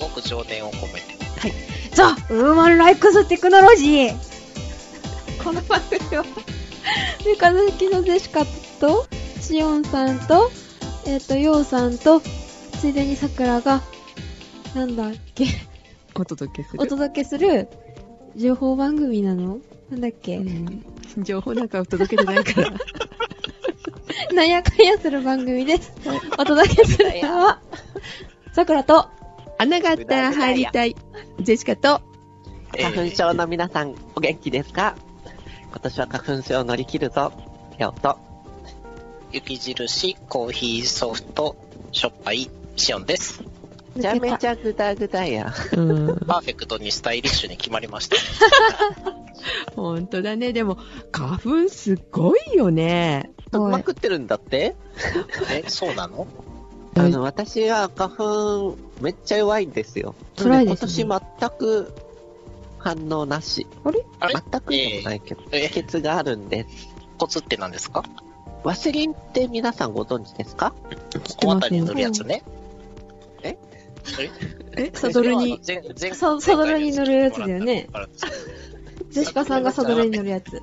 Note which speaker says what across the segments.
Speaker 1: 特上点を込めて。
Speaker 2: ザ・ウーマン・ライクス・テクノロジーこの番組は三日月のゼシカとシオンさんとえっ、とヨウさんとついでにさくらがなんだっけ
Speaker 3: お届けす
Speaker 2: お
Speaker 3: る、
Speaker 2: 届けする情報番組なのなんだっけ、
Speaker 3: うん、情報なんかお届けてないから
Speaker 2: なんやかんやする番組ですお届けするの はさくらと
Speaker 3: 穴があったら入りたいジェシカと
Speaker 4: 花粉症の皆さん、お元気ですか今年は花粉症を乗り切るぞ。よっと。
Speaker 1: 雪印、コーヒーソフト、しょっぱい、シオンです。
Speaker 4: めちゃめちゃぐだぐだや。
Speaker 3: うん
Speaker 1: パーフェクトにスタイリッシュに決まりました。
Speaker 3: 本当だねでも花粉すごいよね
Speaker 2: おい
Speaker 4: まくってるんだって
Speaker 1: え、そうなの
Speaker 4: あの、私は花粉、めっちゃ弱いんですよ。
Speaker 2: 辛いですね
Speaker 4: 今年全く反応なし。
Speaker 1: あれ
Speaker 4: 全くでもないけど、
Speaker 1: え
Speaker 4: 秘訣があるんです。
Speaker 1: コツって何ですか
Speaker 4: ワセリンって皆さんご存知ですか
Speaker 3: て
Speaker 1: お
Speaker 3: ませ
Speaker 1: 股
Speaker 3: ん
Speaker 1: に塗るやつね。
Speaker 4: え
Speaker 3: えサドルに
Speaker 1: 前前
Speaker 2: ササドルに乗るやつだよね
Speaker 1: 前回のやつ聞いてもらったからです
Speaker 2: ジェシカさんがサドルに乗るやつ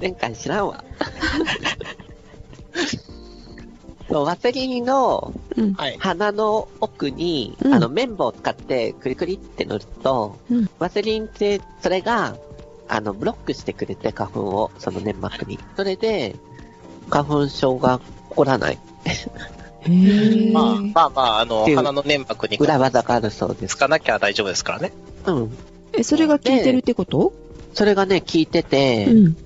Speaker 4: 前回知 らんわ。そうワセリンの
Speaker 3: うん
Speaker 1: はい。
Speaker 4: 鼻の奥に、
Speaker 3: うん
Speaker 4: あの、綿棒を使ってクリクリって塗ると、
Speaker 3: うん
Speaker 4: ワセリンって、それが、あの、ブロックしてくれて、花粉を、その粘膜に。それで、花粉症が起こらない。
Speaker 3: へー
Speaker 1: まあまあまあ、あの、
Speaker 4: っていう
Speaker 1: 鼻の粘膜に
Speaker 4: 裏技があるそうで
Speaker 1: つ
Speaker 4: す。
Speaker 1: かなきゃ大丈夫ですからね。
Speaker 4: うん。
Speaker 3: えそれが効いてるってこと、
Speaker 4: それがね、効いてて、
Speaker 3: うん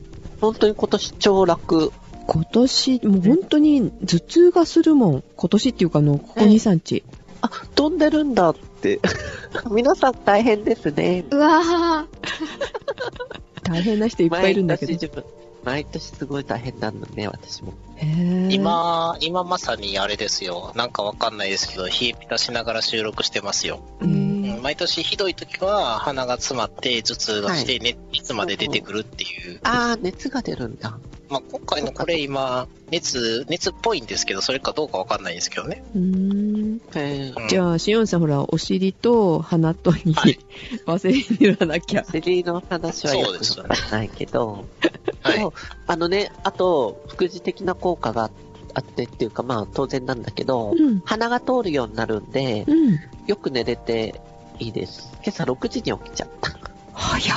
Speaker 4: 本当に今年超楽。
Speaker 3: 今年もう本当に頭痛がするもん今年っていうかあのここ
Speaker 4: うん
Speaker 3: 23日
Speaker 4: あ、飛んでるんだって。 皆さん大変ですね。
Speaker 2: うわー
Speaker 3: 大変な人いっぱいいるんだけど
Speaker 4: 毎年自分、毎年すごい大変なのね、私も。
Speaker 3: へー
Speaker 1: 今、今まさにあれですよ。なんかわかんないですけど、冷えピタしながら収録してますよ。
Speaker 3: うん
Speaker 1: うん毎年ひどい時は鼻が詰まって頭痛がして、ね、熱まで出てくるっていう。
Speaker 4: あー、熱が出るんだ。
Speaker 1: まあ、今回のこれ今、熱、熱っぽいんですけど、それかどうかわかんないですけどね。
Speaker 3: うーん
Speaker 4: へー
Speaker 1: うん
Speaker 3: じゃあ、しおんさん、ほら、お尻と鼻とに、
Speaker 1: はい
Speaker 3: ワセリン塗らなきゃ。
Speaker 4: セリの話はよくわからないけど、
Speaker 1: はい。
Speaker 4: そうあのね、あと、副次的な効果があってっていうか、まあ当然なんだけど、
Speaker 3: うん。
Speaker 4: 鼻が通るようになるんで、
Speaker 3: うん。
Speaker 4: よく寝れていいです。今朝6時に起きちゃった。
Speaker 3: 早っ。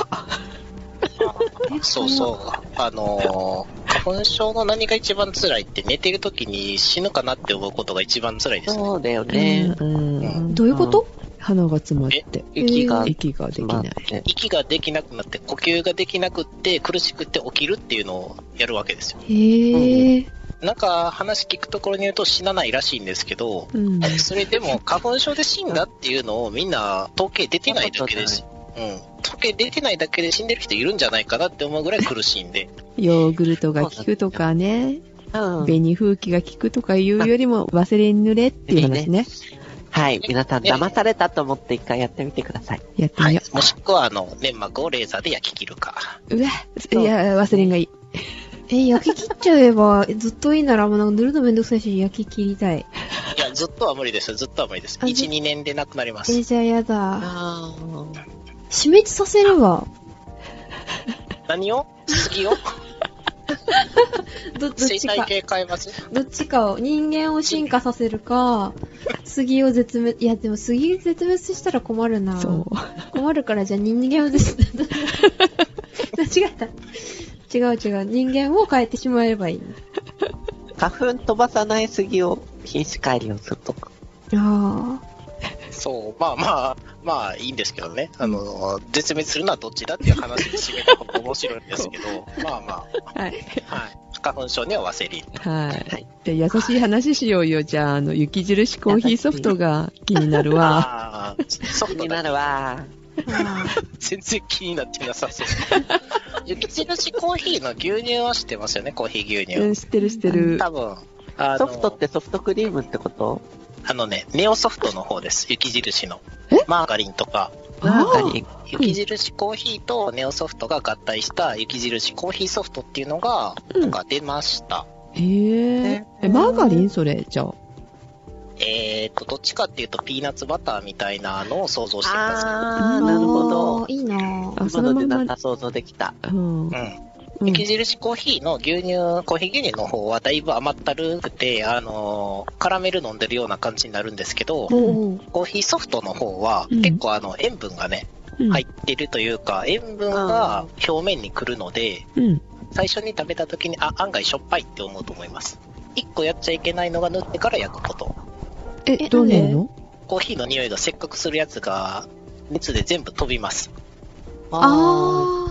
Speaker 1: そうそう。あのー花粉症の何が一番辛いって、寝てる時に死ぬかなって思うことが一番辛いですね。
Speaker 4: そうだよね。
Speaker 3: うん
Speaker 2: どういうこと
Speaker 3: 鼻が詰まって、
Speaker 4: 息が
Speaker 3: 息ができ
Speaker 4: 詰ま
Speaker 3: な
Speaker 4: っ
Speaker 3: い。
Speaker 4: て。
Speaker 1: 息ができなくなって、呼吸ができなくって、苦しくって起きるっていうのをやるわけですよ。
Speaker 2: へえ
Speaker 1: なんか話聞くところによると死なないらしいんですけど、
Speaker 3: うん。
Speaker 1: それでも花粉症で死んだっていうのをみんな統計出てないだけです。うん。統計出てないだけで死んでる人いるんじゃないかなって思うぐらい苦しいんで。
Speaker 3: ヨーグルトが効くとかね、
Speaker 4: うん。
Speaker 3: 紅風紀が効くとかいうよりも、ワセリン塗れっていう話ね。
Speaker 4: はい。皆さん騙されたと思って一回やってみてください。
Speaker 3: やって
Speaker 1: は
Speaker 3: み
Speaker 1: い
Speaker 3: よ。
Speaker 1: もしくは、あの、粘膜をレーザーで焼き切るか。
Speaker 3: う。うわ、いや、ワセリンがいい。
Speaker 2: え、焼き切っちゃえば、 ずっといいなら、もうなんか塗るのめんどくさいし、焼き切りたい。
Speaker 1: いや、ずっとは無理です。ずっとは無理です。
Speaker 2: あず
Speaker 1: 1、2年でなくなりま
Speaker 2: え、
Speaker 1: す。
Speaker 2: じゃあやだ。
Speaker 4: あー
Speaker 2: 死滅させるわ。
Speaker 1: 何を杉を
Speaker 2: ど、どっ
Speaker 1: 生
Speaker 2: ち
Speaker 1: 態
Speaker 2: か。
Speaker 1: 系変えます
Speaker 2: どっちかを、人間を進化させるか、杉を絶滅、いやでも杉絶滅したら困るな。
Speaker 3: そう。
Speaker 2: 困るからじゃあ人間を絶滅、 間違った。違う違う。人間を変えてしまえばいい。
Speaker 4: 花粉飛ばさない杉を品種改良するとか。
Speaker 2: ああ。
Speaker 1: そう、まあまあ、まあいいんですけどね。あの、絶滅するのはどっちだっていう話で締めた方が面白いんですけど、まあま
Speaker 3: はい。
Speaker 1: あ、はい。花粉症にはワセリン。
Speaker 3: はい。で、優しい話しようよ。じゃあ、あの、雪印コーヒーソフトが気になる
Speaker 1: ああ、
Speaker 3: わ。
Speaker 1: ソ
Speaker 4: 気
Speaker 1: フト
Speaker 4: に
Speaker 1: だ
Speaker 4: なるわ。
Speaker 2: あー
Speaker 1: 全然気になってなさ そう。雪印コーヒーの牛乳は知ってますよね、コーヒー牛
Speaker 3: う
Speaker 1: 乳。
Speaker 3: ん、知ってる知ってる。
Speaker 1: 多分、あの
Speaker 4: ソフトってソフトクリームってこと
Speaker 1: あのね、ネオソフトの方です。雪印の
Speaker 3: え。
Speaker 1: マーガリンとか、
Speaker 4: マーガリン。
Speaker 1: 雪印コーヒーとネオソフトが合体した雪印コーヒーソフトっていうのが、
Speaker 3: うん
Speaker 1: なんか出ました。
Speaker 3: へえ。え、マーガリンそれ、じゃあ。
Speaker 1: えーと、どっちかっていうと、ピーナッツバターみたいなのを想像してます。
Speaker 4: あー、なるほど。
Speaker 2: いいなぁ。
Speaker 3: あ、そ
Speaker 4: 今
Speaker 3: の
Speaker 4: ので
Speaker 3: ま
Speaker 4: なん
Speaker 3: んま、
Speaker 4: か想像できた。
Speaker 3: うん。うん
Speaker 1: うん。雪印コーヒーの牛乳、コーヒー牛乳の方はだいぶ甘ったるくて、あのーカラメル飲んでるような感じになるんですけど、
Speaker 2: おう
Speaker 1: コーヒーソフトの方は、
Speaker 3: うん
Speaker 1: 結構あの、塩分がね、
Speaker 3: うん
Speaker 1: 入ってるというか、塩分が表面に来るので、
Speaker 3: うん。
Speaker 1: 最初に食べた時に、あ、案外しょっぱいって思うと思います。一個やっちゃいけないのが塗ってから焼くこと。
Speaker 3: え、どうなるの
Speaker 1: コーヒーの匂いがせっかくするやつが、熱で全部飛びます。
Speaker 4: あ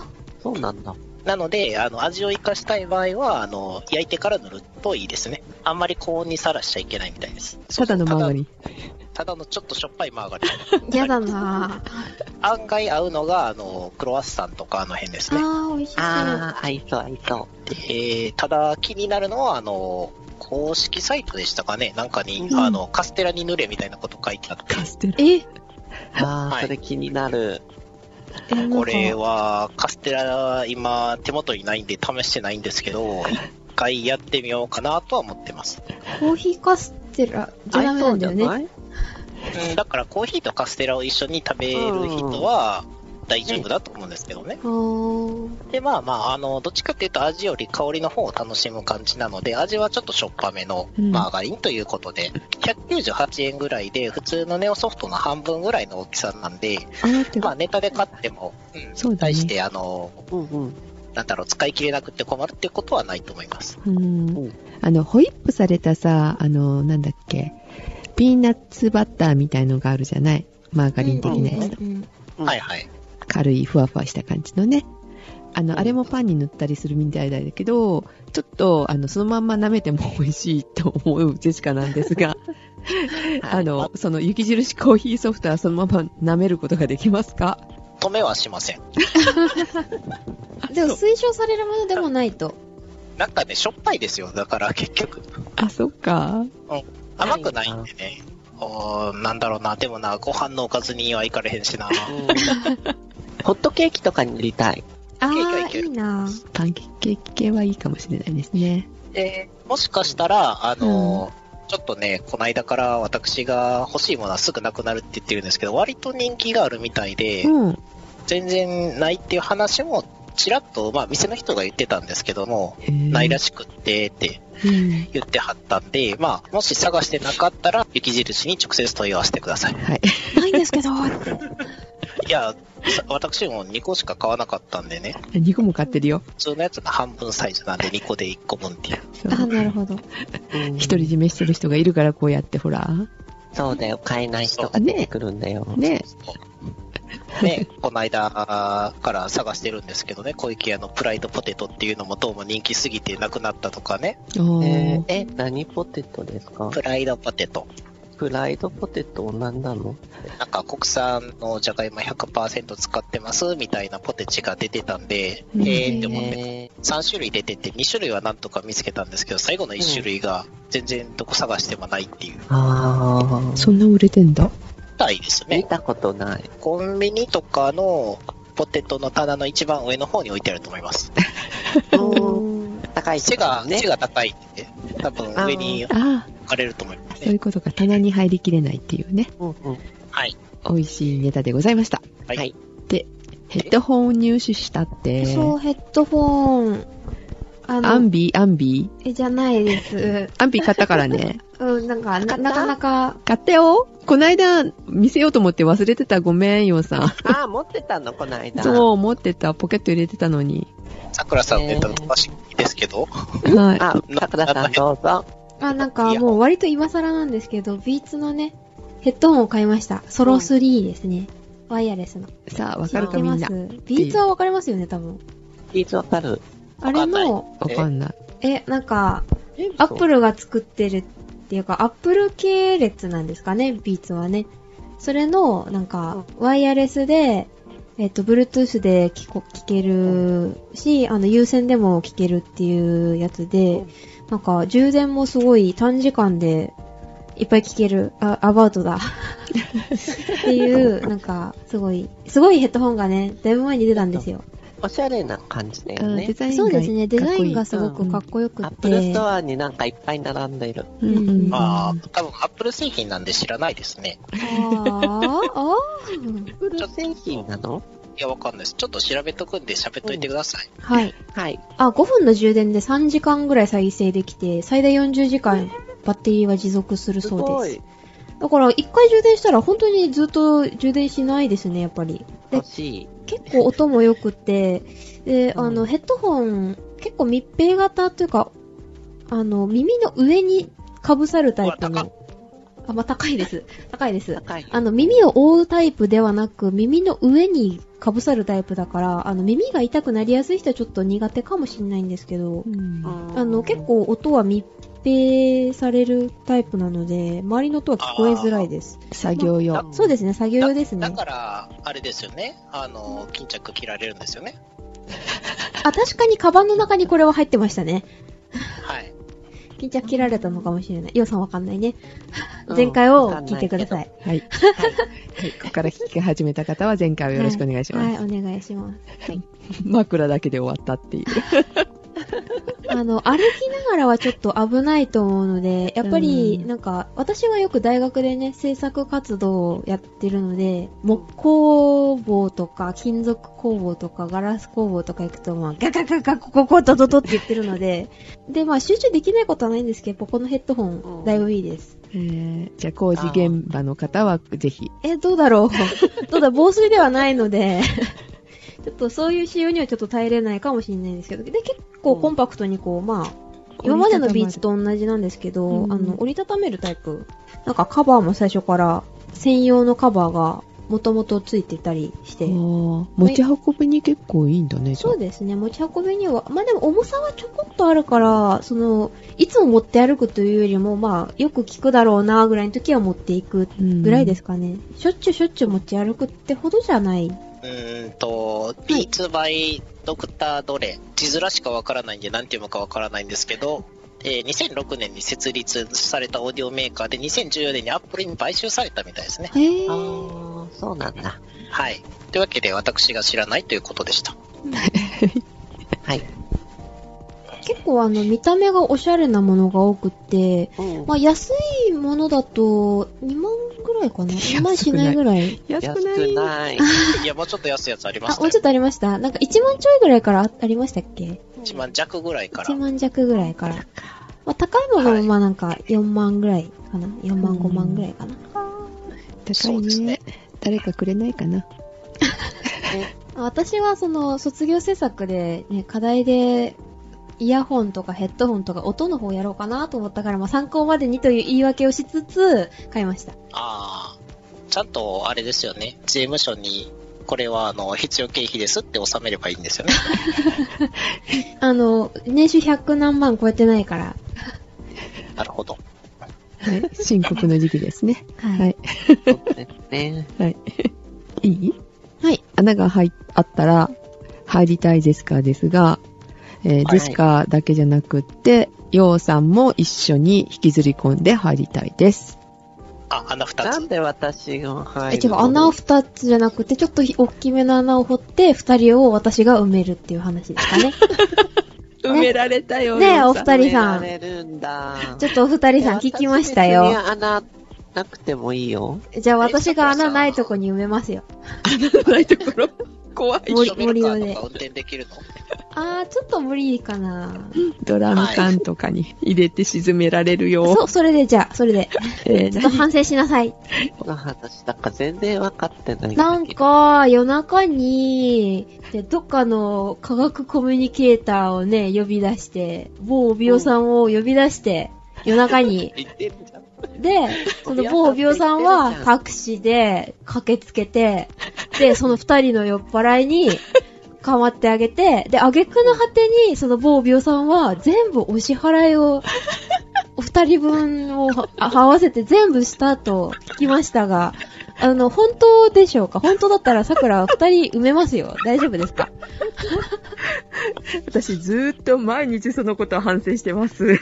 Speaker 2: あ
Speaker 4: ー、そうなんだ。
Speaker 1: なので、あの、味を生かしたい場合は、あの、焼いてから塗るといいですね。あんまり高温にさらしちゃいけないみたいです。
Speaker 3: ただのマーガリン。
Speaker 1: ただのちょっとしょっぱいマーガリン。
Speaker 2: ー、やだなぁ。
Speaker 1: 案外合うのが、あの、クロワッサンとかあの辺ですね。
Speaker 2: あー、美味しそう。
Speaker 4: あー、合いそう合いそ
Speaker 1: でえーただ気になるのは、あの、公式サイトでしたかねなんかに、
Speaker 3: うん
Speaker 1: あの、カステラに塗れみたいなこと書いてあって。
Speaker 3: カステラ。
Speaker 2: え、え
Speaker 4: う。あー、
Speaker 1: はい
Speaker 4: それ気になる。
Speaker 2: なんか
Speaker 1: これは、カステラ、今、手元にないんで試してないんですけど、一回やってみようかなとは思ってます。
Speaker 2: コーヒーカステラじゃダメなんだよね。
Speaker 4: い
Speaker 1: うんだから、コーヒーとカステラを一緒に食べる人は、大丈夫だと思うんですけどね。
Speaker 2: あー
Speaker 1: で、まあまあ、あの、どっちかっていうと味より香りの方を楽しむ感じなので、味はちょっとしょっぱめの
Speaker 3: うん
Speaker 1: マーガリンということで、198円ぐらいで、普通のネオソフトの半分ぐらいの大きさなんで、
Speaker 3: あなた
Speaker 1: まあ
Speaker 3: が、
Speaker 1: ネタで買っても、うん、
Speaker 3: そうだ
Speaker 1: 対
Speaker 3: ね
Speaker 1: して、あの、
Speaker 4: うんうん。
Speaker 1: なんだろう、使い切れなくて困るってことはないと思います。
Speaker 3: うん。あの、ホイップされたさ、あの、なんだっけ、ピーナッツバターみたいのがあるじゃないマーガリン的なやつの。
Speaker 2: うんうんうん
Speaker 4: うん
Speaker 1: はいはい。
Speaker 3: 軽いふわふわした感じのね。あの、あれもパンに塗ったりするみたいだけど、ちょっと、あの、そのまんま舐めても美味しいと思うジェシカなんですが、あの、その雪印コーヒーソフトはそのまま舐めることができますか
Speaker 1: 止めはしません。
Speaker 2: でも推奨されるものでもないと。
Speaker 1: なんかね、しょっぱいですよ。だから結局、
Speaker 3: あ、そっか。
Speaker 1: 甘くないんでね。おーなんだろうな。でもな、ご飯のおかずにはいかれへんしな。
Speaker 4: ホットケーキとかに塗りたい。
Speaker 2: あ
Speaker 1: い
Speaker 2: ー、
Speaker 1: ける
Speaker 2: いいなぁ。
Speaker 3: パンケーキ系はいいかもしれないですね。
Speaker 1: で、もしかしたら、あのー、ちょっとね、この間から私が欲しいものはすぐなくなるって言ってるんですけど、割と人気があるみたいで、
Speaker 3: うん。
Speaker 1: 全然ないっていう話も、ちらっと、まあ、店の人が言ってたんですけども、ないら
Speaker 3: し
Speaker 1: しくって、って
Speaker 3: い。
Speaker 1: 言ってはったんで、まあ、もし探してなかったら、雪印に直接問い合わせてください。
Speaker 3: はい。
Speaker 2: ないんです けど。
Speaker 1: いや、さ私も2個しか買わなかったんでね、
Speaker 3: 2個も買ってるよ。
Speaker 1: 普通のやつが半分サイズなんで2個で1個分っていう。
Speaker 3: そう
Speaker 2: あ、なるほど。
Speaker 4: うん
Speaker 3: 独り占めしてる人がいるからこうやってほら。
Speaker 4: そうだよ、買えない人が出てくるんだよ。
Speaker 3: ね。
Speaker 1: ね、この間から探してるんですけどね、小池屋のプライドポテトっていうのもどうも人気すぎてなくなったとかね、
Speaker 3: おー
Speaker 4: えーえ、何ポテトですか
Speaker 1: プライドポテト。
Speaker 4: フライドポテト何なの
Speaker 1: なんか国産のじゃがいも100%使ってますみたいなポテチが出てたんで、
Speaker 3: うん
Speaker 1: へーって思って、
Speaker 4: え
Speaker 1: 3種類出てて2種類はなんとか見つけたんですけど、最後の1種類が全然どこ探してもないっていう。
Speaker 4: ー、あー、
Speaker 3: そんな売れてんだ。
Speaker 1: たいですね
Speaker 4: 見。たことない。
Speaker 1: コンビニとかのポテトの棚の一番上の方に置いてあると思います。
Speaker 4: 高い
Speaker 1: 背が、
Speaker 4: ね
Speaker 1: 背。が高いんで、多分上に置
Speaker 3: あ
Speaker 1: かれると思いま
Speaker 3: あ、
Speaker 1: す
Speaker 3: そうい
Speaker 1: ね。
Speaker 3: うことか。棚に入りきれないっていうね。
Speaker 4: うんうん
Speaker 1: はい。
Speaker 3: 美味しいネタでございました。
Speaker 1: はい
Speaker 4: はい
Speaker 3: ヘッドホンを入手したって。
Speaker 2: そう、ヘッドホン。あ
Speaker 3: ア
Speaker 2: の
Speaker 3: ン、ビー、アンビー。
Speaker 2: えじゃない です。
Speaker 3: アンビー買ったから ね。
Speaker 2: うん、なんか、ななかなか、
Speaker 3: 買ったよ。こないだ見せようと思って忘れてた。ごめん、ようさん。
Speaker 4: あー、持ってたのこの間。
Speaker 3: そう、持ってた。ポケット入れてたのに。
Speaker 1: 桜さんのネタの詳しいですけど、
Speaker 3: はい。
Speaker 4: あ、さくらさんどうぞ。
Speaker 2: あ、なんかもう割と今更なんですけど、ビーツのね、ヘッドホンを買いました。ソロ3ですね。ワイヤレスの。
Speaker 3: さあ、わ
Speaker 2: 知
Speaker 3: かる
Speaker 2: っ
Speaker 3: か
Speaker 2: て
Speaker 3: み
Speaker 2: ま
Speaker 3: ん
Speaker 2: す
Speaker 3: な。。
Speaker 2: ビーツはわかりますよね、多分。
Speaker 4: チーズわかる。
Speaker 2: あれの、
Speaker 3: わかんない。
Speaker 2: え、なんか、アップルが作ってるっていうか、アップル系列なんですかね、ビーツはね。それの、なんか、ワイヤレスで、えっと、Bluetooth で聞こ、聞けるし、あの、有線でも聞けるっていうやつで、なんか、充電もすごい短時間で、いっぱい聞ける、あ、アバウトだ。っていう、なんか、すごい、すごいヘッドホンがね、だいぶ前に出たんですよ。
Speaker 4: おしゃれな感じだ
Speaker 3: う
Speaker 4: よ
Speaker 3: んデ
Speaker 4: ね。
Speaker 3: ザインが
Speaker 2: そうですね、デザインがすご
Speaker 3: う
Speaker 2: く
Speaker 3: ん
Speaker 2: かっこよく
Speaker 4: アッ
Speaker 2: っ
Speaker 4: プルス
Speaker 2: て。
Speaker 4: トアになんかいっぱい並んでいる。
Speaker 3: うんうんうん
Speaker 1: まあ、多分アップル製品なんで知らないですね。
Speaker 2: あーあー
Speaker 4: フル製品なの
Speaker 1: いや、わかんないです。ちょっと調べとくんで喋っといてください。
Speaker 2: はい。
Speaker 4: はい。
Speaker 2: あ、5分の充電で3時間ぐらい再生できて、最大40時間バッテリーは持続する
Speaker 4: す
Speaker 2: そう
Speaker 4: ご
Speaker 2: です。
Speaker 4: い。
Speaker 2: だから1回充電したら本当にずっと充電しないですね、やっぱり。で
Speaker 4: 欲しい。
Speaker 2: 結構音も良くて、で、あ
Speaker 4: う
Speaker 2: の、ヘッドホン、結構密閉型というか、あの、耳の上に被さるタイプ
Speaker 1: うわ
Speaker 2: の、あ、まあ、高いです。高いです。
Speaker 4: 高い。
Speaker 2: あの、耳を覆うタイプではなく、耳の上に被さるタイプだから、あの、耳が痛くなりやすい人はちょっと苦手かもしれないんですけど、
Speaker 3: うん
Speaker 2: あの、結構音は密閉されるタイプなので、周りの音は聞こえづらいです。
Speaker 3: 作業用。
Speaker 2: そうですね、作業用です
Speaker 1: だ
Speaker 2: ね。
Speaker 1: から、あれですよね。あの、巾着切られるんですよね。
Speaker 2: あ、確かにカバンの中にこれは入ってましたね。
Speaker 1: はい。
Speaker 2: 巾着切られたのかもしれない。ようさんわかんないね。
Speaker 4: うん
Speaker 2: 前回を聞いてください。
Speaker 3: はい。はい。ここから聞き始めた方は前回をよろしくお願いします。
Speaker 2: はい、お願いします。
Speaker 3: 枕だけで終わったっていう。
Speaker 2: あの、歩きながらはちょっと危ないと思うので、やっぱり、
Speaker 3: うん
Speaker 2: なんか、私はよく大学でね、制作活動をやってるので、木工房とか、金属工房とか、ガラス工房とか行くと、まあ、ガガガガ、ここ、ここ、ドドドって言ってるので、で、まあ、集中できないことはないんですけど、このヘッドホン、だいぶいいです。
Speaker 3: えーじゃあ工事現場の方はぜひ。
Speaker 2: え、どう だろうどうだ、防水ではないので、 ちょっとそういう仕様にはちょっと耐えれないかもしれないんですけど、で、結構コンパクトにこう、まあ、今までのビーチと同じなんですけど、
Speaker 3: うん
Speaker 2: あの、折りたためるタイプ。なんかカバーも最初から、専用のカバーが、もともとついてたりして。
Speaker 3: おー持ち運びに結構いいんだね、じゃあ
Speaker 2: そうですね、持ち運びには、まあでも重さはちょこっとあるから、その、いつも持って歩くというよりも、まあ、よく聞くだろうな、ぐらいの時は持っていくぐらいですかね。しょっちゅうしょっちゅう持ち歩くってほどじゃない。
Speaker 1: うーんと、ビーツバイドクタードレ。字面しかわからないんで、なんて読むかわからないんですけど、えー2006年に設立されたオーディオメーカーで、2014年にアップルに買収されたみたいですね。
Speaker 2: へぇ
Speaker 4: あ
Speaker 2: ー。
Speaker 4: ーそうなんだ。
Speaker 1: はい。というわけで、私が知らないということでした。
Speaker 4: はい。
Speaker 2: 結構あの、見た目がおしゃれなものが多くって、
Speaker 4: うん
Speaker 2: まあ、安いものだと、2万ぐらいかな ?2 万しないぐらい。
Speaker 4: 安くない。
Speaker 1: いや、もうちょっと安いやつありまし
Speaker 2: あ、
Speaker 1: た
Speaker 2: もう
Speaker 1: よ
Speaker 2: ち。ょっとありました。なんか1万ちょいぐらいからあありましたっけ
Speaker 1: 1万弱ぐらいから
Speaker 2: ?1。万弱ぐらいから。まあ、高いもの
Speaker 1: は
Speaker 2: も
Speaker 1: い
Speaker 2: まあなんか4万ぐらいかな ?4 万
Speaker 3: うん
Speaker 2: 5万ぐらいかな。
Speaker 3: 高
Speaker 1: そ
Speaker 3: いう
Speaker 1: です
Speaker 3: ね
Speaker 1: ね。
Speaker 3: 誰かくれないかな。
Speaker 2: あ私はその卒業制作で、ね、課題でイヤホンとかヘッドホンとか音の方やろうかなと思ったから、まあ、参考までにという言い訳をしつつ買いました。
Speaker 1: ああ。ちゃんと、あれですよね。税務署に、これは、あの、必要経費ですって納めればいいんですよね。
Speaker 2: あの、年収100何万超えてないから。
Speaker 1: なるほど。
Speaker 3: はい。 深刻の時期ですね。
Speaker 2: はい。
Speaker 3: はい。
Speaker 4: そうで すね。
Speaker 3: いい
Speaker 2: はい。
Speaker 3: 穴が入っあったら、入りたいジェスカーですが、えー
Speaker 4: は
Speaker 3: ジ
Speaker 4: い
Speaker 3: ェスカーだけじゃなくって、ヨウさんも一緒に引きずり込んで入りたいです。
Speaker 1: あ、穴二
Speaker 4: なん
Speaker 1: つ。
Speaker 4: で私が入
Speaker 2: え、
Speaker 4: る
Speaker 2: 違う、
Speaker 4: の
Speaker 2: 穴を2つじゃなくて、ちょっと大きめの穴を掘って、2人を私が埋めるっていう話ですか ね。埋め
Speaker 3: られたよ
Speaker 2: ねえお二人さ
Speaker 4: 埋め
Speaker 2: ん。
Speaker 4: られるんだ。
Speaker 2: ちょっとお二人さん聞きました
Speaker 4: 私
Speaker 2: よ。
Speaker 4: 別に穴なくてもいいよ。
Speaker 2: じゃあ私が穴ないとこに埋めますよ。
Speaker 3: ないところ。怖い
Speaker 2: 森
Speaker 1: ショベルカー
Speaker 2: 森のね
Speaker 1: とか運転できるの
Speaker 2: あー、ちょっと無理かな。
Speaker 3: ドラム缶とかに入れて沈められるよ。
Speaker 2: そう、それでじゃあ、それ で。
Speaker 3: え
Speaker 2: ちょっと
Speaker 3: ー
Speaker 2: 反省しなさい。
Speaker 4: この話なんか全然わかってない
Speaker 2: なんか、夜中に、でどっかの科学コミュニケーターをね、呼び出して、某おびおさんを呼び出して、夜中に。
Speaker 4: 言ってるじゃん。
Speaker 2: で、その某病さんはタクシーで駆けつけて、で、その二人の酔っ払いにかまってあげて、で、挙句の果てに、その某病さんは全部お支払いを、お二人分をは合わせて全部したと聞きましたが、あの、本当でしょうか本当だったら桜は二人埋めますよ。大丈夫ですか
Speaker 3: 私ずーっと毎日そのことを反省してます。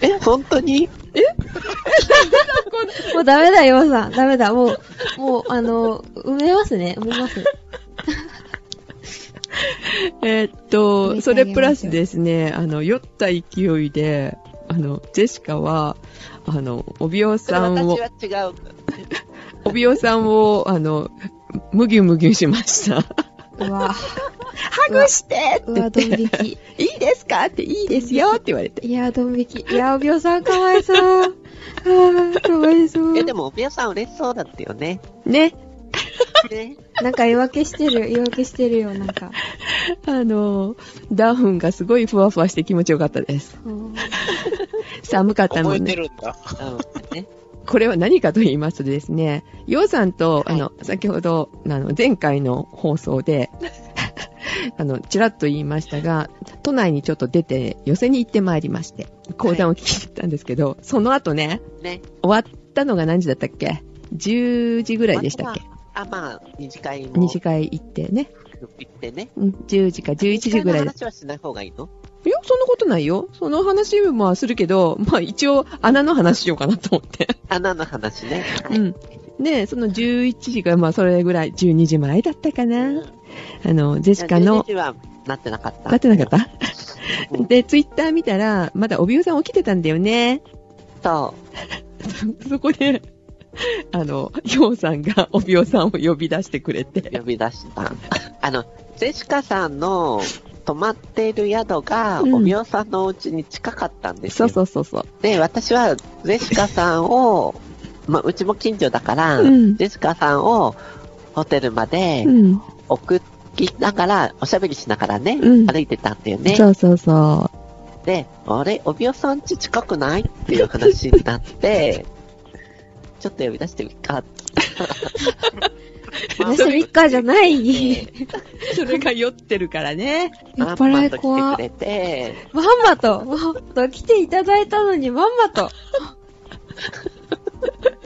Speaker 4: え、本当に
Speaker 2: もうダメだよ、ヨウさん。ダメだ。もう、もう、あの、埋めますね。埋めます。
Speaker 3: えーっと、それプラスですね、あの、酔った勢いで、あの、ジェシカは、あの、おびおさんを、
Speaker 4: 私は違う。
Speaker 3: おびおさんを、あの、むぎゅむぎゅしました。
Speaker 2: うわ、
Speaker 3: ハグして
Speaker 2: うわ、ドン引き。
Speaker 3: いいですかって、いいですよって言われて。
Speaker 2: いや、ドン引き。いや、おびおさんかわいそう。あーかわいそう。
Speaker 4: え、でも、おびやさん嬉しそうだった よね。
Speaker 3: ね、
Speaker 4: ね。
Speaker 2: なんか言い訳してる、言い訳してるよ、なんか。
Speaker 3: あの、ダウンがすごいふわふわして気持ちよかったです。
Speaker 2: うん
Speaker 3: 寒かったの
Speaker 1: 覚
Speaker 3: で、
Speaker 1: えてるんだ。
Speaker 4: あのね
Speaker 3: これは何かと言いますとですね、ヨウさんと、
Speaker 4: はい
Speaker 3: あの、先ほど、あの、前回の放送で、 あの、ちらっと言いましたが、都内にちょっと出て、寄せに行ってまいりまして、講談を聞きに行ったんですけど、その後ね、
Speaker 4: ね。
Speaker 3: 終わったのが何時だったっけ ?10 時ぐらいでしたっけ
Speaker 4: あ、まあ、二次会も
Speaker 3: ?2 次会行ってね、
Speaker 4: 行ってね。
Speaker 3: うん10時か11時ぐらい
Speaker 4: 二
Speaker 3: だ
Speaker 4: 次会の話はしない方がいいの
Speaker 3: いや、そんなことないよ。その話もするけど、まあ一応穴の話しようかなと思って。
Speaker 4: 穴の話ね。はい
Speaker 3: うん。で、その11時が、まあそれぐらい、12時前だったかな。あの、ジェシカ
Speaker 4: 12
Speaker 3: の、
Speaker 4: 時はなってなかった。
Speaker 3: なってなかった
Speaker 4: うん
Speaker 3: で、ツイッター見たら、まだおびおさん起きてたんだよね。
Speaker 4: そ
Speaker 3: そこで、あの、ヨウさんがおびおさんを呼び出してくれ
Speaker 4: う、
Speaker 3: て。
Speaker 4: 呼び出した。あの、ジェシカさんの泊まっている宿が、
Speaker 3: うん
Speaker 4: おみおさんのお家に近かったんです
Speaker 3: そ
Speaker 4: よ。
Speaker 3: うそうそうそう。
Speaker 4: で、私は、ジェシカさんを、まあ、うちも近所だから、
Speaker 3: うん
Speaker 4: ジェシカさんをホテルまで
Speaker 3: うん。
Speaker 4: 送りながら、おしゃべりしながらね、
Speaker 3: うん
Speaker 4: 歩いてたんだよね。
Speaker 3: そうそうそ
Speaker 4: で、あれ、おびおさんち近くないっていう話になって、ちょっと呼び出してみっかって。
Speaker 2: 私、ミッカーじゃない。
Speaker 3: う。それが酔ってるからね。
Speaker 2: 酔っ払い怖
Speaker 4: まん
Speaker 2: ま
Speaker 4: まと来てくれて、
Speaker 2: んまと、まんまと来ていただいたのに、まんまと。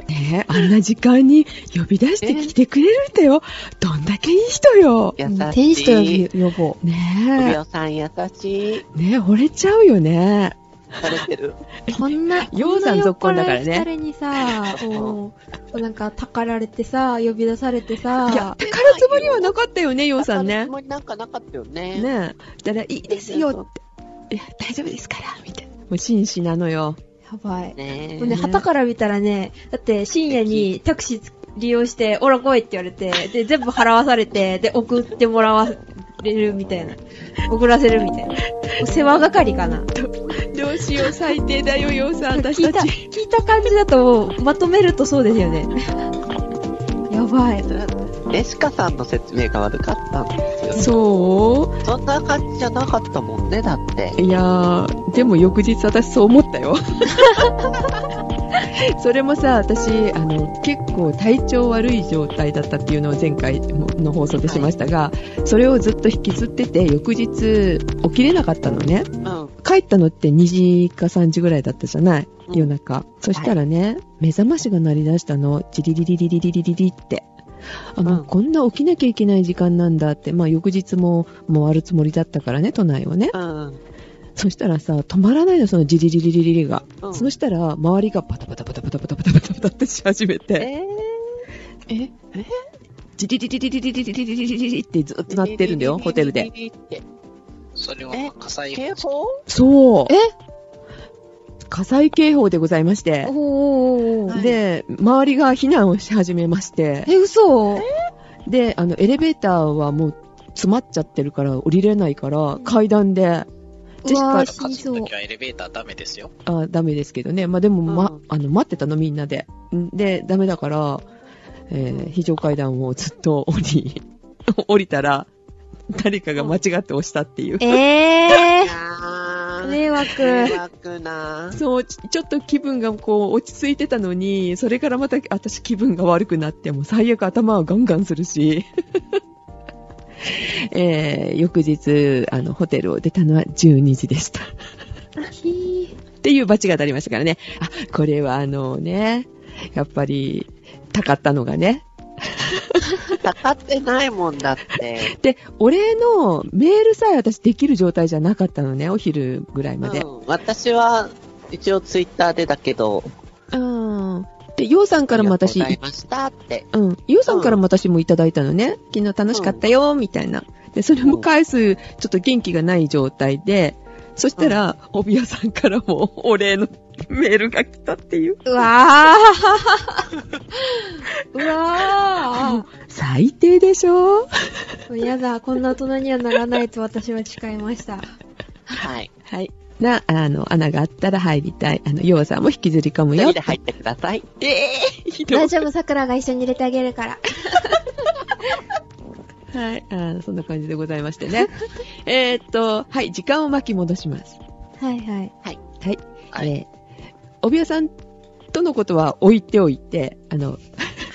Speaker 3: ねえ、あんな時間に呼び出してきてくれるんだよ。どんだけいい人よ。
Speaker 4: 優
Speaker 2: 天使と呼
Speaker 4: しい。
Speaker 2: び呼ぼ
Speaker 3: ね
Speaker 4: おび
Speaker 3: え
Speaker 4: おさん優しい。、
Speaker 3: ねえ、惚れちゃうよね。
Speaker 4: されてる。
Speaker 2: う。こんな、
Speaker 3: ようさん
Speaker 2: こ
Speaker 3: 続行だからね
Speaker 2: 酔っ払い二人にさ、もう、なんか、たかられてさ、呼び出されて
Speaker 3: いや
Speaker 2: さ、、
Speaker 3: 宝つもりはなかったよね、ようさん
Speaker 4: あ
Speaker 3: ね
Speaker 4: つ。もりなんかなかったよね。
Speaker 3: ねえ、だからいいですよって。いや、大丈夫ですから、みたいな。もう紳士なのよ。
Speaker 2: やばい。
Speaker 4: ね
Speaker 2: もうね、旗から見たらね、だって深夜にタクシー利用して、オラ来いって言われて、で、全部払わされて、で、送ってもらわれるみたいな。送らせるみたいな。お世話係かな。
Speaker 3: どうしよう、最低だよ、ようさん、
Speaker 2: 聞
Speaker 3: 私
Speaker 2: いた、
Speaker 3: たち。
Speaker 2: 聞いた感じだともう、まとめるとそうですよね。やばい。
Speaker 4: レシカさんの説明が悪かったんですよ。
Speaker 3: そ
Speaker 4: そんな感じじゃなかったもんね、だって
Speaker 3: う。いやー、でも翌日私そう思った よ。それもさ、私、あの、結構体調悪い状態だったっていうのを前回の放送でしましたが、それをずっと引きずってて、翌日起きれなかったのね。
Speaker 4: うん。
Speaker 3: 帰ったのって2時か3時ぐらいだったじゃない夜中、そしたらね、目覚ましが鳴り出したの。ジリリリリリリリリリって。あ、もううんこんな起きなきゃいけない時間なんだって。まあ翌日も回るつもりだったからね、都内をね。
Speaker 4: うん。
Speaker 3: そしたらさ、止まらないの、そのジリリリリリリが。
Speaker 4: うん
Speaker 3: そしたら、周りがパタパタパタパタパタパタパタパタってし始めて、
Speaker 4: え
Speaker 3: ええジリリリリリリリリリリリリリってずっと鳴ってるんだよ、ホテルで。。
Speaker 1: それは
Speaker 4: え
Speaker 1: 火災
Speaker 4: 警報
Speaker 3: そう。
Speaker 2: え
Speaker 3: 火災警報でございまして。
Speaker 2: おーおーおーおー
Speaker 4: はい
Speaker 3: で、周りが避難をし始めまして、
Speaker 2: え、嘘
Speaker 3: で、あの、エレベーターはもう詰まっちゃってるから降りれないから、階段で、ジ
Speaker 2: う
Speaker 3: ェシ
Speaker 2: わ
Speaker 3: カ
Speaker 2: ー、
Speaker 1: 火
Speaker 2: 死に
Speaker 1: 事
Speaker 2: そう
Speaker 1: の。時はエレベーターダメですよ。
Speaker 3: あダメですけどね。まあ、でも、ま、
Speaker 4: うん
Speaker 3: あの、待ってたのみんなで。んで、ダメだから、えー非常階段をずっと降り、 降りたら、誰かが間違って押したっていう。
Speaker 2: え
Speaker 4: あ
Speaker 2: ー、
Speaker 4: ー。
Speaker 2: 迷惑
Speaker 4: 迷。惑な
Speaker 3: そう、ちちょっと気分がこう落ち着いてたのに、それからまた私気分が悪くなって、もう最悪頭はガンガンするし。 えー、翌日、あの、ホテルを出たのは12時でした。っていう罰が当たりましたからね。あ、これはあのね、やっぱり、たかったのがね。
Speaker 4: たかってないもんだって。
Speaker 3: で、お礼のメールさえ私できる状態じゃなかったのね、お昼ぐらいまで
Speaker 4: う。ん、私は、一応ツイッターでだけど、
Speaker 3: うん。で、ようさんからも私
Speaker 4: ありがとうございましたって。
Speaker 3: うん。ゆうさんからも私もいただいたのね。昨日楽しかったよ、みたいな。で、それも返す、ちょっと元気がない状態で、そしたら、帯屋さんからも お礼のメールが来たっていう。
Speaker 2: うわーうわ
Speaker 3: 最低でしょ
Speaker 2: ー やだ、こんな大人にはならないと私は誓いました。
Speaker 4: はい。
Speaker 3: はい。な、あの、穴があったら入りたい。あの、ようさんも引きずり込む
Speaker 4: 一
Speaker 3: よ
Speaker 4: 人で。入ってください。
Speaker 3: ええー、ひどい
Speaker 2: 大。丈夫、桜が一緒に入れてあげるから。
Speaker 3: はい。あのそんな感じでございまして ね。えーっと、はい。時間を巻き戻します。
Speaker 2: はいはい。
Speaker 4: はい
Speaker 3: えー、帯屋さんとのことは置いておいて、あの、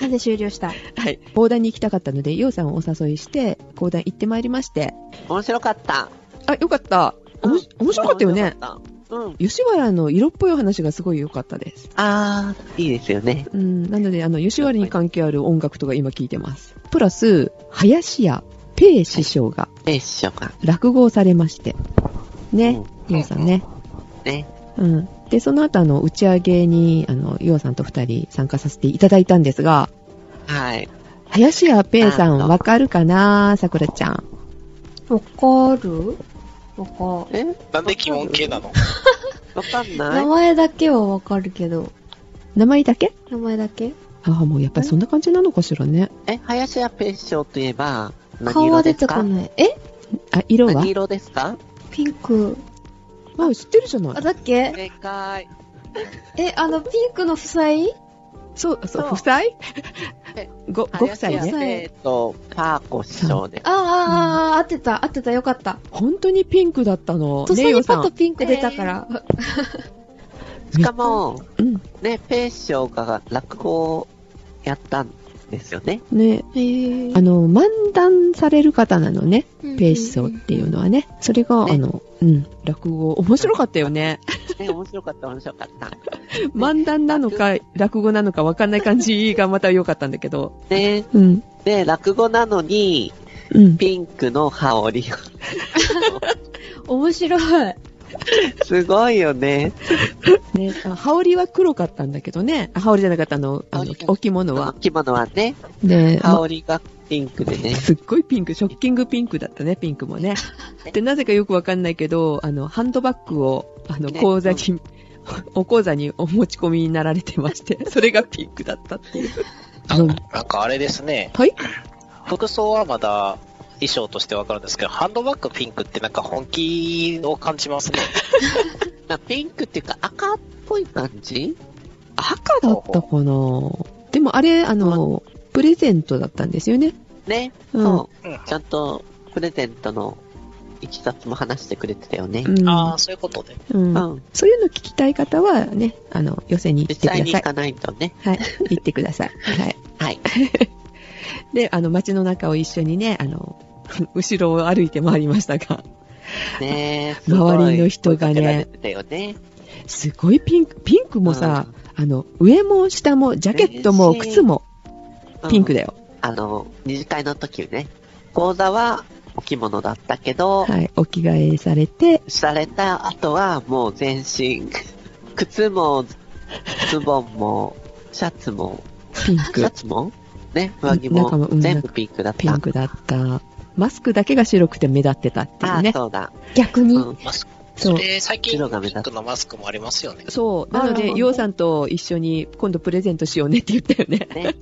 Speaker 2: なんで終了した
Speaker 3: はい。講談に行きたかったので、ようさんをお誘いして、講談行ってまいりまして。
Speaker 4: 面白かった。
Speaker 3: あ、よかった。おもし面白かったよね。。
Speaker 4: うん。
Speaker 3: 吉原の色っぽいお話がすごい良かったです。
Speaker 4: あー、いいですよね。
Speaker 3: うん。なので、あの、吉原に関係ある音楽とか今聞いてます。プラス、林家ペイ師匠が
Speaker 4: え、師匠が。
Speaker 3: 落語をされまして。ね。
Speaker 1: うん
Speaker 3: ようさんね。
Speaker 4: ね。
Speaker 3: うん。で、その後、あの、打ち上げに、あの、ようさんと二人参加させていただいたんですが、
Speaker 4: はい。
Speaker 3: 林家ペイさん
Speaker 4: あそう
Speaker 3: わかるかなさくらちゃん。
Speaker 2: わかるわか
Speaker 4: え
Speaker 1: なんで疑問系なの
Speaker 4: わかん
Speaker 2: る。
Speaker 4: な
Speaker 2: 名
Speaker 4: い
Speaker 2: 前だけはわかるけど。
Speaker 3: 名前だけ
Speaker 2: 名前だけ
Speaker 3: ああ、もうやっぱりそんな感じなのかしらね。
Speaker 4: え、林家ペンションといえば、何
Speaker 2: 顔
Speaker 4: 色
Speaker 2: は
Speaker 4: で
Speaker 2: 出
Speaker 4: す
Speaker 2: て
Speaker 4: か
Speaker 2: こない。え
Speaker 3: あ、色は
Speaker 4: 何色ですか
Speaker 2: ピンク。
Speaker 3: あ、知ってるじゃな
Speaker 2: あ、
Speaker 3: い。
Speaker 2: だっけ
Speaker 4: 正解。
Speaker 2: え、あの、ピンクの夫妻
Speaker 3: そう、そう、
Speaker 4: そう
Speaker 3: 夫妻
Speaker 4: え
Speaker 3: ご、ご夫
Speaker 4: 林
Speaker 3: 妻ね。
Speaker 4: 家ペンとパーコ師匠で
Speaker 2: ああ、ああ、ああ、合ってた、合ってた、よかった。
Speaker 3: 本当にピンクだったの。
Speaker 2: とっさ
Speaker 3: ねよ
Speaker 2: に
Speaker 3: うさ
Speaker 2: パッと
Speaker 3: ん。
Speaker 2: ピンク出たから。
Speaker 4: す。しかも、
Speaker 3: うん。
Speaker 4: ね、ペン師匠が落語をやったんですよね。
Speaker 3: ね。
Speaker 2: へぇ
Speaker 3: あの、漫談される方なのね。ペイシソっていうのはね。それが、
Speaker 4: ね
Speaker 3: あの、うん、落語。面白かったよね。
Speaker 4: ね、面白かった、面白かった。
Speaker 3: 漫談なのか、落語なのか分かんない感じがまた良かったんだけど。
Speaker 4: ね、
Speaker 3: うん。
Speaker 4: で、落語なのに、
Speaker 3: うん。
Speaker 4: ピンクの羽織を。
Speaker 2: 面白い。
Speaker 4: すごいよね。
Speaker 3: ね、あ羽織は黒かったんだけどね。あ羽織じゃなかったあの、あ
Speaker 4: 羽
Speaker 3: の
Speaker 4: 織、
Speaker 3: お着物は。
Speaker 4: 着物はね、
Speaker 3: で、
Speaker 4: 羽織がピンクでね。
Speaker 3: すっごいピンク、ショッキングピンクだったね、ピンクも ね。で、なぜかよくわかんないけど、あの、ハンドバッグを、あの、
Speaker 4: ね
Speaker 3: 講座に、 お講座にお持ち込みになられてまして、 それがピンクだったっていう。
Speaker 1: あ
Speaker 3: うん
Speaker 1: なんかあれですね、
Speaker 3: はい
Speaker 1: 服装はまだ衣装としてわかるんですけど、ハンドバッグピンクってなんか本気を感じますね。
Speaker 4: なピンクっていうか赤っぽい感じ
Speaker 3: 赤だったかなでもあれ、あの、プレゼントだったんですよね。
Speaker 4: ね、
Speaker 3: うん
Speaker 4: そ
Speaker 1: うん
Speaker 4: う。ちゃんとプレゼントのいきさつも話してくれてたよね。
Speaker 3: うん。
Speaker 1: ああ、そういうことね。
Speaker 3: うん
Speaker 4: うん。
Speaker 3: そういうの聞きたい方はね、あの、寄せに行って
Speaker 4: 実
Speaker 3: く
Speaker 4: 際
Speaker 3: だ
Speaker 4: に
Speaker 3: さ
Speaker 4: 行
Speaker 3: い。
Speaker 4: かないとね。
Speaker 3: はい。行ってください。はい。
Speaker 4: はい。
Speaker 3: で、あの、街の中を一緒にね、あの、 後ろを歩いて回りましたが。
Speaker 4: ね
Speaker 3: 周りの人がね
Speaker 4: すごい追いかけられてたよね。
Speaker 3: すごいピンク、ピンクもさ、あの、上も下も、ジャケットも
Speaker 4: 嬉しい
Speaker 3: 靴も
Speaker 4: うん
Speaker 3: ピンクだよ。
Speaker 4: あの、二次会の時ね、講座はお着物だったけど、
Speaker 3: はい。お着替えされて、
Speaker 4: された後はもう全身、 靴も、ズボンも、シャツも、
Speaker 3: ピン
Speaker 4: シャ
Speaker 3: ク、
Speaker 4: ツもね、上着
Speaker 3: 中も
Speaker 4: も
Speaker 3: うん
Speaker 4: 全部ピンクだった。
Speaker 3: ピンクだった。マスクだけが白くて目立ってたってい
Speaker 4: あ
Speaker 3: う
Speaker 4: あ、
Speaker 3: ね。
Speaker 4: そうだ。
Speaker 2: 逆に。
Speaker 4: うん
Speaker 1: マスク。
Speaker 3: そ。
Speaker 1: そうれ、最近
Speaker 4: 白が目
Speaker 1: ピ
Speaker 4: 立
Speaker 1: ン
Speaker 4: つ
Speaker 1: クのマスクもありますよね。
Speaker 3: そう。なの
Speaker 2: あ
Speaker 3: で、
Speaker 2: ら
Speaker 3: ようさんと一緒に今度プレゼントしようねって言ったよね。
Speaker 4: ね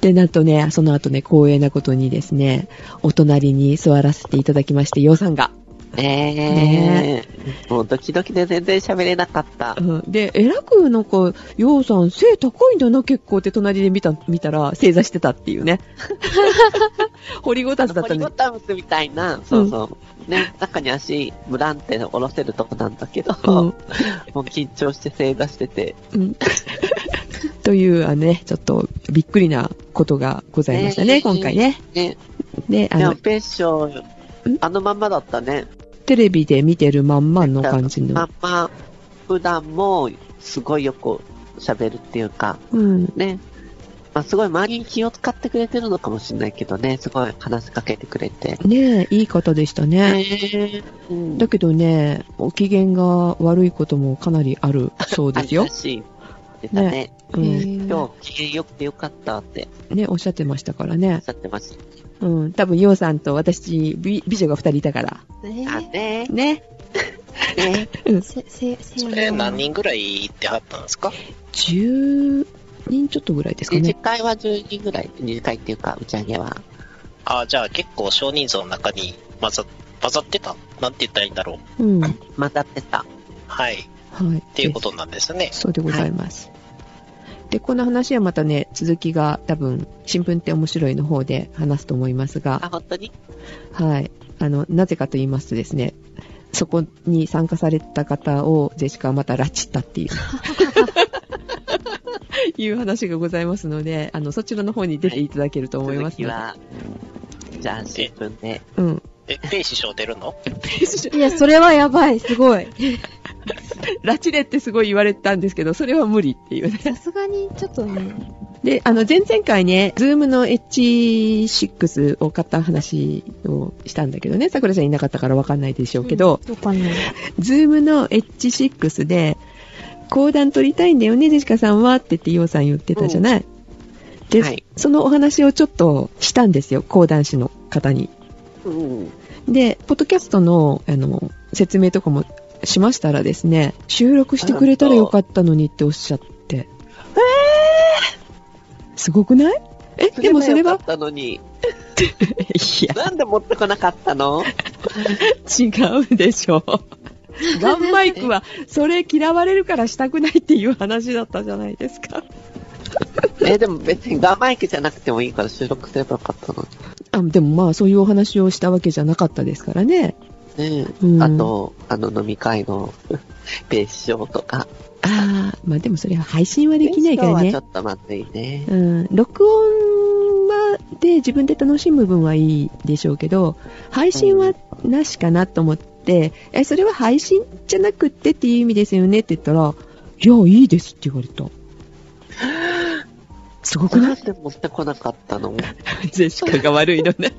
Speaker 3: で、なんとね、その後ね、光栄なことにですね、お隣に座らせていただきまして、ようさんが。
Speaker 4: ねえ。もうドキドキで全然喋れなかった
Speaker 3: う。ん、で、えらくなんか、ようさん背高いんだな、結構って隣で見た、見たら、正座してたっていう ね。掘りごたつだっ
Speaker 4: ポ
Speaker 3: た
Speaker 4: リ
Speaker 3: ね
Speaker 4: ゴ。タムスみたいな、そうそう。ね、中に足、ブランって下ろせるとこなんだけど、
Speaker 3: う
Speaker 4: も
Speaker 3: ん、
Speaker 4: う緊張して正座してて。
Speaker 3: うん。 という、あのね、ちょっとびっくりなことがございましたね、
Speaker 4: ね
Speaker 3: 今回ね。
Speaker 4: ね、
Speaker 3: で、あ
Speaker 4: でも
Speaker 3: の、
Speaker 4: ペッション、あのまんまだったね。
Speaker 3: テレビで見てるまんまの感じ
Speaker 4: ま
Speaker 3: の
Speaker 4: ん。ま、普段も、すごいよく喋るっていうか、
Speaker 3: うん。
Speaker 4: ね。まあ、すごい周りに気を使ってくれてるのかもしれないけどね、すごい話しかけてくれて。
Speaker 3: ねえ、いい方でしたね。
Speaker 4: うん
Speaker 3: だけどね、お機嫌が悪いこともかなりあるそうです
Speaker 4: あ
Speaker 3: よ
Speaker 4: るら。しい。出たね。
Speaker 3: うん。
Speaker 4: 今日、機嫌よくてよかったって
Speaker 3: ね、おっしゃってましたからね。
Speaker 4: おっしゃってました。
Speaker 3: うん、多分、ヨウさんと私、美美女が二人いたから。
Speaker 2: え
Speaker 4: あ
Speaker 2: ー、
Speaker 4: ね
Speaker 3: ね。
Speaker 4: ね
Speaker 2: せ、せ、せ
Speaker 1: そ
Speaker 2: やな
Speaker 1: れ何人ぐらい行ってはったんですか
Speaker 3: 10人ちょっとぐらいですか
Speaker 4: 二次
Speaker 3: ね。
Speaker 4: 会は10人ぐらい、二次会っていうか、打ち上げは。
Speaker 1: あじゃあ結構少人数の中に混ざ混ざってたなんて言ったらいいんだろう。
Speaker 3: うん。は
Speaker 4: またってた。
Speaker 1: はい。っ
Speaker 3: い。って
Speaker 1: いうことなんですね。
Speaker 3: そうでございます。で、この話はまたね、続きが多分、新聞って面白いの方で話すと思います
Speaker 4: あ、
Speaker 3: が、
Speaker 4: 本当に
Speaker 3: はい。あの、なぜかと言いますとですね、そこに参加された方をジェシカはまた拉致ったっていう、いう話がございますので、あの、そちらの方に出ていただけると思いますので、
Speaker 4: 続きは、じゃあ、新聞で。
Speaker 3: うん。
Speaker 1: え、ペイ師匠出るの
Speaker 2: いや、それはやばい、すごい。
Speaker 3: 拉致れってすごい言われたんですけど、それは無理っていうね。
Speaker 2: さすがに、ちょっとね。
Speaker 3: で、あの、前々回ね、ズームの H6 を買った話をしたんだけどね、桜ちゃんいなかったからわかんないでしょうけど、
Speaker 2: うん、わかんない。
Speaker 3: ズームの H6 で、講談取りたいんだよね、ジェシカさんはって言って、ヨウさん言ってたじゃない。で、
Speaker 4: はい
Speaker 3: そのお話をちょっとしたんですよ、講談師の方に。
Speaker 4: うん。
Speaker 3: で、ポッドキャストの、あの、説明とかもしましたらですね、収録してくれたらよかったのにっておっしゃって。えぇすごくないえ、でもそれ
Speaker 4: よ
Speaker 3: は
Speaker 4: か、ったのに、
Speaker 3: いや、
Speaker 4: なんで持ってこなかっ たの
Speaker 3: 違うでしょ。 ワンマイクは、それ嫌われるからしたくないっていう話だったじゃないですか。
Speaker 4: え、でも別にガンマイクじゃなくてもいいから収録すればよかったの
Speaker 3: あでもまあ、そういうお話をしたわけじゃなかったですからね。
Speaker 4: に。ね
Speaker 3: うん
Speaker 4: あと、あの飲み会の 別称とか。
Speaker 3: ああ、まあでもそれは配信はできないから
Speaker 4: 別
Speaker 3: ね
Speaker 4: 称は。ちょっとまずいね。
Speaker 3: うん、録音はで自分で楽しむ分はいいでしょうけど、配信はなしかなと思って、え、それは配信じゃなくってっていう意味ですよねって言ったら、いや、いいですって言われた。 すごく
Speaker 4: な
Speaker 3: なん い
Speaker 4: で持ってこなかったの
Speaker 3: ジェシカが悪いのね。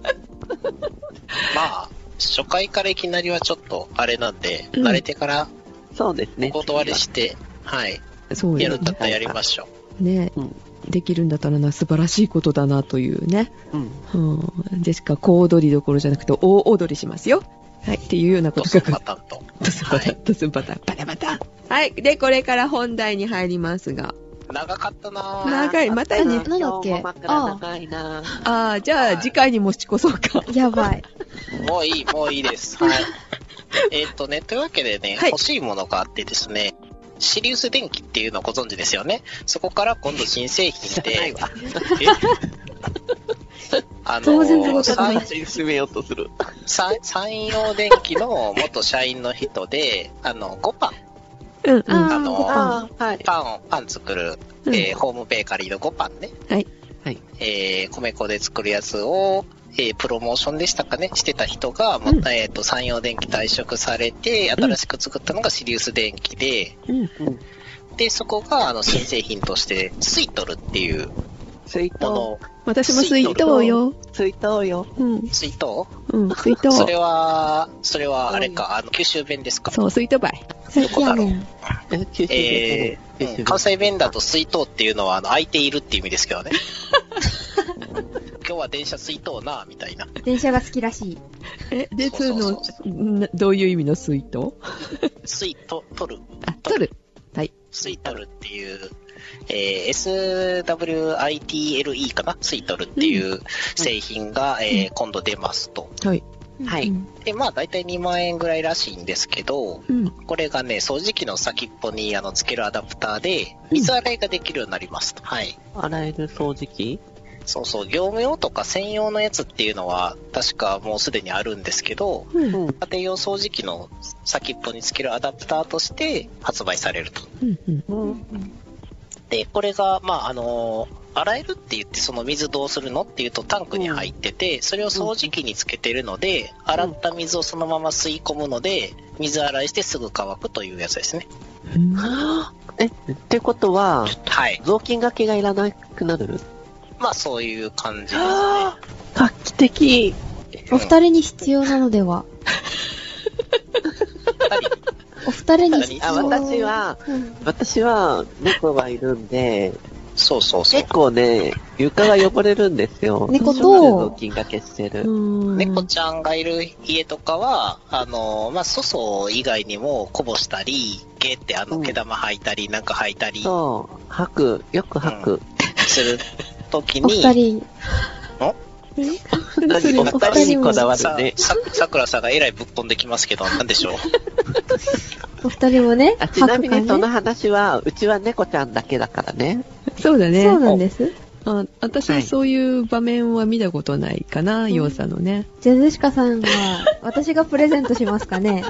Speaker 1: まあ、初回からいきなりはちょっとあれなんで、
Speaker 3: うん
Speaker 1: 慣れてから
Speaker 4: そうですね。
Speaker 1: お断りして、はい。
Speaker 3: そう
Speaker 1: や
Speaker 3: よ
Speaker 1: るんだ
Speaker 3: ね
Speaker 1: ったらやりましょう。
Speaker 3: ね
Speaker 4: うん。
Speaker 3: できるんだったらな、素晴らしいことだなというね。
Speaker 4: うん。
Speaker 3: うん、ジェシカ、小踊りどころじゃなくて、大踊りしますよ。はい、っていうようなこ
Speaker 1: ド
Speaker 3: と
Speaker 1: スン
Speaker 3: が
Speaker 1: パタンと。
Speaker 3: ドスンパタン、ドスンパタン、バタバタン。はい。で、これから本題に入りますが。
Speaker 1: 長かったなぁ。
Speaker 3: 長い、また
Speaker 2: な
Speaker 3: に
Speaker 2: ん。だっけ
Speaker 4: 今日も枕長いなぁ
Speaker 3: ああ、じゃあ次回に持ち越そうか。
Speaker 2: やばい。
Speaker 1: もういい、もういいです。はい。えっ、とね、というわけでね、
Speaker 3: はい
Speaker 1: 欲しいものがあってですね、シリウス電機っていうのをご存知ですよね。そこから今度新製品
Speaker 4: 知らない
Speaker 1: で
Speaker 4: わ、
Speaker 1: えあの
Speaker 2: 当然のことだ
Speaker 1: さん
Speaker 2: ね
Speaker 4: 話に進めようとする。
Speaker 1: さん山陽電機の元社員の人で、あの、5パン、
Speaker 3: うん、うん。
Speaker 2: あ
Speaker 3: は
Speaker 1: あの
Speaker 2: ー、あ
Speaker 4: ああ、はい。
Speaker 1: パンを、パン作る、
Speaker 3: うん
Speaker 1: えーホームベーカリーの5パンね。
Speaker 3: はい。
Speaker 4: はい。
Speaker 1: えー米粉で作るやつを、えープロモーションでしたかね、してた人が、ま
Speaker 3: うん
Speaker 1: た、えっ、と、山陽電機退職されて、新しく作ったのがシリウス電機で、で、そこが、あの、新製品として、スイトルっていう
Speaker 4: 水筒
Speaker 1: も、のを、
Speaker 3: 私も水筒よ。
Speaker 4: 水筒よ。
Speaker 3: うん、
Speaker 1: 水筒
Speaker 3: うん、水筒。
Speaker 1: それは、それは、あれか、あの、九州弁ですか。
Speaker 3: そう、水筒ばい。
Speaker 2: それやねん。
Speaker 4: え、九州
Speaker 1: え
Speaker 4: 弁だね
Speaker 1: ー、関西弁だと水筒っていうのは、あの、空いているっていう意味ですけど ね。今日は電車水筒な、みたいな。
Speaker 2: 電車が好きらしい。
Speaker 3: え、で、
Speaker 1: そう
Speaker 3: つ
Speaker 1: そう
Speaker 3: の
Speaker 1: そうそ、
Speaker 3: んどういう意味の水筒
Speaker 1: 水と、取る、
Speaker 3: あ、取る。
Speaker 1: スイトルっていう、えー SWITLE かなスイトルっていう製品が、えー今度出ますと。
Speaker 3: はい。
Speaker 4: はい
Speaker 2: うん
Speaker 1: で、まあ大体2万円ぐらいらしいんですけど、
Speaker 3: うん。
Speaker 1: これがね、掃除機の先っぽにあの付けるアダプターで、水洗いができるようになりますと。はい。
Speaker 4: 洗える掃除機
Speaker 1: そうそう、業務用とか専用のやつっていうのは、確かもうすでにあるんですけど、
Speaker 3: うん。うん。
Speaker 4: ん。
Speaker 1: 家庭用掃除機の先っぽに付けるアダプターとして発売されると。
Speaker 3: うん。
Speaker 4: うん。
Speaker 1: で、これが、まあ、あの、洗えるって言って、その水どうするのっていうとタンクに入ってて、それを掃除機につけてるので、洗った水をそのまま吸い込むので、水洗いしてすぐ乾くというやつですね。
Speaker 3: うん
Speaker 4: はぁえ、ってことは、
Speaker 1: はい。
Speaker 4: 雑巾掛けがいらなくなる
Speaker 1: まあ、そういう感じですね。
Speaker 4: はぁ画期的
Speaker 2: お二人に必要なのでは。 お二人に必要
Speaker 4: あ、私は、
Speaker 2: うん
Speaker 4: 私は、猫がいるんで、
Speaker 1: そうそうそう
Speaker 4: 結。構ね、床が汚れるんですよ。
Speaker 2: 猫
Speaker 4: ショベル
Speaker 2: と
Speaker 4: の菌が消してる。
Speaker 3: うん
Speaker 1: 猫ちゃんがいる家とかは、あの、まあ、粗相以外にもこぼしたり、ゲってあの
Speaker 4: うん
Speaker 1: 毛玉吐いたり、なんか吐いたり
Speaker 4: そう、吐く、よく吐く。
Speaker 1: するとき
Speaker 2: お
Speaker 1: に、
Speaker 2: 二人。
Speaker 4: 何
Speaker 2: それ
Speaker 4: お二人にこだわる
Speaker 1: さ
Speaker 4: ね。
Speaker 1: ささくらさんがえらいぶっこんできますけど、なんでしょう。
Speaker 2: お二人もね、
Speaker 4: あちなみにそ
Speaker 2: ね
Speaker 4: の。話は、うちは猫ちゃんだけだからね。
Speaker 3: そうだね。
Speaker 2: そうなんです。
Speaker 3: あ私
Speaker 4: は
Speaker 3: はいそういう場面は見たことないかな、
Speaker 2: ん
Speaker 3: ようさんのね。
Speaker 2: じゃあ、ゼシカさんは、私がプレゼントしますかね。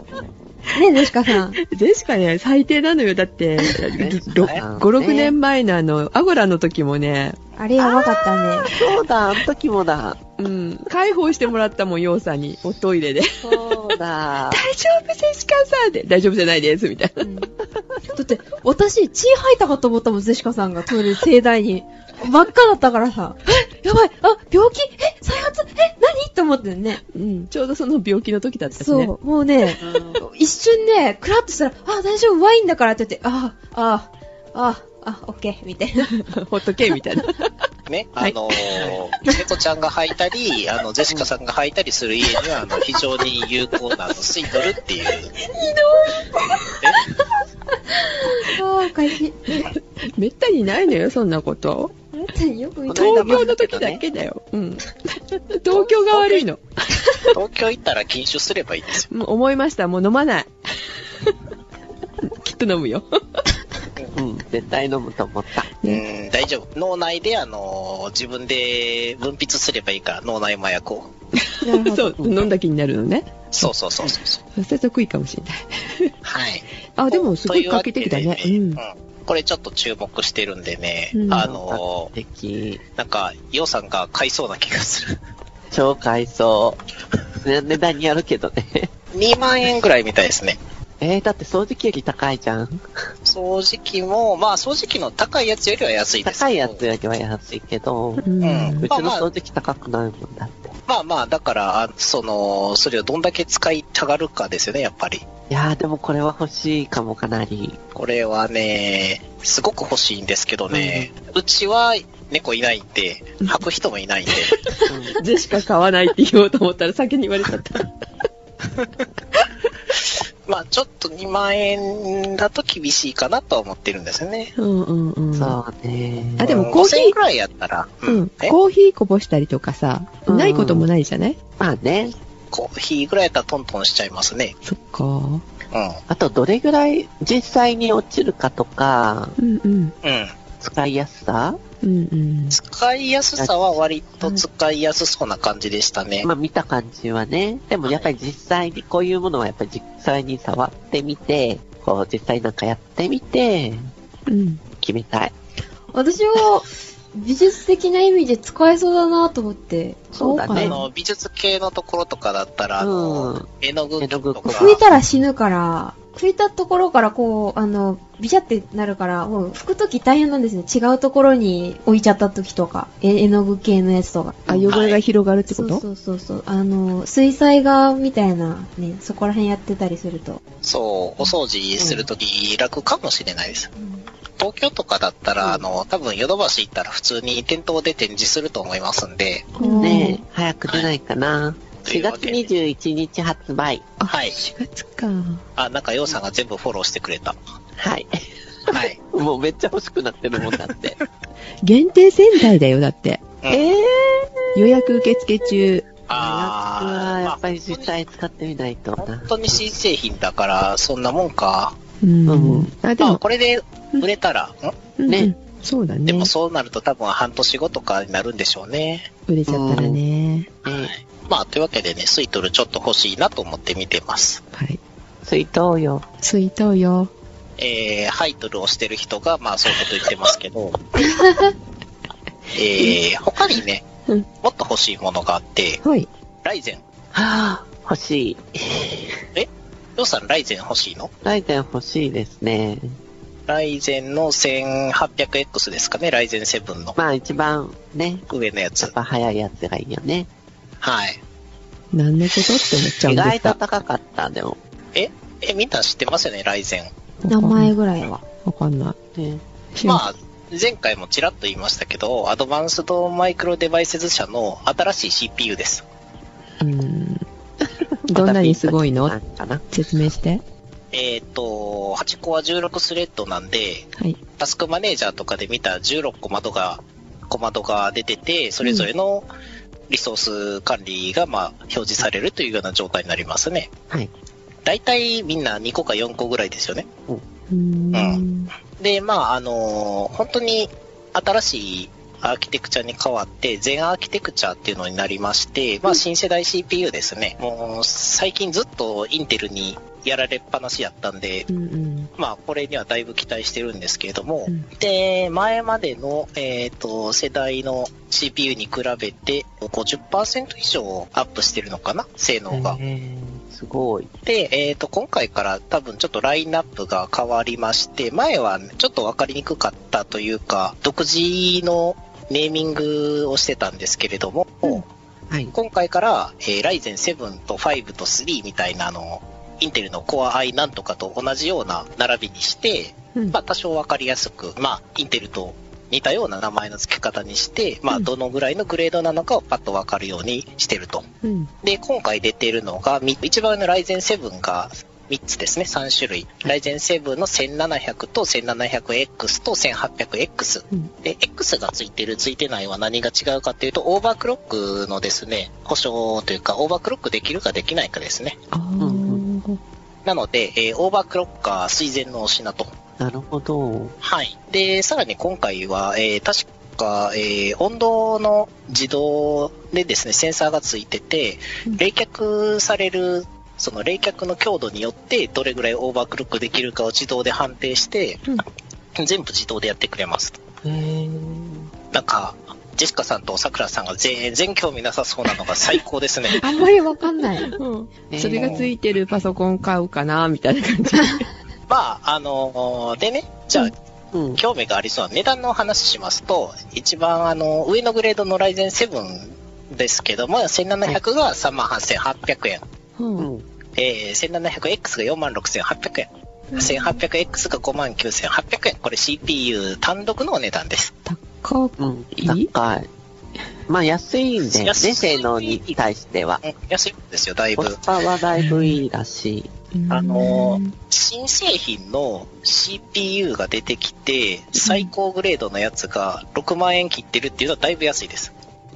Speaker 2: ね、ゼシカさん。
Speaker 3: でしかね、最低なのよ。だって、ろ
Speaker 4: ね
Speaker 3: 5、6年前のあの、アゴラの時もね、
Speaker 2: あれやばかったね。
Speaker 4: そうだ、あの時もだ。
Speaker 3: うん、解放してもらったもん、ようさんに、おトイレで。
Speaker 4: そうだ。
Speaker 3: 大丈夫ですかさんって、大丈夫じゃないです、みたいな。
Speaker 2: うんだって、私、血吐いたかと思ったもん、ゼシカさんがトイレ盛大に。真っ赤だったからさ、え、やばい、あ、病気え、再発え、何と思ってね。
Speaker 3: うん、ちょうどその病気の時だったし
Speaker 2: そ
Speaker 3: ね。
Speaker 2: う、もうね、一瞬ね、クラッとしたら、あ、大丈夫、ワインだからって言って、あ、あ、あ、あ、オッケー、みたいな。
Speaker 3: ほっとけ、みたいな。
Speaker 1: ね、あ
Speaker 3: はい
Speaker 1: の猫ちゃんが吐いたり、あの、ジェシカさんが吐いたりする家には、あの、非常に有効な、あの、吸い取るっていう。
Speaker 2: あー、おかしい。
Speaker 3: めったにないのよ、そんなこと。
Speaker 2: あなたによく見た
Speaker 4: この間
Speaker 3: 東
Speaker 4: も
Speaker 3: 京の時だけだよ。うん。東京が悪いの。
Speaker 1: 東京行ったら禁酒すればいいです
Speaker 3: うん思いました、もう飲まない。きっと飲むよ。
Speaker 4: うん、絶対飲むと思った。
Speaker 1: よ。うん、大丈夫。脳内で、あの自分で分泌すればいいから、脳内麻薬を。
Speaker 2: なるほ
Speaker 3: そ
Speaker 2: ど。
Speaker 3: う、飲んだ気になるのね。
Speaker 1: そうそうそうそうそう。
Speaker 3: そしたら得意かもしれない。
Speaker 1: はい。
Speaker 3: あ、でもすごい画期
Speaker 1: け
Speaker 3: 的
Speaker 1: て
Speaker 3: だね。
Speaker 1: う
Speaker 3: うんん。
Speaker 1: これちょっと注目してるんでね、
Speaker 3: うん
Speaker 1: あの
Speaker 4: 素敵。
Speaker 1: なんか、ヨウさんが買いそうな気がする。
Speaker 4: 超海藻。ね値段にやるけどね。
Speaker 1: 2万円ぐらいみたいですね。
Speaker 4: えー、だって掃除機より高いじゃん。
Speaker 1: 掃除機も、まあ掃除機の高いやつよりは安いですけど。
Speaker 4: 高いやつよりは安いけど、
Speaker 3: う
Speaker 1: うんん
Speaker 4: うちの掃除機高くないもんだって。
Speaker 1: まあまあ、だから、あその、それをどんだけ使いたがるかですよね、やっぱり。
Speaker 4: いやーでもこれは欲しいかもかなり。
Speaker 1: これはね、すごく欲しいんですけどね、うちは猫いないんで、履く人もいないんで、
Speaker 3: ジェシカ買わないって言おうと思ったら先に言われちゃった。
Speaker 1: まあちょっと2万円だと厳しいかなとは思ってるんですよね。
Speaker 3: うんうん
Speaker 4: う、
Speaker 3: うんん。
Speaker 4: そうね。
Speaker 3: あでも
Speaker 1: うん
Speaker 3: コーヒー
Speaker 1: 5000円ぐらいやったら、
Speaker 3: う。
Speaker 1: うんん、え
Speaker 3: コーヒーこぼしたりとかさ、
Speaker 4: うん
Speaker 3: ないこともないじゃない
Speaker 4: まあね。
Speaker 1: コーヒーぐらいやったらトントンしちゃいますね。
Speaker 3: そっか。うん
Speaker 1: う
Speaker 4: あとどれぐらい実際に落ちるかとか、
Speaker 3: うん。
Speaker 1: ん。うん。
Speaker 4: 使いやすさ
Speaker 3: うんうん。
Speaker 1: 使いやすさは割と使いやすそうな感じでしたね。
Speaker 4: まあ見た感じはね。でもやっぱり実際にこういうものはやっぱり実際に触ってみて、こう実際なんかやってみて、
Speaker 3: うん。
Speaker 4: 決めたい。
Speaker 2: 私は、美術的な意味で使えそうだなと思って。
Speaker 4: そうだね
Speaker 1: あ
Speaker 2: 買おうかな
Speaker 1: の、美術系のところとかだったら、あ
Speaker 4: う
Speaker 1: の
Speaker 4: ん、
Speaker 1: 絵の具とか、
Speaker 2: 拭いたら死ぬから、拭いたところからこう、あの、ビシャってなるから、もう拭くとき大変なんですね。違うところに置いちゃったときとか、え絵の具系のやつとか。
Speaker 3: あ、汚れが広がるって
Speaker 2: そ
Speaker 3: こ
Speaker 2: う
Speaker 3: と
Speaker 2: そうそうそう。あの、水彩画みたいな、ね、そこら辺やってたりすると。
Speaker 1: そう、お掃除するとき楽かもしれないです。東京とかだった
Speaker 4: うん
Speaker 1: ら、あの、多分ヨドバシ行ったら普通に店頭で展示すると思いますんで、
Speaker 2: うん
Speaker 4: ねえ、早く出ないかな。
Speaker 1: とい
Speaker 4: 4
Speaker 1: うわ
Speaker 4: 月
Speaker 1: けで
Speaker 4: 21日発売。
Speaker 3: あ
Speaker 1: はい
Speaker 3: 4月か。
Speaker 1: あ、なんかヨウさんが全部フォローしてくれた。
Speaker 4: はい。
Speaker 1: はい。
Speaker 4: もうめっちゃ欲しくなってるもんだって。
Speaker 3: 限定仙台だよ、だって。
Speaker 1: うん
Speaker 4: ええ
Speaker 3: 予約受付中。
Speaker 4: ー、
Speaker 1: あー、
Speaker 4: や
Speaker 1: ま
Speaker 4: っぱり実際使ってみないと
Speaker 1: あ、
Speaker 4: な
Speaker 1: 本。当に新製品だから、そんなもんか。
Speaker 3: うん。
Speaker 4: うん
Speaker 3: あ、で
Speaker 1: まあ、
Speaker 3: も、
Speaker 1: これで売れたら、ん
Speaker 3: うん
Speaker 4: ね。
Speaker 3: そうだね。
Speaker 1: でもそうなると多分半年後とかになるんでしょうね。
Speaker 3: 売れちゃったらね。
Speaker 4: ええ
Speaker 1: まあ、というわけでね、スイトルちょっと欲しいなと思って見てます。
Speaker 3: はい。
Speaker 4: 水筒よ。
Speaker 3: 水筒よ。
Speaker 1: えー、ハイトルをしてる人が、まあ、そういうこと言ってますけ ど、えー、他にね、
Speaker 3: うん
Speaker 1: もっと欲しいものがあって、
Speaker 3: はい。
Speaker 1: ライゼン。
Speaker 4: はぁ、欲しい。
Speaker 1: ヨウさん、ライゼン欲しいの
Speaker 4: ライゼン欲しいですね。
Speaker 1: ライゼンの 1800X ですかね、ライゼン7の
Speaker 4: まあ一番ね、
Speaker 1: 上のや
Speaker 4: やっ
Speaker 1: つ。
Speaker 4: ぱ早いやつがいいよね。
Speaker 1: はい。
Speaker 3: 何のことって思っちゃう
Speaker 4: 意
Speaker 3: んで
Speaker 4: 外
Speaker 3: す
Speaker 4: と
Speaker 3: か
Speaker 4: 高かった、でも。
Speaker 1: え、みんな知ってますよね、ライゼン。
Speaker 2: 名前ぐらいは。
Speaker 3: わかんな
Speaker 4: ね
Speaker 3: い。
Speaker 1: まあ、前回もちらっと言いましたけど、アドバンスドマイクロデバイセズ社の新しい CPU です。
Speaker 3: うん。どんなにすごいの
Speaker 4: なんかな
Speaker 3: 説明して。
Speaker 1: えっ、と、8コア16スレッドなんで、
Speaker 3: はい。
Speaker 1: タスクマネージャーとかで見た16個窓が、小窓が出てて、それぞれのリソース管理が、まあ、表示されるというような状態になりますね。
Speaker 4: はい。
Speaker 1: 大体みんな2個か4個ぐらいですよね。
Speaker 3: うーん。
Speaker 1: で、まあ、あのー本当に新しいアーキテクチャに変わって、全アーキテクチャっていうのになりまして、まあ、新世代 CPU ですね。もう、最近ずっとインテルにやられっぱなしやったんで、
Speaker 3: うんうん。
Speaker 1: まあ、これにはだいぶ期待してるんですけれども、
Speaker 3: うん
Speaker 1: で、前までの、えっ、と、世代の CPU に比べて、50%以上アップしてるのかな性能が。
Speaker 4: えーすごい。
Speaker 1: で、えっ、と、今回から多分ちょっとラインナップが変わりまして、前はちょっとわかりにくかったというか、独自のネーミングをしてたんですけれども、
Speaker 4: はい。
Speaker 1: 今回から、えー、Ryzen 7と5と3みたいなあの、インテルの Core i なんとかと同じような並びにして、
Speaker 3: うん
Speaker 1: まあ多少わかりやすく、まあインテルと似たような名前の付け方にして、まあ
Speaker 3: うん
Speaker 1: どのぐらいのグレードなのかをパッとわかるようにしてると。
Speaker 3: うん。
Speaker 1: で、今回出ているのが、み一番上の Ryzen 7が3つですね、3種類。Ryzen 7の1700と 1700X と 1800X。
Speaker 3: うん
Speaker 1: で、X がついてる、ついてないは何が違うかというと、オーバークロックのですね、保証というか、オーバークロックできるかできないかですね。
Speaker 3: あー
Speaker 4: うん
Speaker 1: なので、えーオーバークロッカー垂涎の品と。
Speaker 4: なるほど。
Speaker 1: はい。で、さらに今回は、えー確か、えー温度の自動でですね、センサーがついてて
Speaker 3: うん、
Speaker 1: 冷却される、その冷却の強度によって、どれぐらいオーバークロックできるかを自動で判定して、全部自動でやってくれます。
Speaker 4: へえ。
Speaker 1: なんか、ジェシカさんとさくらさんが全然興味なさそうなのが最高ですね。
Speaker 2: あんまりわかんない。
Speaker 3: それがついてるパソコン買うかな、みたいな感じ。
Speaker 1: まあ、あのーでね、じゃあ、
Speaker 4: うん。
Speaker 1: 興味がありそうな値段の話しますと、一番あの上のグレードのライゼン7ですけども、1700が3万8800円、
Speaker 3: う
Speaker 4: うんん。
Speaker 1: えー 1700X が4万6800円、1800X が5万9800円、これ CPU 単独のお値段です。
Speaker 3: 高っ
Speaker 4: うん。
Speaker 3: いい
Speaker 4: 高い。まあ、安いんだよね、
Speaker 1: 安い
Speaker 4: 性能に対しては。
Speaker 1: うん安いんですよ、だい
Speaker 4: コ
Speaker 1: ぶ
Speaker 4: ス。パはだいぶいいらしい。
Speaker 1: あのー新製品の CPU が出てきて、最高グレードのやつが6万円切ってるっていうのはだいぶ安いです。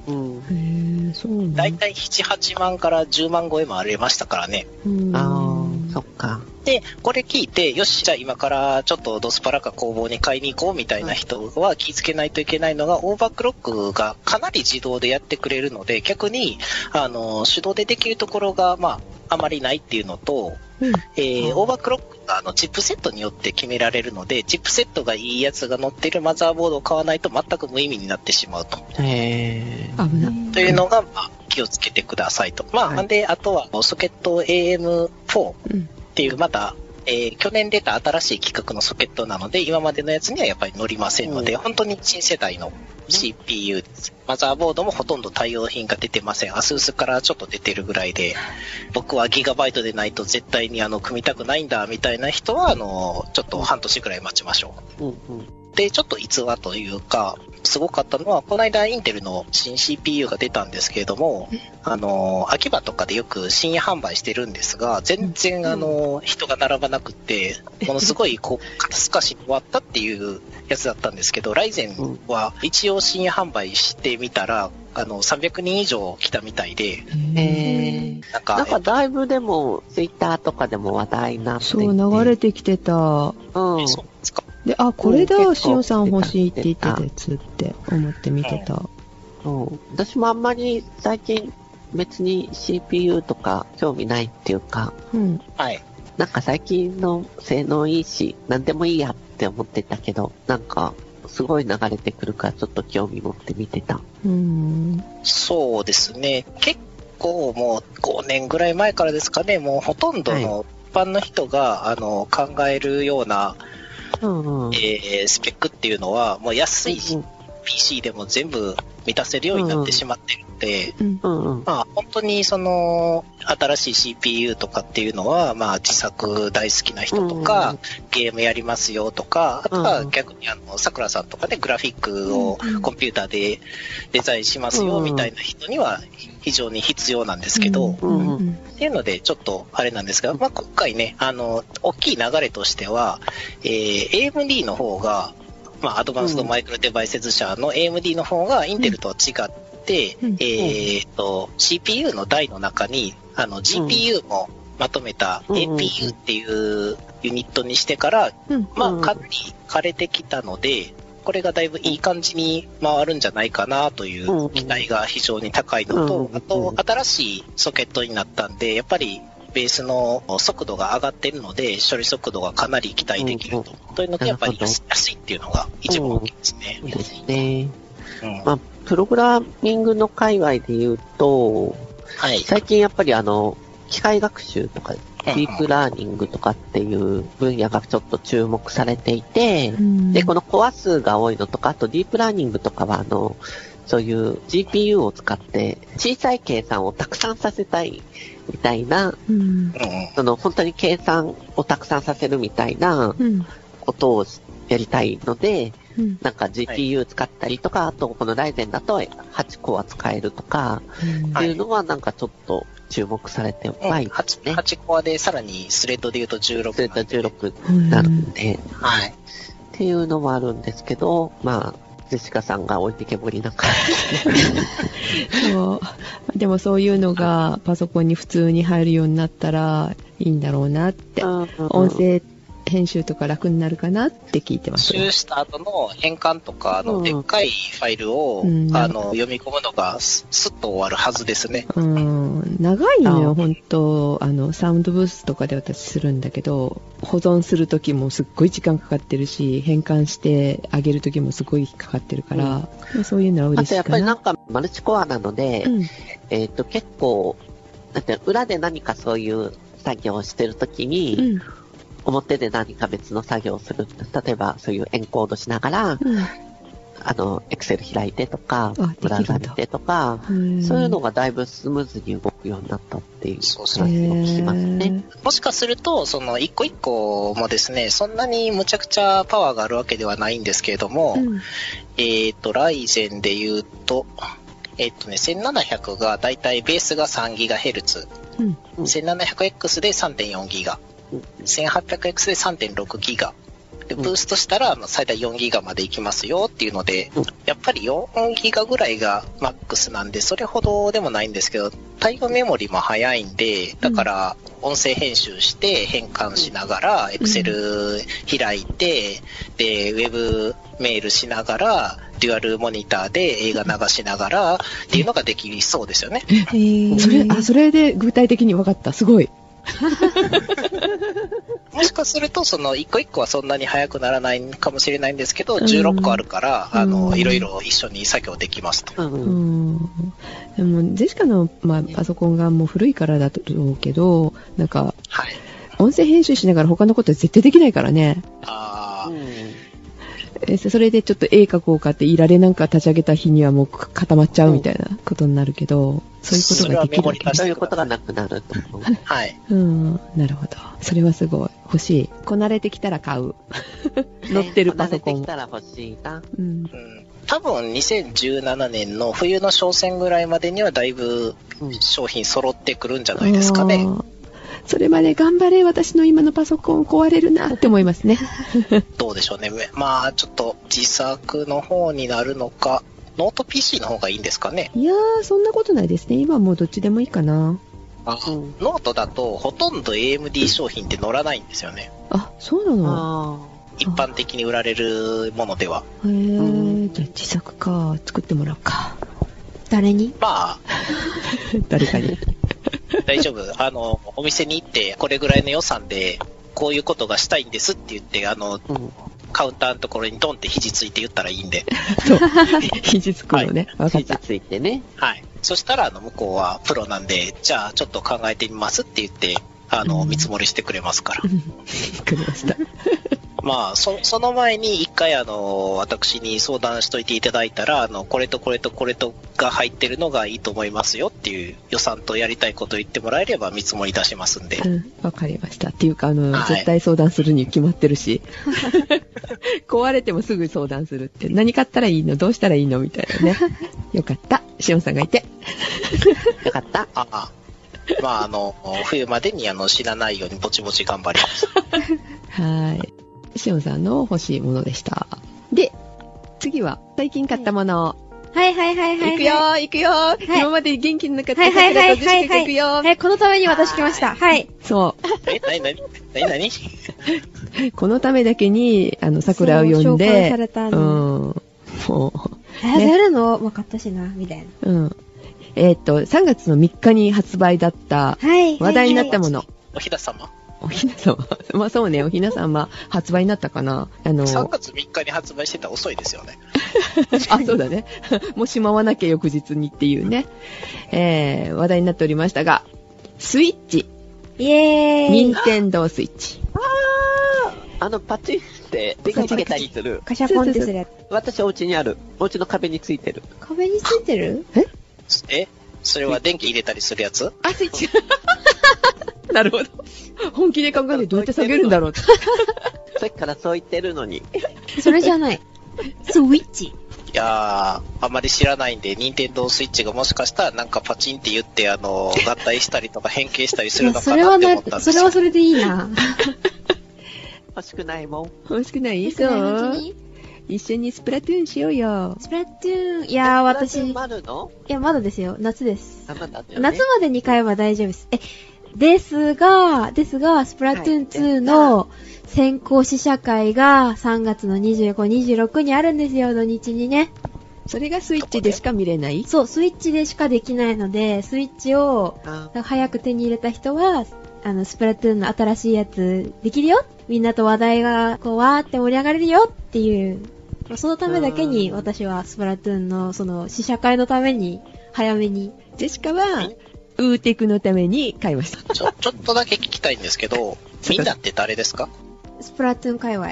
Speaker 4: うん。
Speaker 3: へーそうなん
Speaker 1: だいたい7、8万から10万超えもありましたからね。
Speaker 3: うん
Speaker 4: ああ、そっか。
Speaker 1: で、これ聞いて、よし、じゃあ今からちょっとドスパラか工房に買いに行こうみたいな人は気づけないといけないのが、オーバークロックがかなり自動でやってくれるので、逆に、あの、手動でできるところが、まあ、あまりないっていうのと、
Speaker 3: うん
Speaker 1: えー
Speaker 4: うん
Speaker 1: オーバークロックがあのチップセットによって決められるので、チップセットがいいやつが乗ってるマザーボードを買わないと全く無意味になってしまうと。
Speaker 4: へえ。
Speaker 3: 危な。
Speaker 1: というのが、まあ、気をつけてくださいと。まあ、
Speaker 4: はい
Speaker 1: で、あとは、ソケット AM4
Speaker 3: うん
Speaker 1: っていう、また、えー去年出た新しい企画のソケットなので、今までのやつにはやっぱり乗りませんので、
Speaker 4: うん
Speaker 1: 本当に新世代の CPU です。マザーボードもほとんど対応品が出てません。ASUS からちょっと出てるぐらいで、僕はギガバイトでないと絶対にあの、組みたくないんだ、みたいな人は、あの、ちょっと半年ぐらい待ちましょう。
Speaker 4: うんうん。
Speaker 1: で、ちょっと逸話というか、すごかったのは、この間、インテルの新 CPU が出たんですけれども、あの、秋葉とかでよく深夜販売してるんですが、全然、あの、人が並ばなくて、ものすごい、こう、肩透かしに終わったっていうやつだったんですけど、ライゼンは一応深夜販売してみたら、あの、300人以上来たみたいで、
Speaker 4: へえ。
Speaker 1: なん
Speaker 4: な
Speaker 1: か
Speaker 4: ん、かだいぶでも、ツイッターとかでも話題になっていて
Speaker 3: そう、流れてきてた。
Speaker 4: うん。
Speaker 1: そうですか。
Speaker 3: で、あ、これ
Speaker 4: うん
Speaker 3: だ、
Speaker 4: 結構
Speaker 3: しおさん欲しいって言ってたやつって思って見てた。
Speaker 4: そう。私もあんまり最近別に CPU とか興味ないっていうか、
Speaker 3: うん。
Speaker 1: はい。
Speaker 4: なんか最近の性能いいし、なんでもいいやって思ってたけど、なんかすごい流れてくるからちょっと興味持って見てた。
Speaker 3: うん。
Speaker 1: そうですね。結構もう5年ぐらい前からですかね、もうほとんどの一般の人が、あの考えるような、
Speaker 4: うんうん。
Speaker 1: えースペックっていうのは、もう安い PC でも全部満たせるようになってしまってるので、
Speaker 3: うん。
Speaker 4: うんうん。
Speaker 1: まあ、本当にその新しい CPU とかっていうのは、まあ、自作大好きな人とか、ゲームやりますよとか、あとは
Speaker 4: うん
Speaker 1: 逆にあのさくらさんとかでグラフィックをコンピューターでデザインしますよ
Speaker 4: うん
Speaker 1: みたいな人には非常に必要なんですけど、っ
Speaker 3: うん
Speaker 4: うん
Speaker 3: うん
Speaker 1: ていうので、ちょっとあれなんですが、まあ、今回ね、あの大きい流れとしては、えー AMD の方が、まあ、アドバンスドマイクロデバイス社の AMD の方がインテルとは違って、
Speaker 3: うん
Speaker 1: えーっと CPU の台の中にあの GPU もまとめた
Speaker 4: うんうん
Speaker 1: APU っていうユニットにしてから、
Speaker 3: うん
Speaker 1: ま
Speaker 4: う
Speaker 1: あ、
Speaker 4: ん
Speaker 1: かなり枯れてきたので、これがだいぶいい感じに回るんじゃないかなとい
Speaker 4: うんう
Speaker 1: うん期待が非常に高いのと
Speaker 4: う、ん
Speaker 1: あと、新しいソケットになったんで、やっぱりベースの速度が上がってるので、処理速度がかなり期待できると。というのと、やっぱり安安いっていうのが一番大きいですね。
Speaker 4: いいですね。
Speaker 1: うん
Speaker 4: まあ、プログラミングの界隈で言うと、
Speaker 1: はい。
Speaker 4: 最近やっぱりあの、機械学習とか、デ
Speaker 1: うん
Speaker 4: ィープラーニングとかっていう分野がちょっと注目されていて、
Speaker 3: うん
Speaker 4: で、このコア数が多いのとか、あとディープラーニングとかは、あの、そういう GPU を使って小さい計算をたくさんさせたいみたいな、
Speaker 3: うん
Speaker 1: うん
Speaker 4: その本当に計算をたくさんさせるみたいな
Speaker 3: うん
Speaker 4: ことをやりたいので、
Speaker 3: うん
Speaker 4: なんか GPU 使ったりとか、あとこのライゼンだと8コア使えるとか、っ
Speaker 1: は
Speaker 4: て
Speaker 1: い
Speaker 4: いうのはなんかちょっと注目されてはいますね。
Speaker 1: 8コアで、さらにスレッドで言うと16なん
Speaker 4: そ
Speaker 1: で。
Speaker 4: れと16
Speaker 3: うん
Speaker 4: になるんで、っ
Speaker 1: はい。
Speaker 4: ていうのもあるんですけど、まあ、ジェシカさんが置いてけぼりなんか、
Speaker 3: そうでもそういうのがパソコンに普通に入るようになったらいいんだろうなって音声編集とか楽になるかなって聞いてます
Speaker 1: 集した後の変換とか、あ
Speaker 4: う
Speaker 1: の、
Speaker 4: ん
Speaker 1: でっかいファイルを、
Speaker 3: うん
Speaker 1: あの、読み込むのがす、すっと終わるはずですね。
Speaker 3: うん長いの
Speaker 4: あ
Speaker 3: よ本当あのサウンドブースとかで私するんだけど保存する時もすっごい時間かかってるし変換してあげる時もすごいかかってるから、そういうのは
Speaker 4: あ
Speaker 3: 嬉し
Speaker 4: と
Speaker 3: い
Speaker 4: やっぱ
Speaker 3: か
Speaker 4: りな
Speaker 3: なん
Speaker 4: かマルチコアなので、
Speaker 3: うん
Speaker 4: えっ、と結構、だって裏で何かそういう作業をしてるときに、
Speaker 3: うん
Speaker 4: 表で何か別の作業をする。例えばそういうエンコードしながら、
Speaker 3: うん
Speaker 4: あの、エクセル開いてとか
Speaker 3: あできるん、だ
Speaker 4: ブラウザ見てとか、
Speaker 3: うん
Speaker 4: そういうのがだいぶスムーズに動くようになったっていう
Speaker 1: そう
Speaker 4: 話
Speaker 1: そ
Speaker 4: を
Speaker 1: う
Speaker 4: 聞きますね。
Speaker 1: もしかすると、その、一個一個もですね、そんなにむちゃくちゃパワーがあるわけではないんですけれども、
Speaker 3: へーうん
Speaker 1: えっ、と、ライゼンで言うと、えっ、とね、1700がだいたいベースが 3GHz、
Speaker 3: うん
Speaker 4: うん
Speaker 1: 1700X で 3.4GB、
Speaker 4: うん
Speaker 1: 1800X で 3.6GB。で、ブーストしたら、まあ最大 4GB までいきますよっていうので
Speaker 4: うん、
Speaker 1: やっぱり 4GB ぐらいがマックスなんで、それほどでもないんですけど、対応メモリも早いんで、だから、音声編集して変換しながら、Excel 開いて、で、ウェブメールしながら、デュアルモニターで映画流しながらっていうのができそうですよね。
Speaker 3: それあそれで具体的に分かったすごい
Speaker 1: もしかすると、その一個一個はそんなに速くならないかもしれないんですけど、16個あるから、
Speaker 3: うん
Speaker 1: あ
Speaker 3: うん
Speaker 1: の、いろいろ一緒に作業できますと。
Speaker 4: うんう
Speaker 3: うんんでもジェシカの、まあ、パソコンがもう古いからだと思うけどなんか
Speaker 1: はい。
Speaker 3: 音声編集しながら他のことは絶対できないからね
Speaker 1: あー
Speaker 3: えそれでちょっと絵描こうかっていられなんか立ち上げた日にはもう固まっちゃうみたいなことになるけどそういうことがで
Speaker 1: そ
Speaker 3: きるわけ
Speaker 1: れはメモリ化し
Speaker 4: そういうことがなくなると思う。
Speaker 1: はい。
Speaker 3: うんなるほどそれはすごい欲しいこなれてきたら買う 乗ってるパソコ
Speaker 4: 慣れて
Speaker 3: ン
Speaker 4: き、たら欲しいな。
Speaker 3: うん
Speaker 1: うん多分2017年の冬の商戦ぐらいまでにはだいぶ
Speaker 4: うん
Speaker 1: 商品揃ってくるんじゃないですかね。
Speaker 3: あーそれまで頑張れ私の今のパソコン壊れるなって思いますね
Speaker 1: どうでしょうね。まあ、ちょっと自作の方になるのか、ノート PC の方がいいんですかね。
Speaker 3: いやーそんなことないですね今はもうどっちでもいいかな
Speaker 1: あ
Speaker 4: うん
Speaker 1: ノートだとほとんど AMD 商品って乗らないんですよね。
Speaker 3: あそうなの
Speaker 4: あ
Speaker 1: 一般的に売られるものでは。
Speaker 3: へえ
Speaker 4: うん
Speaker 3: じゃあ自作か作ってもらおうか
Speaker 2: 誰に
Speaker 1: まあ、
Speaker 3: 誰か に
Speaker 1: 大丈 夫。あの、お店に行って、これぐらいの予算で、こういうことがしたいんですって言って、あの、
Speaker 4: ーうん
Speaker 1: カウンターのところにドンって肘ついて言ったらいいんで。
Speaker 3: 肘つくのね、わかっ
Speaker 4: 肘
Speaker 3: た
Speaker 4: ついてね。
Speaker 1: はい。そしたら、あの、向こうはプロなんで、じゃあちょっと考えてみますって言って、あの、見積もりしてくれますから。
Speaker 3: わかりました
Speaker 1: まあ、そその前に一回あの、私に相談しといていただいたら、あの、これとこれとこれとが入ってるのがいいと思いますよっていう予算とやりたいことを言ってもらえれば見積もり出しますんで
Speaker 3: う。ん、わかりました。っていうか、あの、
Speaker 1: はい
Speaker 3: 絶対相談するに決まってるし、 壊れてもすぐ相談するって、何買ったらいいのどうしたらいいのみたいな ね。よかった。しおんさんがいて。
Speaker 4: よかった。
Speaker 1: ああ。まあ、あの、冬までにあの、死なないようにぼちぼち頑張ります。
Speaker 3: はい。しおんさんの欲しいものでした。で、次は、最近買ったもの。
Speaker 2: はいはいはいはい。
Speaker 3: 行くよー、行くよー、
Speaker 2: い
Speaker 3: 今まで元気なかった
Speaker 2: はいはいはいはい
Speaker 3: 桜と女子が行くよー、
Speaker 2: はい、このために私来ました。はい。
Speaker 3: そ
Speaker 1: え、なになになになに
Speaker 3: う。このためだけに、あの、桜を呼ん
Speaker 2: そう紹介さ
Speaker 3: で、
Speaker 2: れた
Speaker 3: うん。
Speaker 2: の。
Speaker 3: もう、
Speaker 2: え、
Speaker 3: ね
Speaker 2: やるの分かったしな、みたいな。
Speaker 3: うん。えーっと、3月の3日に発売だった、
Speaker 2: はい。
Speaker 3: 話題になったも
Speaker 2: の。
Speaker 3: の。
Speaker 1: おひだ様
Speaker 3: おひなさま。まあそうね、おひなさま、発売になったかな。あの、
Speaker 1: ?3 月3日に発売してたら遅いですよね。
Speaker 3: あ、そうだね。 もうしまわなきゃ翌日にっていうね、えー、話題になっておりましたが、スイッチ、
Speaker 2: イエー
Speaker 3: ニン
Speaker 2: イ。
Speaker 3: テンドースイッチ。
Speaker 4: あの、パチンって、電気つけたりする。
Speaker 2: カシャポンってするやつ。
Speaker 4: 私、お家にある。お家の壁についてる。
Speaker 2: 壁についてる
Speaker 1: えそれは電気入れたりするやつ
Speaker 3: あ、スイッチ。 なるほど。本気で考えてどうやって下げるん だろうって。
Speaker 4: さっきからそう言ってるのに。
Speaker 2: それじゃない。スイッチ。
Speaker 1: いやー、あまり知らないんで、任天堂スイッチがもしかしたらなんかパチンって言って、あ の、合体したりとか変形したりする
Speaker 2: いや、
Speaker 1: の
Speaker 2: そ
Speaker 1: か
Speaker 2: れ
Speaker 1: な
Speaker 2: は
Speaker 1: って
Speaker 2: な
Speaker 1: 思ったん、で
Speaker 2: そ
Speaker 1: す
Speaker 2: れ
Speaker 1: よ
Speaker 2: は。それでいい な。
Speaker 4: 欲しくないもん。
Speaker 3: 欲しくない
Speaker 2: ですね
Speaker 3: そ
Speaker 2: 本当
Speaker 3: う
Speaker 2: に
Speaker 3: 一緒にスプラトゥーンしようよ。
Speaker 2: スプラトゥーン、いやー、私、い
Speaker 4: まるの
Speaker 2: や、まだですよ。夏です。
Speaker 4: あ、まだだよね。
Speaker 2: 夏まで2回は大丈夫です。え、ですが、ですが、スプラトゥーン2の先行試写会が3月の25、26にあるんですよ、土日にね。
Speaker 3: それがスイッチでしか見れない
Speaker 2: そう、スイッチでしかできないので、スイッチを
Speaker 4: あ
Speaker 2: 早く手に入れた人は、あの、スプラトゥーンの新しいやつできるよみんなと話題が、こう、わーって盛り上がれるよっていう、まあそのためだけに
Speaker 4: うん
Speaker 2: 私はスプラトゥーンの、その、試写会のために、早めに。
Speaker 3: ジェシカは、ウーテクのために買いました。
Speaker 1: ちょ、ちょっとだけ聞きたいんですけ ど、みんなって誰ですか
Speaker 2: スプラトゥーン界隈。
Speaker 1: あ、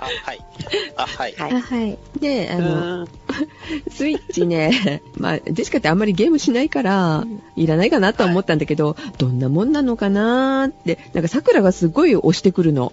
Speaker 1: はい。あ、はい。
Speaker 4: は
Speaker 2: あ
Speaker 4: い。
Speaker 2: はい。
Speaker 3: で、あ
Speaker 4: う
Speaker 3: の、
Speaker 4: ーん。
Speaker 3: スイッチね、 まあ、ジェシカってあんまりゲームしないから、いらないかなとは思ったんだけど、どんなもんなのかなーって、なんか桜がすごい押してくるの。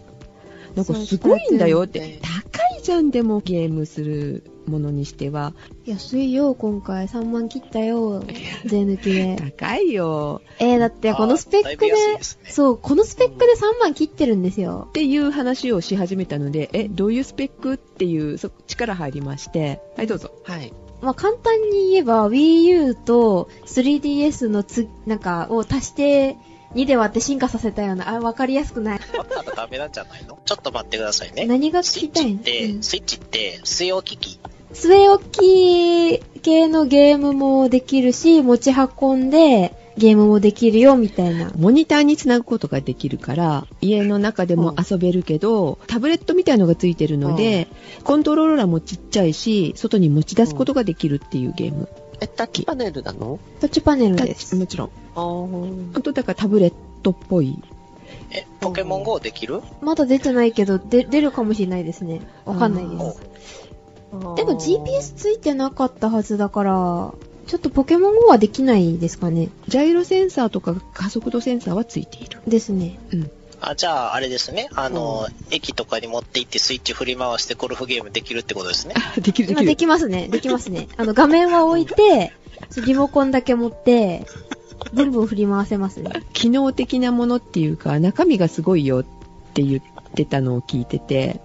Speaker 3: なんか
Speaker 2: そう
Speaker 3: すごいんだよっ
Speaker 4: スプラ
Speaker 3: て
Speaker 4: トゥ。
Speaker 3: 高いじゃん、でもゲームするものにしては。
Speaker 2: 安いよ、今回。3万切ったよ。税抜きで。
Speaker 3: 高いよ。
Speaker 2: えー、だってこのスペック
Speaker 1: あーだいぶ安い
Speaker 2: で、
Speaker 1: すね
Speaker 2: そう、このスペックで3万切ってるんですよ
Speaker 3: っ。ていう話をし始めたので、え、どういうスペックっていう、そ、力入りまして。はい、どうぞ。
Speaker 4: はい。
Speaker 2: まあ、簡単に言えば Wii U と 3DS のつ、なんか、を足して2で割って進化させたような、あ、わかりやすくない。
Speaker 1: だったらダメなんじゃないのちょっと待ってくださいね。
Speaker 2: 何が
Speaker 1: ス
Speaker 2: 聞
Speaker 1: イ
Speaker 2: き
Speaker 1: ッ
Speaker 2: た
Speaker 1: チ
Speaker 2: い
Speaker 1: っ
Speaker 2: の
Speaker 1: て、スイッチって、水曜機器。
Speaker 2: 据え置き系のゲームもできるし、持ち運んでゲームもできるよ、みたいな。
Speaker 3: モニターにつなぐことができるから、家の中でも遊べるけど、タブレットみたいのがついてるので、コントローラーもちっちゃいし、外に持ち出すことができるっていうゲーム。
Speaker 4: え、タッチパネルなの
Speaker 2: タッチパネル
Speaker 3: タッ
Speaker 2: で
Speaker 3: チ
Speaker 2: す。
Speaker 3: もちろん。
Speaker 4: あー
Speaker 3: あと、だからタブレットっぽい。
Speaker 1: え、ポケモン GO できる
Speaker 2: まだ出てないけど、で、出るかもしれないですね。わかんないで
Speaker 1: お
Speaker 2: す。でも GPS ついてなかったはずだから、ちょっとポケモン GO はできないですかね。
Speaker 3: ジャイロセンサーとか加速度センサーはついている。
Speaker 2: ですね。
Speaker 1: あ、じゃあ、あれですね。あの、駅とかに持って行ってスイッチ振り回してゴルフゲームできるってことですね。
Speaker 3: できるで
Speaker 2: 今
Speaker 3: き
Speaker 2: で
Speaker 3: る。
Speaker 2: きますね。できますね。あの、画面は置い て、そうリモコンだけ持って、全部を振り回せますね。
Speaker 3: 機能的なものっていうか、中身がすごいよって言ってたのを聞いてて、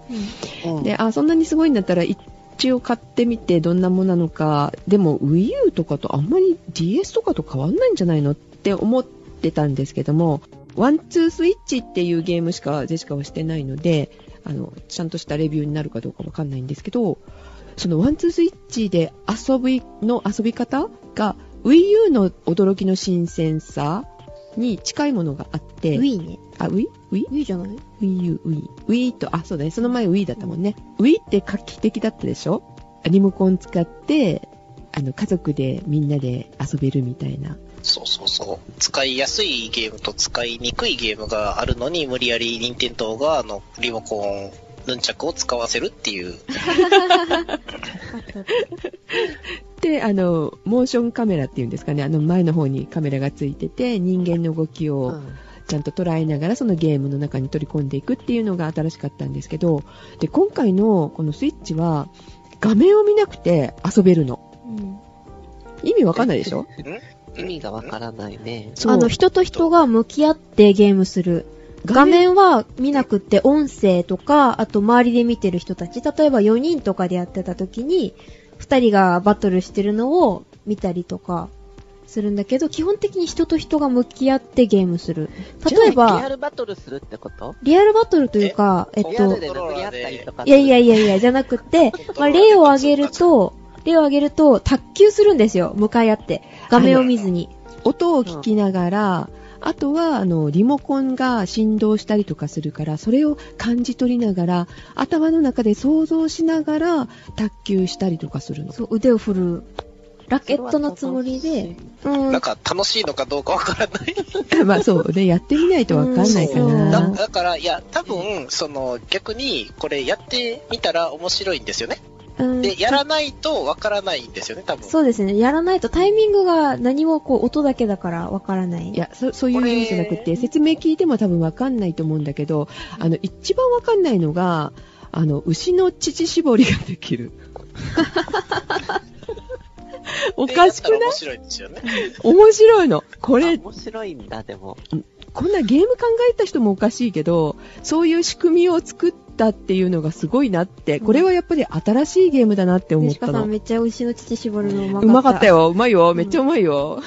Speaker 4: うん
Speaker 3: で、あ、そんなにすごいんだったら、一応買ってみてどんなものなのか、でも Wii U とかとあんまり DS とかと変わんないんじゃないのって思ってたんですけども、ワンツースイッチっていうゲームしかジェシカはしてないので、あの、ちゃんとしたレビューになるかどうかわかんないんですけど、そのワンツースイッチで遊びの遊び方が Wii U の驚きの新鮮さに近いものがあって、
Speaker 2: Wii ね。
Speaker 3: あ、Wii? Wii?
Speaker 2: Wii じゃない
Speaker 3: Wii U、Wii。Wii と、あ、そうだね。その前 Wii だったもんね。Wii って画期的だったでしょリモコン使って、あの、家族でみんなで遊べるみたいな。
Speaker 1: そうそうそう。使いやすいゲームと使いにくいゲームがあるのに、無理やり任天堂があのリモコン、ヌンチャクを使わせるっていう。
Speaker 3: で、あの、モーションカメラっていうんですかね、あの前の方にカメラがついてて、人間の動きを、ちゃんと捉えながらそのゲームの中に取り込んでいくっていうのが新しかったんですけどで今回のこのスイッチは画面を見なくて遊べるの
Speaker 2: うん
Speaker 3: 意味わかんないでしょ
Speaker 4: 意味がわからないね。
Speaker 3: そう
Speaker 2: あの、人と人が向き合ってゲームする。画面は見なくって音声とか、あと周りで見てる人たち、例えば4人とかでやってた時に、2人がバトルしてるのを見たりとかするんだけど、基本的に人と人が向き合ってゲームする。例え
Speaker 4: じゃあリア
Speaker 2: ば、
Speaker 4: ルバトルするってこと
Speaker 2: リアルバトルというか、えっ
Speaker 1: え
Speaker 4: リア
Speaker 2: と
Speaker 4: ル、で殴り合ったりとか。
Speaker 2: いやいやいやいや、じゃなくって、まあ、例を挙げると、例を挙げると、卓球するんですよ。向かい合って。画面を見ずに。
Speaker 3: 音を聞きながら、あとはあのリモコンが振動したりとかするからそれを感じ取りながら頭の中で想像しながら卓球したりとかするの
Speaker 2: そう、腕を振る。ラケットのつもりで、うん
Speaker 1: なん、か楽しいのかどうかわからない。
Speaker 3: まあそうねやってみないとわかんないか
Speaker 2: うん
Speaker 1: だ
Speaker 3: な
Speaker 1: だから、いや、多分、その、逆に、これやってみたら面白いんですよね。
Speaker 2: うん
Speaker 1: で、やらないとわからないんですよね、多分。
Speaker 2: そうですね。やらないとタイミングが何もこう音だけだからわからない。
Speaker 3: いやそそういう意味じゃなくて説明聞いても多分わかんないと思うんだけどあの一番わかんないのがあの牛の乳搾りができ るお
Speaker 1: で
Speaker 3: かしく
Speaker 1: やったら面白
Speaker 3: ない
Speaker 1: いんですよね。
Speaker 3: 面白いのこ
Speaker 4: こ
Speaker 3: れ
Speaker 4: 面白いんだ、でも。
Speaker 3: こんなゲーム考えた人もおかしいけど、そういう仕組みを作ったっていうのがすごいなって、これはやっぱり新しいゲームだなって思
Speaker 2: ね
Speaker 3: っ
Speaker 2: しか
Speaker 3: た
Speaker 2: さん
Speaker 3: の。
Speaker 2: めっちゃ牛の乳絞るのうまかっ
Speaker 3: う
Speaker 2: た。
Speaker 3: まかった
Speaker 2: よ。
Speaker 3: よ。うまいよ。
Speaker 2: ん
Speaker 3: めっちゃうまいよ。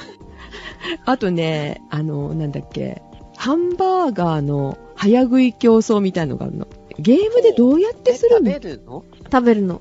Speaker 3: あとね、あの、なんだっけ、ハンバーガーの早食い競争みたいのがあるの。ゲームでどうやってする
Speaker 4: 食
Speaker 3: の
Speaker 4: べるの
Speaker 2: 食べるの。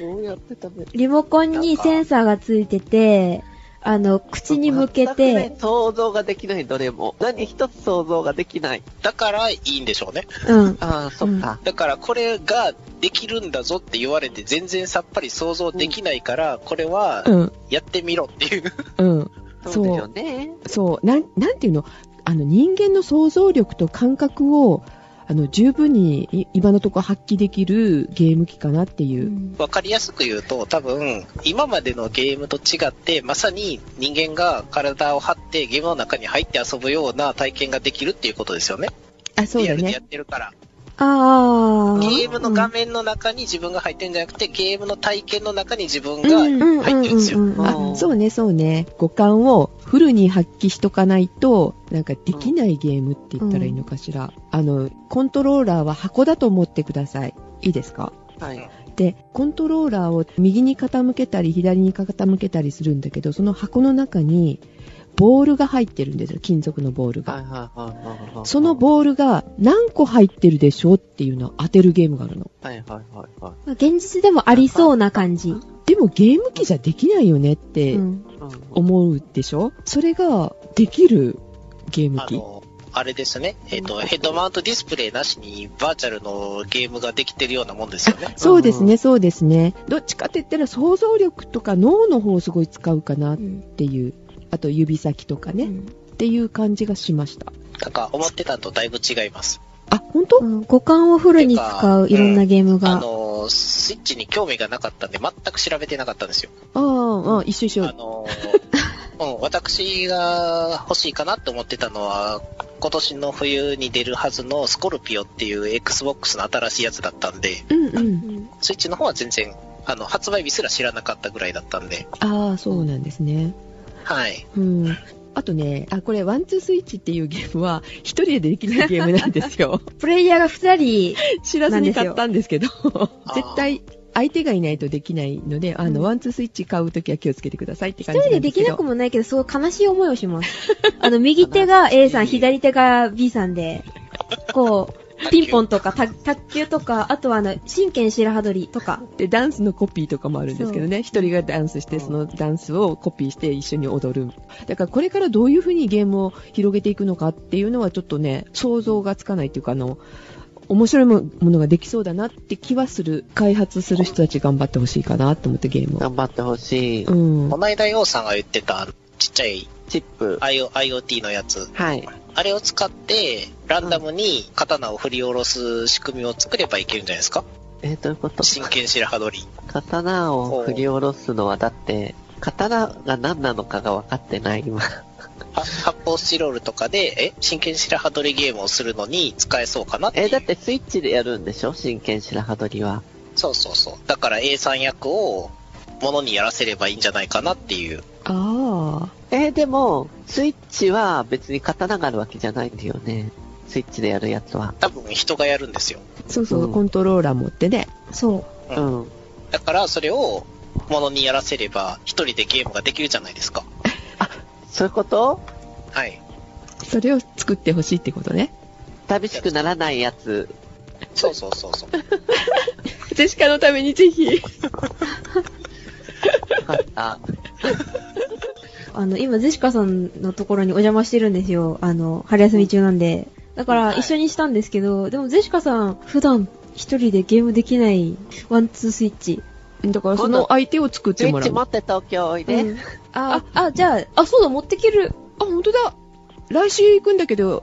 Speaker 4: どうやって食べる
Speaker 2: リモコンにセンサーがついてて、あの、口に向け
Speaker 4: 全くね
Speaker 2: て、
Speaker 4: 想像ができない、どれも。何一つ想像ができない。
Speaker 1: だから、いいんでしょうね。
Speaker 2: うん。
Speaker 4: ああ、そっか。
Speaker 1: だからこれができるんだぞって言われて全然さっぱり想像できないから、これは
Speaker 3: うん、
Speaker 1: やってみろっていう。
Speaker 3: うん。
Speaker 4: そうですよね。
Speaker 3: そう、なん、なんていうのあの、人間の想像力と感覚を、あの、十分にい今のところ発揮できるゲーム機かなっていうう。
Speaker 2: ん
Speaker 1: わかりやすく言うと多分今までのゲームと違ってまさに人間が体を張ってゲームの中に入って遊ぶような体験ができるっていうことですよね。
Speaker 3: あ、そう
Speaker 1: リア
Speaker 3: だ
Speaker 1: ルで
Speaker 3: ね
Speaker 1: や。ってるから。
Speaker 2: あー。
Speaker 1: ゲームの画面の中に自分が入ってるんじゃなくてゲームの体験の中に自分
Speaker 2: うん
Speaker 1: が
Speaker 2: うん
Speaker 1: 入ってるんですよ
Speaker 2: うんうんうん
Speaker 4: う
Speaker 3: あ
Speaker 4: ん
Speaker 3: そうね、そうね。五感をフルに発揮しとかないと、なんかできないゲームって言ったらいいのかしら。あの、コントローラーは箱だと思ってください。いいですか
Speaker 4: はい。
Speaker 3: で、コントローラーを右に傾けたり、左に傾けたりするんだけど、その箱の中に、ボールが入ってるんですよ。金属のボール
Speaker 4: はいはい
Speaker 3: が。
Speaker 4: はいはいはい。
Speaker 3: そのボールが何個入ってるでしょうっていうのを当てるゲームがあるの。
Speaker 4: はいはいはいはい。
Speaker 2: 現実でもありそうな感じ。
Speaker 3: でもゲーム機じゃできないよねって
Speaker 2: うん。
Speaker 4: うん
Speaker 3: 思うでしょそれができるゲーム
Speaker 1: あ
Speaker 3: 機。
Speaker 1: の、あれですね。えっ、と、ヘッドマウントディスプレイなしにバーチャルのゲームができてるようなもんですよね。
Speaker 3: そうですね、そうですね。どっちかって言ったら想像力とか脳の方をすごい使うかなっ
Speaker 2: うん
Speaker 3: ていう、あと指先とか
Speaker 2: う
Speaker 3: ね、
Speaker 2: ん
Speaker 3: っていう感じがしました。
Speaker 1: なんか思ってたのとだいぶ違います。
Speaker 3: あ、本当、
Speaker 2: うん五感をフルに使ういろんなゲーム
Speaker 1: あ
Speaker 2: が。
Speaker 1: のー、スイッチに興味がなかったんで、全く調べてなかったんですよ。
Speaker 3: ああああ、一緒一
Speaker 1: あ
Speaker 3: 緒。
Speaker 1: のー、 うん、私が欲しいかなって思ってたのは、今年の冬に出るはずのスコルピオっていう Xbox の新しいやつだったんで、
Speaker 3: うんうん。
Speaker 2: うん
Speaker 1: スイッチの方は全然、あの、発売日すら知らなかったぐらいだったんで、
Speaker 3: ああ、そうなんですね。
Speaker 1: はい。
Speaker 3: うん。あとね、あ、これ、ワンツースイッチっていうゲームは、一人でできないゲームなんですよ。
Speaker 2: プレイヤーが二人、
Speaker 3: 知らずに買ったんですけど、
Speaker 1: あー
Speaker 3: 絶対、相手がいないとできないので、あの、
Speaker 2: うん
Speaker 3: ワンツースイッチ買うときは気をつけてくださいって
Speaker 2: 一
Speaker 3: 感じなん
Speaker 2: 人
Speaker 3: です
Speaker 2: で
Speaker 3: けど。
Speaker 2: できなくもないけど、すごい悲しい思いをし ます。あの、右手が A さん、左手が B さんで、こう、ピンポンとか、た卓球とか、あとはあの、真剣白羽取りとか。
Speaker 3: でダンスのコピーとかもあるんですけどね一人がダンスし
Speaker 4: う
Speaker 3: て
Speaker 4: ん
Speaker 3: そのダンスをコピーして一緒に踊るだからこれからどういうふうにゲームを広げていくのかっていうのはちょっとね想像がつかないっていうかあの面白いものができそうだなって気はする開発する人たち頑張ってほしいかなと思ってゲームを、
Speaker 4: 頑張ってほしい。
Speaker 3: うん、
Speaker 1: この間、ようさんが言ってた、ちっちゃい
Speaker 4: チップ。
Speaker 1: IO IoT のやつ。
Speaker 4: はい。
Speaker 1: あれを使って、ランダムに刀を振り下ろす仕組みを作ればいけるんじゃないですか
Speaker 4: えー、どういうこと
Speaker 1: 真剣白羽取り。
Speaker 4: 刀を振り下ろすのは、だって、刀が何なのかが分かってない、今。
Speaker 1: は発泡スチロールとかで、え真剣白羽取りゲームをするのに使えそうかなってい
Speaker 4: え
Speaker 1: う
Speaker 4: ーだってスイッチでやるんでしょ真剣白羽取りは。
Speaker 1: そうそうそう。だから A さん役を物にやらせればいいんじゃないかなっていう。
Speaker 3: あ
Speaker 4: えーでも、スイッチは別に刀があるわけじゃないんだよね。スイッチでやるやつは。
Speaker 1: 多分人がやるんですよ。
Speaker 3: あ、そうそう、
Speaker 4: うん
Speaker 3: コントローラー持ってね。
Speaker 2: そう。
Speaker 4: うん。
Speaker 1: だからそれを物にやらせれば一人でゲームができるじゃないですか。
Speaker 4: そういうこと
Speaker 1: はい。
Speaker 3: それを作ってほしいってことね。
Speaker 4: 寂しくならないやつ。
Speaker 1: そうそうそう そう。
Speaker 3: ジェシカのためにぜひ。
Speaker 4: よかった。
Speaker 2: あの、今、ゼシカさんのところにお邪魔してるんですよ。あの、春休み中なんで。だか
Speaker 1: は
Speaker 2: ら、
Speaker 1: い
Speaker 2: 一緒にしたんですけど、でも、ゼシカさん、普段、一人でゲームできない、ワン、ツースイッチ。
Speaker 3: だからその相手を作っ
Speaker 4: ス
Speaker 3: て
Speaker 4: イ
Speaker 3: も
Speaker 4: ッ
Speaker 3: ら
Speaker 4: チ
Speaker 3: う。
Speaker 4: 持
Speaker 3: あ、
Speaker 4: って東京おいで。
Speaker 2: うんあ、あ、じゃあ、あ、そうだ、持ってける。
Speaker 3: 本当だ。来週行くんだけど、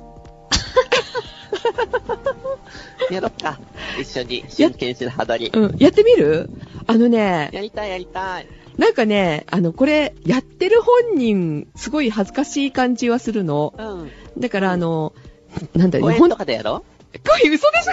Speaker 4: やろっか。一緒に。真剣白羽取り。
Speaker 3: うん、やってみるあのね、
Speaker 4: やりたいやりたい。
Speaker 3: なんかね、あの、これ、やってる本人、すごい恥ずかしい感じはするの。
Speaker 4: うん。
Speaker 3: だから、あの、なんだ、
Speaker 4: 公
Speaker 3: 日
Speaker 4: 園
Speaker 3: 本、
Speaker 4: とかでやろ
Speaker 3: これ嘘でし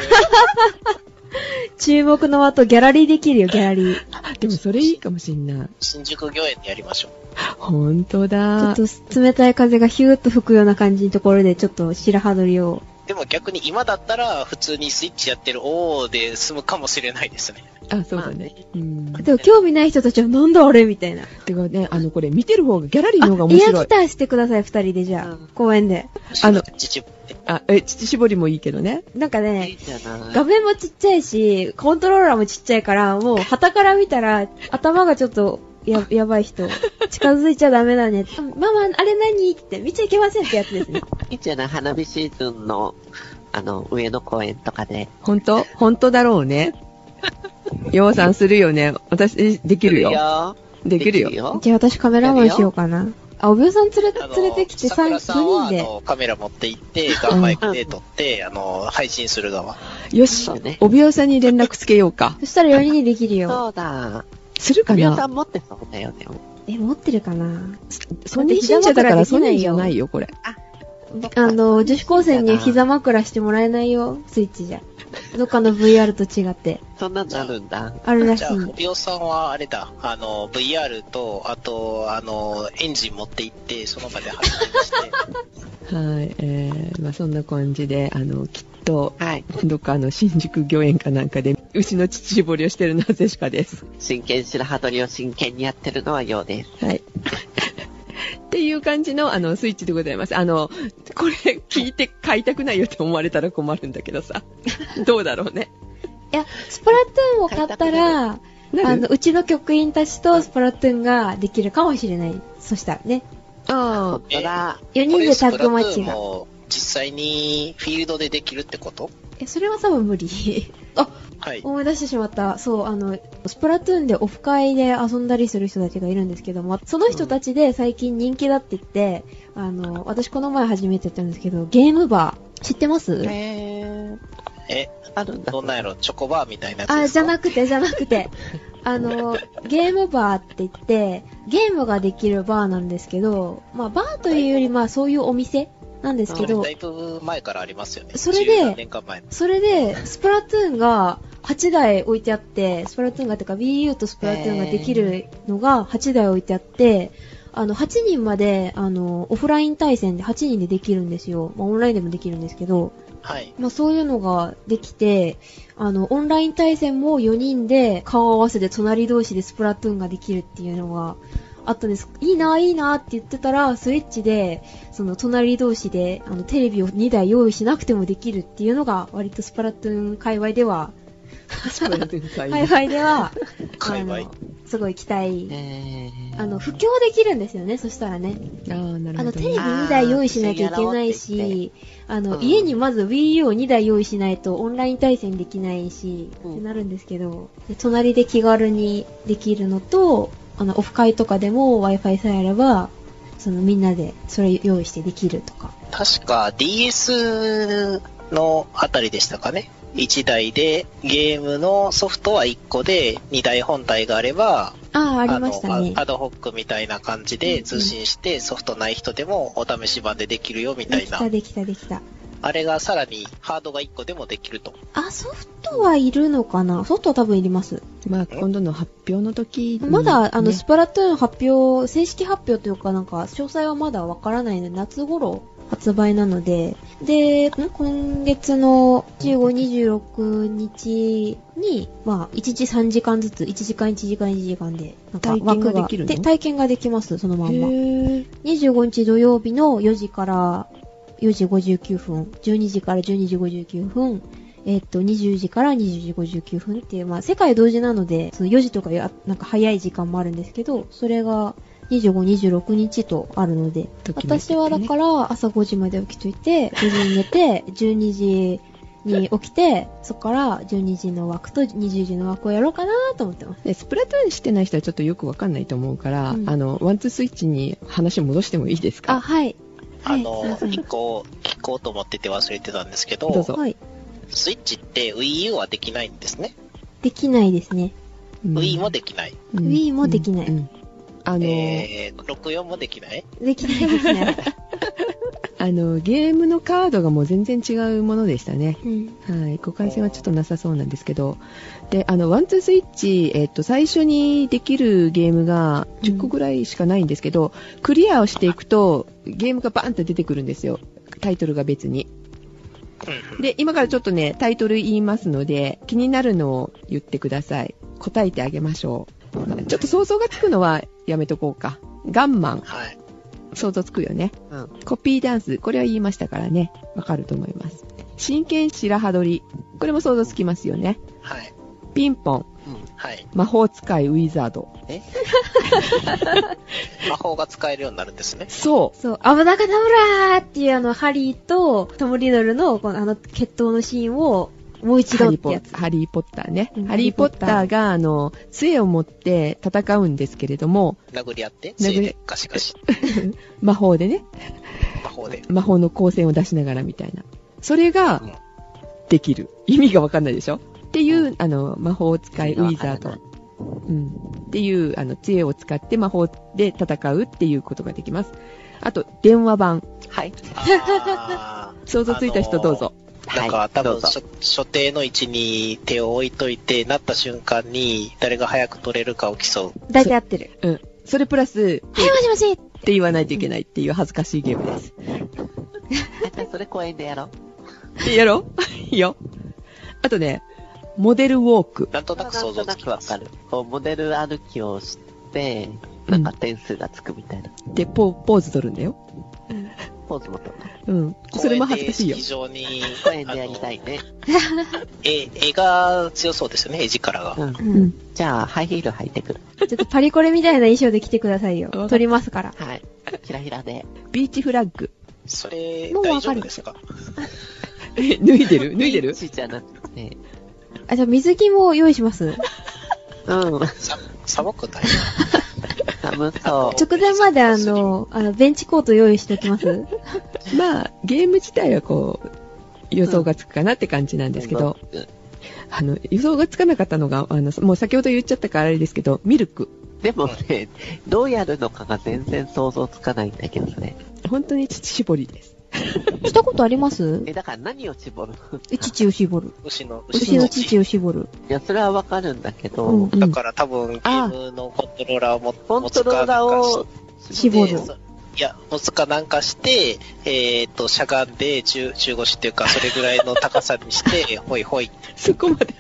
Speaker 2: 注目の後、ギャラリーできるよ、ギャラリー。
Speaker 3: ょでもそれいいかもしんない。
Speaker 1: 新宿御苑でやりましょう。
Speaker 3: 本当
Speaker 2: ちょ
Speaker 3: だ。
Speaker 2: っと、冷たい風がヒューッと吹くような感じのところで、ちょっと、白羽取りを。
Speaker 1: でも逆に今だったら普通にスイッチやってる王で済むかもしれないですね。
Speaker 3: あ、そうだね。うん。
Speaker 2: でも、興味ない人たちは、なんだあれみたいな。
Speaker 3: てかね、あの、これ見てる方が、ギャラリー
Speaker 2: あ
Speaker 3: の方が、面
Speaker 2: エア
Speaker 3: 白
Speaker 2: ギ
Speaker 3: い。
Speaker 2: ターしてください、二人で、じゃ
Speaker 4: うん
Speaker 2: あ、公園で。
Speaker 3: あの
Speaker 1: 秩父で
Speaker 3: あ、え、乳絞りもいいけどね。
Speaker 2: なんかね
Speaker 4: いい、じゃない。
Speaker 2: 画面もちっちゃいし、コントローラーもちっちゃいから、もう、旗から見たら、頭がちょっと、や、やばい人。近づいちゃダメだね。ママ、あれ何って、見ちゃいけませんってやつですね。
Speaker 4: いいじゃない。花火シーズンの、あの、上野公園とかで。
Speaker 3: 本当本当だろうね。ようさんするよね。私、できる
Speaker 4: いい
Speaker 3: よ。
Speaker 4: よ。
Speaker 3: できるよ。
Speaker 2: じゃあ私カメラマンしようかな。あ、おびおさん連れ、
Speaker 1: あの
Speaker 2: 連れてきて
Speaker 1: 桜
Speaker 2: 3、
Speaker 1: さんは
Speaker 2: 4人
Speaker 1: あ
Speaker 2: で。
Speaker 1: のカメラ持って行って、ガンマイクで撮って、あの、配信する側。
Speaker 3: よし
Speaker 4: そうね、
Speaker 3: おびおさんに連絡つけようか。
Speaker 2: そしたら4人にできるよ。
Speaker 4: そうだ。
Speaker 3: するか
Speaker 4: みお
Speaker 3: な
Speaker 4: さん持ってそうだよね。
Speaker 2: え、持ってるかな
Speaker 3: ソニー信者だからソニーじゃないよ、これ。
Speaker 2: あの、女子高生には膝枕してもらえないよ、スイッチじゃ。どっかの VR と違って。
Speaker 4: そんなのあるんだ。
Speaker 2: あるらし
Speaker 1: じゃあ、。
Speaker 2: い
Speaker 1: フビオさんはあれだ、あの、VR と、あと、あの、エンジン持って行って、その場で発電 して、
Speaker 3: はい、えー、まあそんな感じで、あの、きっと、
Speaker 4: はい。
Speaker 3: どっかあの、新宿御苑かなんかで、牛の乳搾りをしてるなぜしかです。
Speaker 4: 真剣白羽取りを真剣にやってるのはようです。
Speaker 3: はい。っていう感じの、あの、スイッチでございます。あの、これ聞いて買いたくないよって思われたら困るんだけどさ。どうだろうね。
Speaker 2: いや、スプラトゥーンを買ったら、
Speaker 3: な
Speaker 2: あ
Speaker 3: る
Speaker 2: の、うちの局員たちとスプラトゥーンができるかもしれない。そしたらね。
Speaker 3: あ
Speaker 4: 本当だ。
Speaker 2: 4
Speaker 1: こ
Speaker 2: 人
Speaker 1: れ
Speaker 2: で
Speaker 1: ス
Speaker 2: タ
Speaker 1: プラ
Speaker 2: ッグマッ
Speaker 1: トゥ
Speaker 2: チ
Speaker 1: ーン
Speaker 2: が。
Speaker 1: も実際にフィールドでできるってこと
Speaker 2: え、それは多分無理。
Speaker 1: はい。
Speaker 2: 思い出してしまった。そう、あの、スプラトゥーンでオフ会で遊んだりする人たちがいるんですけども、その人たちで最近人気だって言って、あの、私この前初めてやったんですけど、ゲームバー。知ってます
Speaker 4: へー
Speaker 1: え、
Speaker 4: あるんだ。
Speaker 1: どんなんやろ、チョコバーみたいなやつですか
Speaker 2: あ、じゃなくて、じゃなく て。あの、ゲームバーって言って、ゲームができるバーなんですけど、まあ、バーというより、まあ、そういうお店なんですけど
Speaker 1: だ、いぶ前からありますよね。
Speaker 2: それで
Speaker 1: 10年間前の。
Speaker 2: それで、スプラトゥーンが8台置いてあって、スプラトゥーンがてか BU とスプラトゥーンができるのが8台置いてあって、あの、8人まで、あの、オフライン対戦で8人でできるんですよ。まあ、オンラインでもできるんですけど、
Speaker 1: はい。
Speaker 2: まあ、そういうのができて、あの、オンライン対戦も4人で顔を合わせて隣同士でスプラトゥーンができるっていうのがあったんです。いいな、いいなって言ってたら、スイッチで、その隣同士で、あの、テレビを2台用意しなくてもできるっていうのが、割とスプラトゥーン界隈では、
Speaker 3: スプラトゥーン会
Speaker 2: 界隈では、
Speaker 1: 界隈
Speaker 2: あのすごい期待。
Speaker 4: へー
Speaker 2: あの、布教できるんですよね、そしたらね。
Speaker 3: ああ、な
Speaker 2: あ
Speaker 3: るほ
Speaker 2: の、
Speaker 3: ど
Speaker 2: テレビ
Speaker 3: ね。
Speaker 2: 2台用意しなきゃいけない
Speaker 4: あー一緒にやろうっ
Speaker 2: し、あの、
Speaker 4: うん
Speaker 2: 家にまず Wii U を2台用意しないとオンライン対戦できないし、
Speaker 4: うん
Speaker 2: ってなるんですけど、で隣で気軽にできるのと、あの、オフ会とかでも Wi-Fi さえあれば、そのみんなでそれ用意してできるとか。
Speaker 1: 確か DS のあたりでしたかね。1台でゲームのソフトは1個で2台本体があれば
Speaker 2: ああ、ありましたね
Speaker 1: の。アアドホックみたいな感じ
Speaker 2: うんう
Speaker 1: で
Speaker 2: ん
Speaker 1: 通信してソフトない人でもお試し版でできるよみた
Speaker 2: で
Speaker 1: い
Speaker 2: き
Speaker 1: な
Speaker 2: た、できた、できた。
Speaker 1: あれがさらにハードが1個でもできると。
Speaker 2: あ、ソフトはいるのかなソフトは多分いります。
Speaker 3: まあ、今度の発表の時に
Speaker 2: まだ、あの、
Speaker 3: ね
Speaker 2: スプラトゥーン発表、正式発表というかなんか、詳細はまだわからないので、夏頃発売なので、で、ん今月の15、26日に、まあ、1時3時間ずつ、1時間1時間1時間で、なんか
Speaker 3: 体験が
Speaker 2: 枠
Speaker 3: できるの
Speaker 2: で、体験ができます、そのまんま。
Speaker 3: へえ
Speaker 2: 25日土曜日の4時から4時59分、12時から12時59分、えっと、20時から20時59分っていう、まあ、世界同時なので、その4時とかや、なんか早い時間もあるんですけど、それが25、26日とあるので、
Speaker 3: ときめいて
Speaker 2: 私
Speaker 3: てね
Speaker 2: はだから朝5時まで起きといて、無事に寝て、12時に起きて、そこから12時の枠と20時の枠をやろうかなと思ってます。
Speaker 3: でスプラトゥーンしてない人はちょっとよくわかんないと思うから、
Speaker 2: うん
Speaker 3: あの、ワンツースイッチに話戻してもいいです
Speaker 2: あ、
Speaker 3: か
Speaker 2: はい。
Speaker 1: あ
Speaker 2: はい
Speaker 1: の、
Speaker 2: すいません
Speaker 1: 1個聞こうと思ってて忘れてたんですけど、
Speaker 3: どうぞ
Speaker 2: はい。
Speaker 1: スイッチって Wii U はできないんですね。
Speaker 2: できないですね。
Speaker 3: うん
Speaker 1: Wii もできない。
Speaker 3: うん
Speaker 2: Wii もできない
Speaker 3: うんうんあの、
Speaker 1: えー、64もできない
Speaker 2: できないですね。
Speaker 3: あの、ゲームのカードがもう全然違うものでしたね。
Speaker 2: うん。
Speaker 3: はい、互換性はちょっとなさそうなんですけど、で、あの、ワンツースイッチ、えっと、最初にできるゲームが10個ぐらいしかないんですけど、クリアをしていくと、ゲームがバーンって出てくるんですよ。タイトルが別に。
Speaker 1: うん
Speaker 3: で、今からちょっとね、タイトル言いますので、気になるのを言ってください。答えてあげましょう。ちょっと想像がつくのはやめとこうか。ガンマン、
Speaker 1: はい。
Speaker 3: 想像つくよね。
Speaker 4: うん
Speaker 3: コピーダンス、これは言いましたからね。わかると思います。真剣白羽取り、これも想像つきますよね。
Speaker 1: はい。
Speaker 3: ピンポン、
Speaker 1: はい。
Speaker 3: 魔法使いウィザード。
Speaker 1: 魔法が使えるようになるんですね。
Speaker 3: そ
Speaker 2: そう、アブダカダブラーっていうあの、ハリーとトム・リドルの、このあの、決闘のシーンを、もう
Speaker 3: う。
Speaker 2: 一
Speaker 3: ハ
Speaker 2: 度っ
Speaker 3: リー
Speaker 2: て
Speaker 3: ポ
Speaker 2: やつ
Speaker 3: ッ。ハリーポッターね
Speaker 2: うん。
Speaker 3: ハリーポッターが、あの、杖を持って戦うんですけれども、
Speaker 1: 殴り合って、
Speaker 3: 殴り
Speaker 1: 杖でガシガシ、
Speaker 3: 魔法でね、
Speaker 1: 魔法で。
Speaker 3: 魔法の光線を出しながらみたいな。それが
Speaker 4: うん、
Speaker 3: できる。意味がわかんないでしょっていう、あの、魔法使いウィザード。うん。っていう、あの、杖を使って魔法で戦うっていうことができます。あと、電話版。
Speaker 4: はい。
Speaker 1: あ
Speaker 3: 想像ついた人どうぞ。
Speaker 1: ーなん
Speaker 4: は
Speaker 1: か
Speaker 4: い、
Speaker 1: 多
Speaker 4: どう
Speaker 1: 分
Speaker 4: ぞ
Speaker 1: 所、所定の位置に手を置いといて、なった瞬間に、誰が早く取れるかを競う。
Speaker 2: 大体合ってる。
Speaker 3: それプラス、
Speaker 2: はい、もしもし
Speaker 3: って言わないといけないっていう恥ずかしいゲームです。
Speaker 4: じゃあそれ公園でやろう。
Speaker 3: で やろう いいよ。あとね、モデルウォーク。
Speaker 1: なんとなく想像
Speaker 4: な
Speaker 1: つ
Speaker 4: ん
Speaker 1: き
Speaker 4: とな
Speaker 1: ま
Speaker 4: く
Speaker 1: す。
Speaker 4: わかる。こう、モデル歩きをして、なんか点数がつくみたいな。
Speaker 3: で、ポーポーズ取るんだよ。
Speaker 4: ポーズもとる。
Speaker 3: うん。それも恥ずかしいよ
Speaker 1: 非。常に、
Speaker 4: 公園でやりたいね。
Speaker 1: 絵、絵が強そうですよね、絵力が。
Speaker 4: うん。
Speaker 2: うん。
Speaker 4: じゃあ、ハイヒール履いてくる。
Speaker 2: ちょっとパリコレみたいな衣装で来てくださいよ
Speaker 3: わかっ。た
Speaker 2: 撮りますから。
Speaker 4: はい。ひらひらで。
Speaker 3: ビーチフラッグ。
Speaker 1: それ、
Speaker 2: もう
Speaker 1: 大
Speaker 2: わ
Speaker 1: 丈
Speaker 2: かる
Speaker 1: 夫ですか
Speaker 3: え 脱い でる脱いで
Speaker 4: ビ
Speaker 3: る
Speaker 4: ーチじゃなくて。
Speaker 2: あ、じゃあ水着も用意します。
Speaker 4: うん。
Speaker 1: さ寒くない
Speaker 4: 寒そう。
Speaker 2: 直前まであの、あの、ベンチコート用意しておきます。
Speaker 3: まあ、ゲーム自体はこう、予想がつくかなって感じなんですけど、
Speaker 4: うん
Speaker 3: あの、予想がつかなかったのが、あの、もう先ほど言っちゃったからあれですけど、ミルク。
Speaker 4: でもね、どうやるのかが全然想像つかないんだけどね。
Speaker 3: 本当に乳絞りです。
Speaker 2: したことあります
Speaker 4: え、だから何を絞る の
Speaker 2: え、乳を絞る。
Speaker 1: 牛の、
Speaker 2: 牛の乳を絞る。
Speaker 4: いや、それはわかるんだけど、
Speaker 2: うん
Speaker 1: だから多分、ゲームのコントローラーをも
Speaker 4: コントローラーを
Speaker 2: 絞
Speaker 1: で
Speaker 2: る。
Speaker 1: そいや、持つかなんかして、えーっと、しゃがんで、中中腰っていうか、それぐらいの高さにして、 ほいほい。
Speaker 3: そこまで。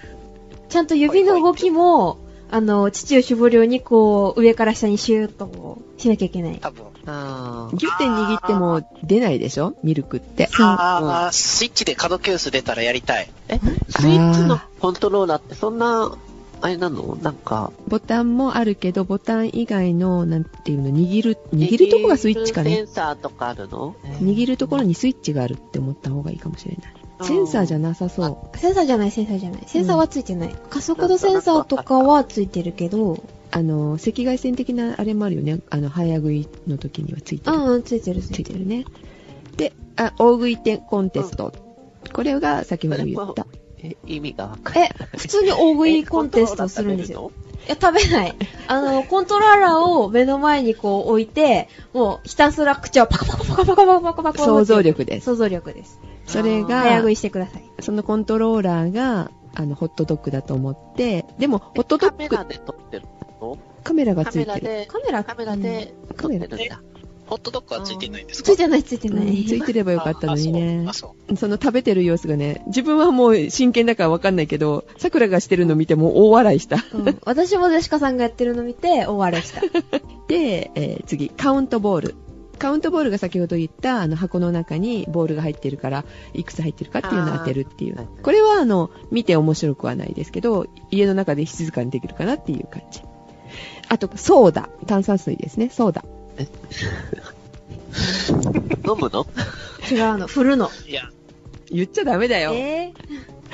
Speaker 2: ちゃんと指の動きも、あの、乳を絞るように、こう、上から下にシューッとこうしなきゃいけない。
Speaker 1: 多分。
Speaker 4: あー
Speaker 3: ギュッて握っても出ないでしょミルクって。
Speaker 1: ああ、スイッチで角キュース出たらやりたい。
Speaker 4: え、スイッチのコントローラーってそんな、あれなのなんか、
Speaker 3: ボタンもあるけど、ボタン以外の、なんていうの、握る、握るとこがスイッチか
Speaker 4: セ
Speaker 3: ね。
Speaker 4: ンサーとかあるの
Speaker 3: 握るところにスイッチがあるって思った方がいいかもしれない。センサーじゃなさそう。
Speaker 2: センサーじゃない、センサーじゃない。センサーはついてない。加速度センサーとかはついてるけど、
Speaker 3: あの、赤外線的なあれもあるよね。あの、早食いの時にはついてる。
Speaker 2: うん、ついてる、つ
Speaker 3: つ
Speaker 2: い
Speaker 3: い
Speaker 2: て
Speaker 3: て
Speaker 2: る。
Speaker 3: るね。で、あ、大食い店コンテスト。これが先ほど言った。
Speaker 4: え意味がわかんない。
Speaker 2: え、普通に大食いコンテストするんですよ。いや、食べない。あの、コントローラーを目の前にこう置いて、もうひたすら口をパカパカパカパカパカパカパカ
Speaker 3: 想像。力です。
Speaker 2: 想像力です。
Speaker 3: それが、
Speaker 2: 早食いしてください。
Speaker 3: そのコントローラーが、あの、ホットドッグだと思って、でも、ホットド
Speaker 4: カ
Speaker 3: ッ
Speaker 4: メ
Speaker 3: グ、
Speaker 4: ラで撮ってるの
Speaker 3: カメラが
Speaker 4: カ
Speaker 3: つい
Speaker 4: メラ
Speaker 3: てる。
Speaker 4: で、
Speaker 2: カメラ、
Speaker 4: カメラで撮ってるん
Speaker 1: カメ
Speaker 4: だ。
Speaker 1: ホットドッグはついてないんです
Speaker 2: つ
Speaker 1: か
Speaker 2: いてない、ついてな
Speaker 3: うんつ
Speaker 2: い。
Speaker 3: いてればよかったのにね
Speaker 1: ああ。そう。
Speaker 3: その食べてる様子がね、自分はもう真剣だからわかんないけど、桜がしてるの見てもう大笑いした。
Speaker 2: うん私もデシカさんがやってるの見て、大笑いした。
Speaker 3: で、えー次、カウントボール。カウントボールが先ほど言ったあの箱の中にボールが入ってるから、いくつ入ってるかっていうのを当てるってい
Speaker 4: あーは
Speaker 3: う
Speaker 4: い。
Speaker 3: これはあの、見て面白くはないですけど、家の中で静かにできるかなっていう感じ。あと、ソーダ。炭酸水ですね、ソーダ。
Speaker 4: 飲むの
Speaker 2: 違うの、振るの。
Speaker 1: いや、
Speaker 3: 言っちゃダメだよ。
Speaker 2: え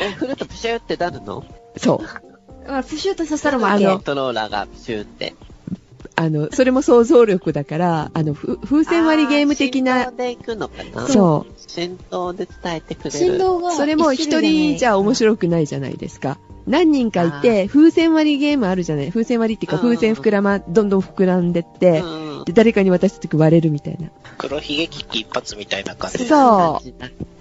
Speaker 4: え、振るとプシューってなるの
Speaker 3: そう。
Speaker 2: ぇ、まあ、プシューと刺さるも
Speaker 4: あ
Speaker 2: ん
Speaker 4: の、コ
Speaker 2: ね
Speaker 4: ン。トローラーがプシューって。
Speaker 3: あの、それも想像力だから、あの、ふ風船割りゲーム的
Speaker 4: あ
Speaker 3: な
Speaker 4: ー振動、で行くのかな。
Speaker 3: そう
Speaker 4: 振動で伝えてくれる。
Speaker 2: 振動が。
Speaker 3: それも一人じゃ面白くないじゃないですか。何人かいて、風船割りゲームあるじゃない。風船割りっていうか、
Speaker 4: うんうん
Speaker 3: 風船膨らま、どんどん膨らんでって、
Speaker 4: うん。。
Speaker 3: で誰かに渡した時割れるみたいな。
Speaker 1: 黒ひげ危機一発みたいな感じ。
Speaker 3: そう
Speaker 4: 二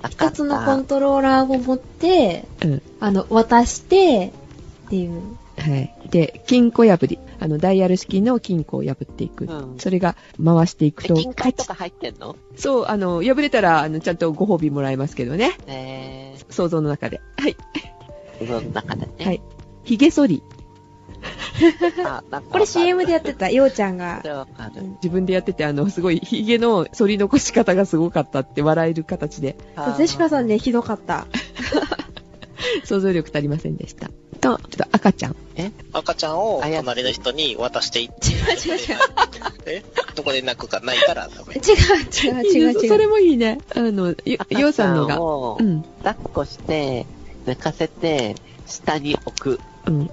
Speaker 2: 二つのコントローラーを持って、
Speaker 3: うん。
Speaker 2: あの、渡して、っていう。
Speaker 3: はい。で、金庫破り。あの、ダイヤル式の金庫を破っていく。
Speaker 4: うん
Speaker 3: それが回していく
Speaker 4: え
Speaker 3: と、
Speaker 4: 金塊とか入ってんの
Speaker 3: そう、あの、破れたら、あの、ちゃんとご褒美もらえますけどね。
Speaker 4: えー
Speaker 3: 想像の中で。はい。、
Speaker 4: その中で ね。
Speaker 3: はい髭剃り。
Speaker 4: あなんか
Speaker 2: これ CM でやってた、ようちゃんが。
Speaker 4: わかる。
Speaker 3: 自分でやってて、あの、すごい、髭の剃り残し方がすごかったって笑える形で、
Speaker 2: そうゼシカさん
Speaker 4: ね。
Speaker 2: ね、ひどかった。
Speaker 3: 想像力足りませんでした。と、ちょっと赤ちゃん。
Speaker 1: 赤ちゃんを隣の人に渡していって。
Speaker 2: 違う違う
Speaker 1: えどこで泣くか泣いたらダメ。
Speaker 2: 違う違う違う違う。
Speaker 3: それもいいね。あの、よ、
Speaker 4: 赤ちゃん
Speaker 3: ようさんのが。
Speaker 4: を
Speaker 3: うん。
Speaker 4: 抱っこして、寝かせて、下に置く。
Speaker 3: うん。うん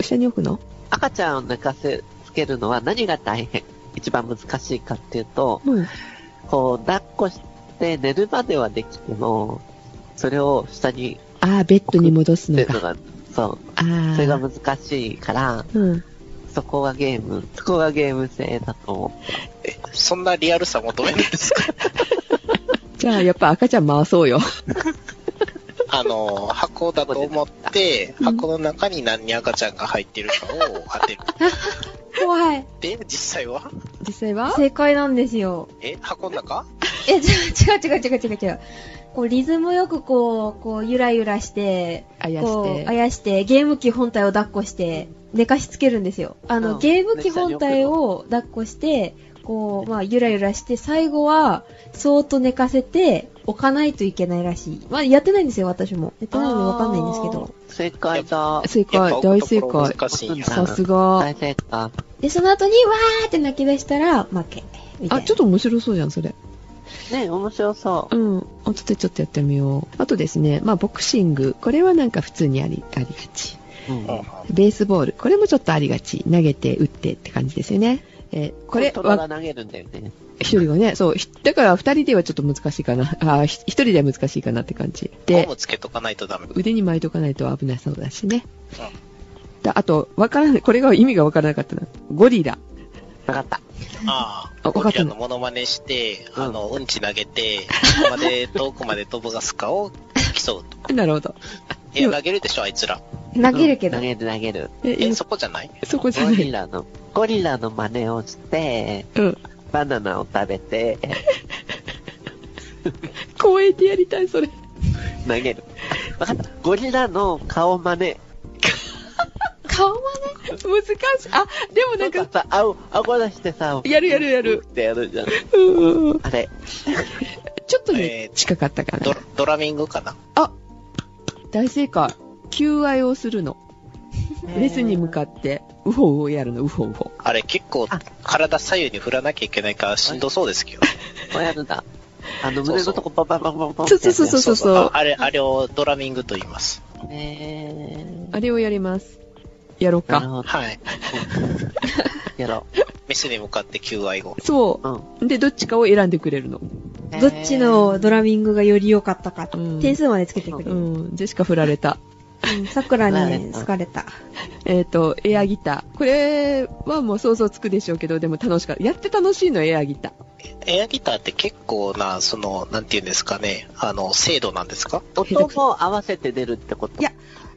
Speaker 3: 下に置くの
Speaker 4: 赤ちゃんを寝かせつけるのは何が大変一番難しいかっていうと、
Speaker 3: うん。
Speaker 4: こう、抱っこして寝るまではできても、それを下に
Speaker 3: ああ、ベッドに戻す
Speaker 4: ってい
Speaker 3: の
Speaker 4: うの
Speaker 3: か。
Speaker 4: が、そ
Speaker 3: あ
Speaker 4: う、
Speaker 3: あ。
Speaker 4: それが難しいから、
Speaker 3: うん。
Speaker 4: そこがゲーム、そこがゲーム性だと思
Speaker 1: そんなリアルさ求めないですか
Speaker 3: じゃあ、やっぱ赤ちゃん回そうよ。
Speaker 1: あの、箱だと思って、
Speaker 3: うん
Speaker 1: 箱の中に何に赤ちゃんが入ってるかを当てる。
Speaker 2: 怖い。
Speaker 1: で、実際は
Speaker 3: 実際は
Speaker 2: 正解なんですよ。
Speaker 1: え箱の中
Speaker 2: え、違う違う違う違う違う違う。こう、リズムよくこう、こう、ゆらゆらして、
Speaker 3: あやし
Speaker 2: こう、あ
Speaker 3: て。
Speaker 2: やして、ゲーム機本体を抱っこして、寝かしつけるんですよ。あの、
Speaker 4: うん
Speaker 2: ゲーム機本体を抱っこして、こう、まあ、ゆらゆらして、最後は、そーっと寝かせて、置かないといけないらしい。まあ、やってないんですよ、私も。やってないのでわかんないんですけど。
Speaker 4: う。正解だ。
Speaker 3: 正
Speaker 1: やっぱ
Speaker 3: 解、大正
Speaker 1: 男の子
Speaker 3: 解。
Speaker 1: 難しいんや
Speaker 4: そう
Speaker 3: さすが。
Speaker 4: 大正解。
Speaker 2: で、その後に、わーって泣き出したら、負け。みたい
Speaker 3: あ、
Speaker 2: な。
Speaker 3: ちょっと面白そうじゃん、それ。
Speaker 4: ね、面白そうう。
Speaker 3: ん。あとでちょっとやってみよう。あとですね、まあ、ボクシング。これはなんか普通にあり、ありがち。
Speaker 4: うん
Speaker 1: うんうん
Speaker 3: ベースボール。これもちょっとありがち。投げて、打ってって感じですよね。えーこれ、
Speaker 4: コントロー
Speaker 3: わ
Speaker 4: ラー投げるんだよね。
Speaker 3: 一人がね、そう。ひだから二人ではちょっと難しいかな。 あー、ひ一人では難しいかなって感じ。
Speaker 1: ゴ
Speaker 3: で、
Speaker 1: ムつけとかないとダメ。
Speaker 3: 腕に巻いとかないと危なそうだしね。だあと、わからない。これが意味がわからなかったな。ゴリラ。
Speaker 4: わかった。
Speaker 1: あ
Speaker 3: あ
Speaker 1: あ、
Speaker 3: わ
Speaker 1: ゴ
Speaker 3: かっ
Speaker 1: リ
Speaker 3: た
Speaker 1: ラのモノマネして、
Speaker 4: うん
Speaker 1: あの、うんち投げて、どこまで、遠くまで飛ぶがすかを競うと。
Speaker 3: なるほど。
Speaker 1: いや、投げるでしょ、あいつら。
Speaker 2: 投げるけど。
Speaker 4: 投げる 投げる。
Speaker 3: え、
Speaker 1: え、
Speaker 3: 今
Speaker 1: そこじゃない
Speaker 3: そこじゃ
Speaker 4: ゴ
Speaker 3: な
Speaker 4: リ
Speaker 3: い。
Speaker 4: ラの、ゴリラの真似をして、
Speaker 3: うん。
Speaker 4: バナナを食べて、
Speaker 3: 公園でやりたい、それ。
Speaker 4: 投げる。わかった。ゴリラの顔真似。
Speaker 2: 顔は
Speaker 3: 難しい。あ、でもなん
Speaker 4: なん
Speaker 3: か、
Speaker 4: かさ、あご、あご出してさ、
Speaker 3: やるやるやる
Speaker 4: っ。てやるじゃん。
Speaker 3: うんうんうん。
Speaker 4: あれ、
Speaker 3: ちょっとね、
Speaker 1: えー
Speaker 3: 近かったか
Speaker 1: ド
Speaker 3: な
Speaker 1: ラ。ドラミングかな
Speaker 3: 大正解。求愛をするの。レスに向かって、ウホウホやるの、ウホウホ。
Speaker 1: あれ結構
Speaker 4: あ
Speaker 1: 体左右に振らなきゃいけないからしんどそうですけど。
Speaker 4: こうやるんだ。あの、
Speaker 1: そう
Speaker 4: 胸
Speaker 1: そ
Speaker 4: の
Speaker 1: う
Speaker 4: とこバンバンバンバンバン
Speaker 3: そうそうそうそうそうそう。
Speaker 1: ああれ、あれをドラミングと言います。
Speaker 4: う。え
Speaker 3: あれをやります。やろう
Speaker 4: なる
Speaker 3: か。
Speaker 4: ほど。
Speaker 1: はい。
Speaker 4: やろ。
Speaker 1: メスに向かって求愛を。
Speaker 3: そう
Speaker 4: うん。
Speaker 3: う。で、どっちかを選んでくれるの。
Speaker 2: どっちのドラミングがより良かったか、
Speaker 3: うん
Speaker 2: 点数までつけてくれ
Speaker 3: う
Speaker 2: る。うん
Speaker 3: ん、ジェシカ振られた。
Speaker 2: 桜にね、
Speaker 4: うん
Speaker 2: 好かれた。
Speaker 3: えっ、と、エアギター。これはもう想像つくでしょうけど、でも楽しかった。やって楽しいの、エアギター。
Speaker 1: エアギターって結構な、その、なんていうんですかね、あの、精度なんですか
Speaker 4: 音も合わせて出るってこと
Speaker 3: いや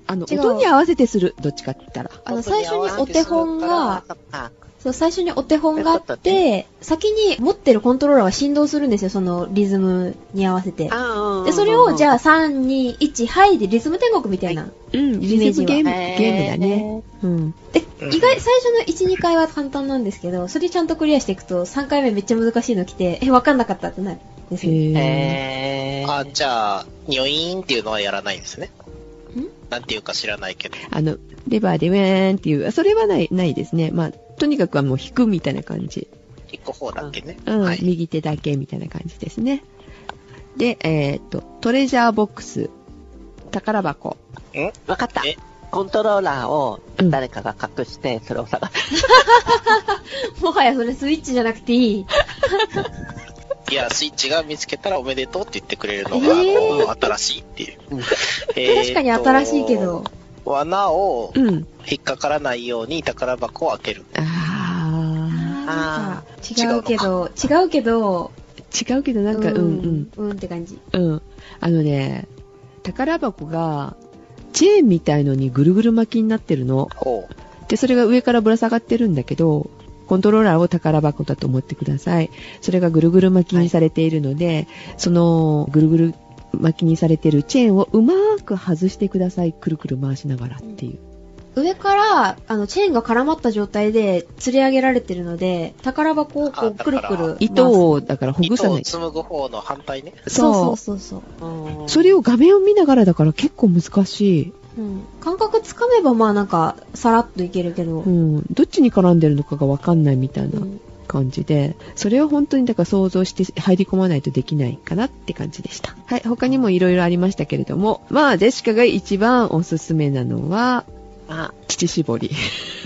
Speaker 3: あの、
Speaker 2: 違う
Speaker 3: 音に合わせてする。どっちかって言ったら。
Speaker 2: あの、最初にお手本が、
Speaker 4: そっか
Speaker 2: そう、最初にお手本があっ
Speaker 4: そういうこと
Speaker 2: て、先に持ってるコントローラーは振動するんですよ、そのリズムに合わせて。
Speaker 4: あー
Speaker 2: で、それを、じゃあ、
Speaker 4: あ
Speaker 2: 3、2、1、はいでリズム天国みたいな。
Speaker 3: うん、リ
Speaker 2: メージ
Speaker 3: ズム
Speaker 2: は
Speaker 3: ゲーム、
Speaker 4: へー
Speaker 3: ゲームだね。うん。
Speaker 2: で、
Speaker 1: うん
Speaker 2: 意外、最初の1、2回は簡単なんですけど、それちゃんとクリアしていくと、3回目めっちゃ難しいの来て、え、わかんなかったってなるんですよ。
Speaker 3: へー
Speaker 4: へー。
Speaker 1: あ、じゃあ、ニョイーンっていうのはやらないんですね。なんていうか知らないけど。
Speaker 3: あの、レバーでウェーンっていう、それはない、ないですね。まあ、とにかくはもう弾くみたいな感じ。
Speaker 1: 一個方だけね。
Speaker 3: うん、
Speaker 1: はい
Speaker 3: 右手だけみたいな感じですね。で、えっ、と、トレジャーボックス、宝箱。
Speaker 4: わかった
Speaker 1: え。
Speaker 4: コントローラーを
Speaker 3: うん
Speaker 4: 誰かが隠して、それを探す。
Speaker 2: もはやそれスイッチじゃなくていい。
Speaker 1: いや、スイッチが見つけたらおめでとうって言ってくれるのが、
Speaker 2: えー
Speaker 1: あの新しいっていう。
Speaker 4: うん
Speaker 1: えー
Speaker 2: 確かに新しいけど。。
Speaker 1: 罠を
Speaker 3: うん。
Speaker 1: 引っかからないように宝箱を開ける。
Speaker 3: あ
Speaker 2: あー
Speaker 1: ー
Speaker 2: なんか違うけど、違うけど、
Speaker 3: ー、違うけどなんか、うん、うん、
Speaker 2: うん、うんって感じ。
Speaker 3: うん。あのね、宝箱が、チェーンみたいのにぐるぐる巻きになってるの。
Speaker 1: ほ
Speaker 3: で、それが上からぶら下がってるんだけど、コントローラーを宝箱だと思ってください。それがぐるぐる巻きにされているので、そのぐるぐる巻きにされているチェーンをうまーく外してください。くるくる回しながらっていう。
Speaker 2: 上から、あの、チェーンが絡まった状態で釣り上げられてるので、宝箱をこ
Speaker 1: あ
Speaker 2: う、くるくる。
Speaker 3: 糸
Speaker 2: を。
Speaker 3: を、だからほ
Speaker 1: う。
Speaker 3: ぐさ
Speaker 1: 糸
Speaker 3: な
Speaker 1: を
Speaker 3: い。
Speaker 1: 紡ぐ方の反対ね。
Speaker 2: そうそうそうそう。
Speaker 3: うそれを画面を見ながらだから結構難しい。
Speaker 2: うん。感覚つかめば、まあなんか、さらっといけるけど。
Speaker 3: うん。どっちに絡んでるのかがわかんないみたいな
Speaker 2: うん
Speaker 3: 感じで、それを本当にだから想像して入り込まないとできないかなって感じでした。はい、他にもいろいろありましたけれども、まあ、ジェシカが一番おすすめなのは、
Speaker 4: あ、
Speaker 3: 乳搾り。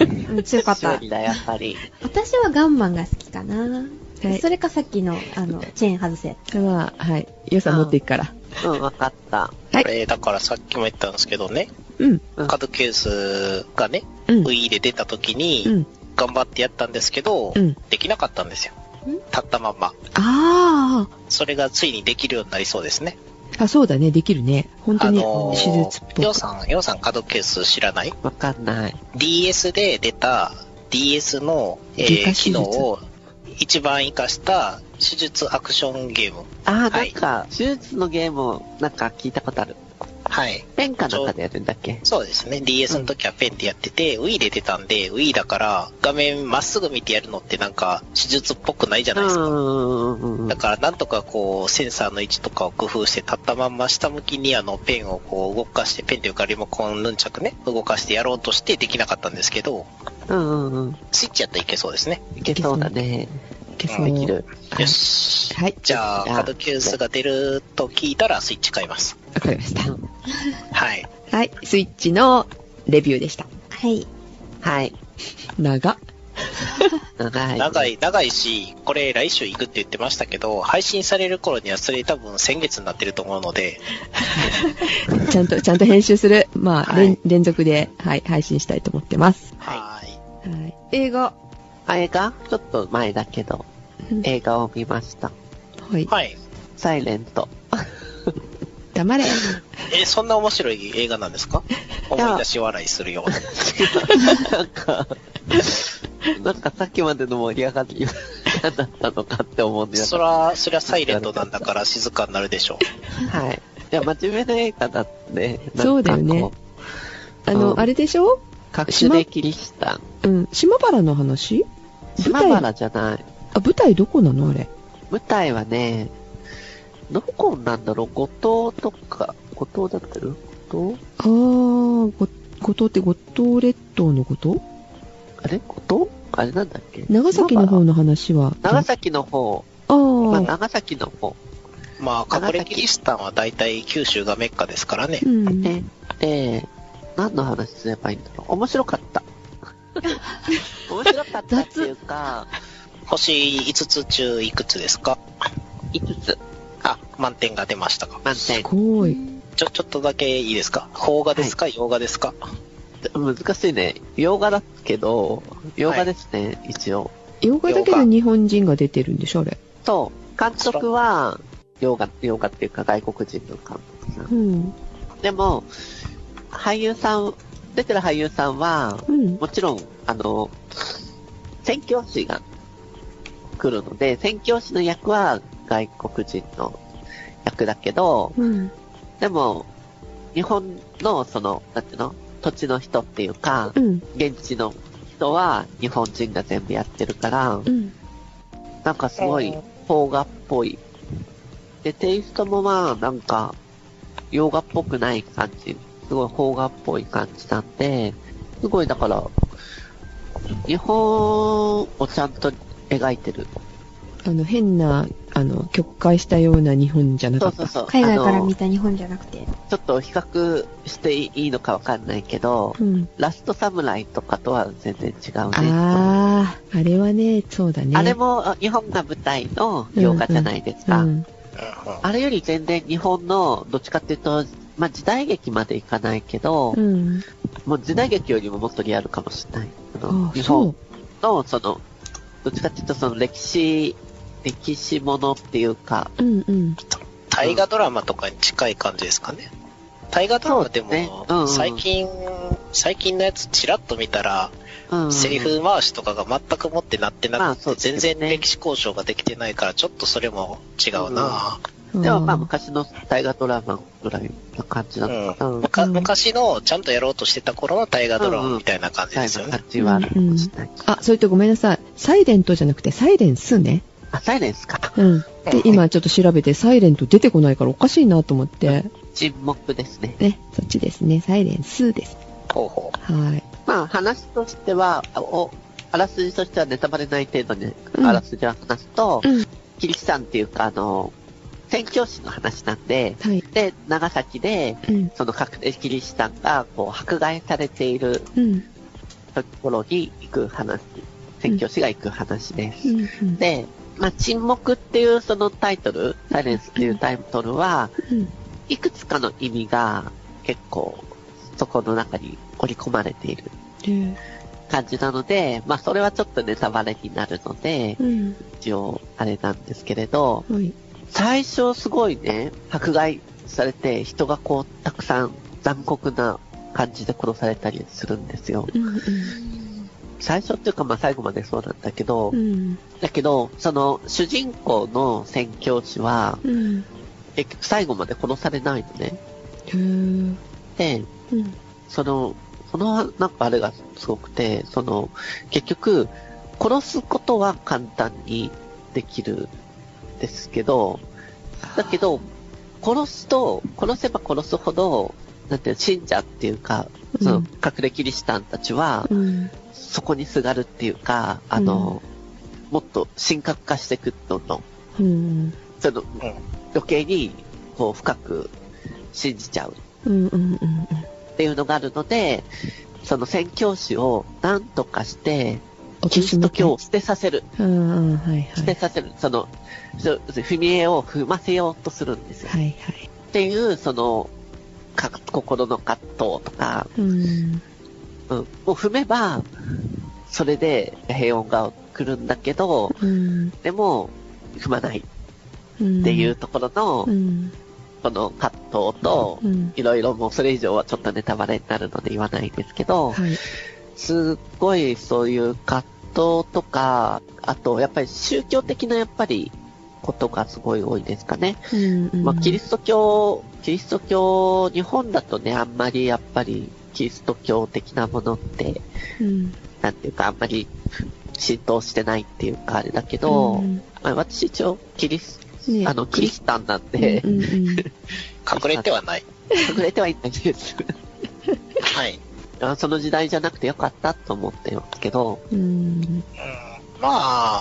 Speaker 2: うん、強かった
Speaker 4: 勝。利だ、やっぱり。
Speaker 2: 私はガンマンが好きかな。
Speaker 3: はい
Speaker 2: そ。れかさっきの、あの、チェーン外せ。
Speaker 3: まあ、はい。予算持っていくから。
Speaker 4: うん、わかった。
Speaker 3: はい
Speaker 1: これ、だからさっきも言ったんですけどね、
Speaker 3: うん。
Speaker 4: うん
Speaker 1: カードケースがね、
Speaker 3: うん。
Speaker 1: ウィーで出た時
Speaker 3: う
Speaker 1: に、
Speaker 3: ん。
Speaker 1: 頑張ってやったんですけど、
Speaker 3: うん。
Speaker 1: できなかったんですよ
Speaker 2: ん。
Speaker 1: 立ったまんま。
Speaker 3: あ
Speaker 1: それがついにできるようになりそうですね。
Speaker 3: あ。あ、そうだね。できるね。本当に
Speaker 1: あの
Speaker 3: 手術っぽ
Speaker 1: ー、
Speaker 3: く。
Speaker 1: ようさん、ようさんカードケース知らない
Speaker 4: わかんない。
Speaker 1: DS で出た DS の、えー
Speaker 3: 外科手術
Speaker 1: 機能を一番活かした手術アクションゲーム。
Speaker 4: あー、
Speaker 1: は
Speaker 4: ないんか、手術のゲームを、なんか聞いたことある。
Speaker 1: はい。
Speaker 4: ペンかなんかでやるんだっけ
Speaker 1: そうですね。DS の時はペンでやってて、Wii で出たんで、Wii だから画面まっすぐ見てやるのってなんか手術っぽくないじゃないですか。
Speaker 4: うんうんうんうん
Speaker 1: だからなんとかこうセンサーの位置とかを工夫して立ったまんま下向きにあのペンをこう動かして、ペンというかリモコンヌンチャクね、動かしてやろうとしてできなかったんですけど、
Speaker 4: うんうんうん。
Speaker 1: スイッチやったらいけそうですね。
Speaker 4: いけそうだね。
Speaker 3: いけそう
Speaker 4: できる。
Speaker 3: はい
Speaker 1: よし。
Speaker 3: はい。
Speaker 1: じゃあ、
Speaker 4: じゃあ
Speaker 1: カードキュースが出ると聞いたらスイッチ買います。
Speaker 3: わかりました。
Speaker 1: はい。
Speaker 3: はい。スイッチのレビューでした。
Speaker 2: はい。
Speaker 4: はい。
Speaker 3: 長っ。
Speaker 4: 長い。
Speaker 1: 長。い、長いし、これ来週行くって言ってましたけど、配信される頃にはそれ多分先月になってると思うので、
Speaker 3: ちゃんと、ちゃんと編集する。まあ、
Speaker 1: はい
Speaker 3: 連連続で、はい、配信したいと思ってます。
Speaker 1: はーい。
Speaker 3: はい。映画。
Speaker 4: あ映画ちょっと前だけど、映画を見ました。
Speaker 3: はい。
Speaker 1: はい。
Speaker 4: サイレント。
Speaker 3: 黙 れ。
Speaker 1: え、そんな面白い映画なんですか思い出し笑いするような。
Speaker 4: なんか、なんかさっきまでの盛り上がりがだったのかって思うんです
Speaker 1: そら、そりゃサイレントなんだから静かになるでしょ
Speaker 4: はい。いや、真面目な映画だって、なんか
Speaker 3: そうだよね
Speaker 4: こ
Speaker 3: あの、
Speaker 4: うん
Speaker 3: あれでしょ
Speaker 4: う。隠しでキリシタン。
Speaker 3: うん。島原の話
Speaker 4: 島原じゃない。
Speaker 3: あ、舞台どこなのあれ。
Speaker 4: 舞台はね、どこなんだろう後藤とか、後藤だってる後藤
Speaker 3: あー、ご、五島って五島列島のこと
Speaker 4: あれ後藤あれなんだっけ
Speaker 3: 長崎の方の話は。
Speaker 4: 島原長崎の方。
Speaker 3: あ
Speaker 4: まあ、
Speaker 3: ー。
Speaker 4: 長崎の方。
Speaker 1: う。まあ、隠れキリシタンは大体九州がメッカですからね
Speaker 3: う。ん。
Speaker 4: ね。で、何の話すればいいんだろう面白かった。面白かったっていうか、
Speaker 1: 星5つ中いくつですか
Speaker 4: 5つ
Speaker 1: あ、満点が出ましたか。
Speaker 4: 満
Speaker 3: す
Speaker 4: 点。
Speaker 3: ご
Speaker 2: う
Speaker 3: い。
Speaker 2: ん
Speaker 1: ちょ、ちょっとだけいいですか邦画ですか、洋画ですか
Speaker 4: 難しいね。洋画だけど、洋画ですね、一応。
Speaker 3: 洋画だけど日本人が出てるんでしょ、あれ。
Speaker 4: そう。監督は、洋画、洋画っていうか外国人の監督さ
Speaker 3: う
Speaker 4: ん。
Speaker 3: ん。
Speaker 4: でも、俳優さん、出てる俳優さんは、
Speaker 3: うん。
Speaker 4: もちろん、あの、宣教師が来るので、宣教師の役は外国人の役だけど、
Speaker 3: うん。
Speaker 4: でも、日本の、その、なんていうの土地の人っていうか、
Speaker 3: うん。
Speaker 4: 現地の人は日本人が全部やってるから
Speaker 3: う、ん。
Speaker 4: なんかすごい
Speaker 1: うん、
Speaker 4: 邦画っぽい。で、テイストもまあ、なんか、洋画っぽくない感じ。すごい邦画っぽい感じなんで、すごいだから、日本をちゃんと描いてる。
Speaker 3: あの、変な、あの、曲解したような日本じゃなか
Speaker 4: そう
Speaker 3: っ
Speaker 4: そう
Speaker 3: た。
Speaker 4: そう。
Speaker 2: 海外から見
Speaker 4: あ
Speaker 2: た日本じゃなくて。
Speaker 4: のちょっと比較していいのかわかんないけど、
Speaker 3: うん。
Speaker 4: ラストサムライとかとは全然違うね。
Speaker 3: ああ、あれはね、そうだね。
Speaker 4: あれも日本が舞台の洋画じゃないです
Speaker 3: う
Speaker 4: か。
Speaker 3: ん。
Speaker 4: あれより全然日本の、どっちかっていうと、まあ、時代劇までいかないけど、
Speaker 3: うん。
Speaker 4: もう時代劇よりももっとリアルかもしれない。あの
Speaker 3: あ
Speaker 4: 日
Speaker 3: そ
Speaker 4: 本
Speaker 3: う。
Speaker 4: の、その、どっちかっていうとその歴史、歴史ものっていうか、
Speaker 3: うんうん。
Speaker 1: 大河ドラマとかに近い感じですかね。大河ドラマでも、
Speaker 4: そうですねうんうん
Speaker 1: 最近、最近のやつチラッと見たら、
Speaker 4: うん
Speaker 1: セリフ回しとかが全くもってなって
Speaker 4: ま
Speaker 1: な
Speaker 4: あ
Speaker 1: くて、
Speaker 4: そうですね
Speaker 1: 全然歴史交渉ができてないから、ちょっとそれも違うな、
Speaker 4: でもまあ
Speaker 3: ー
Speaker 4: 昔の大河ドラマぐらいな感じなのかな。うん。み
Speaker 1: むか
Speaker 3: うん
Speaker 1: 昔のちゃんとやろうとしてた頃の大河ドラマみたいな感じ
Speaker 4: たい
Speaker 1: ですよ
Speaker 4: な
Speaker 1: ね。
Speaker 4: 感じはあるかもしれない。
Speaker 3: あ、それとごめんなさい。サイレントじゃなくて、サイレンスね。
Speaker 4: あ、サイレンスか。
Speaker 3: うん。
Speaker 1: うん
Speaker 3: で、今ちょっと調べて、サイレント出てこないからおかしいなと思って。
Speaker 4: 沈黙ですね。
Speaker 3: ね、そっちですね。サイレンスです。
Speaker 1: ほうほう
Speaker 3: はい。
Speaker 4: まあ話としては、おあらすじとしてはネタバレない程度に、
Speaker 3: うん
Speaker 4: あらすじを話すと、
Speaker 3: うん
Speaker 4: キリシタンっていうか、あの、宣教師の話なんで、
Speaker 3: はい。
Speaker 4: で、長崎で、
Speaker 3: うん。
Speaker 4: その各キリシタンが、こう、迫害されている
Speaker 3: うん。
Speaker 4: ところに行く話、宣教師が行く話です。
Speaker 3: うん。うん
Speaker 4: で、まあ、沈黙っていうそのタイトル、サイレンスっていうタイトルは、
Speaker 3: うん。
Speaker 4: いくつかの意味が結構、そこの中に織り込まれている
Speaker 3: で
Speaker 4: 感じなので、まあ、それはちょっとネタバレになるので、
Speaker 3: うん。
Speaker 4: 一応、あれなんですけれど、
Speaker 3: はい。
Speaker 4: 最初すごいね、迫害されて、人がこう、たくさん残酷な感じで殺されたりするんですよ。
Speaker 3: うん。
Speaker 4: 最初っていうか、まあ、最後までそうなんだけど
Speaker 3: う、ん。
Speaker 4: だけど、その、主人公の宣教師は、
Speaker 3: うん。
Speaker 4: 結局最後まで殺されないのね。
Speaker 3: へー
Speaker 4: で、
Speaker 3: うん。
Speaker 4: その、その、なんかあれがすごくて、その、結局、殺すことは簡単にできるんですけど、だけど、殺すと、殺せば殺すほど、なんていうの、信者っていうか、
Speaker 3: うん
Speaker 4: その、隠れキリシタンたちは、
Speaker 3: うん。
Speaker 4: そこにすがるっていうか、あの、もっと深刻化していくどんど
Speaker 3: う
Speaker 4: ん。
Speaker 3: ん。
Speaker 4: その、余計に、こう、深く信じちゃう。
Speaker 3: うん。うん。うん。
Speaker 4: っていうのがあるので、その宣教師を何とかして、
Speaker 3: 落
Speaker 4: キリスト教
Speaker 3: 今
Speaker 4: を捨てさせる。
Speaker 3: 日。うん。うんはい。は
Speaker 4: 捨
Speaker 3: い
Speaker 4: て。させる。その、そ踏み絵を踏ませようとするんですよ。
Speaker 3: はい。はい。
Speaker 4: っていう、その、か心の葛藤とか、
Speaker 3: うん。
Speaker 4: うん、もう踏めば、それで平穏が来るんだけど、
Speaker 3: うん。
Speaker 4: でも、踏まない
Speaker 3: うん
Speaker 4: っていう。ところの、
Speaker 3: うん。
Speaker 4: その葛藤と
Speaker 3: う、ん。
Speaker 4: いろいろもうそれ以上はちょっとネタバレになるので言わないんですけど、
Speaker 3: はい。
Speaker 4: すっごいそういう葛藤とか、あとやっぱり宗教的なやっぱりことがすごい多いですかね。
Speaker 3: うん。うん
Speaker 4: まあキリスト教、キリスト教、日本だとね、あんまりやっぱりキリスト教的なものって、
Speaker 3: うん。
Speaker 4: なんていうかあんまり浸透してないっていうかあれだけど、
Speaker 3: うん
Speaker 4: まあ私一応キリス、
Speaker 3: ね
Speaker 4: あの、キリシタンなんで
Speaker 3: う、 ん。うん。
Speaker 1: 隠れてはない。
Speaker 4: 隠れてはいないです。
Speaker 1: はい。
Speaker 4: あその時代じゃなくてよかったと思ってますけど、
Speaker 3: うん。
Speaker 1: うんま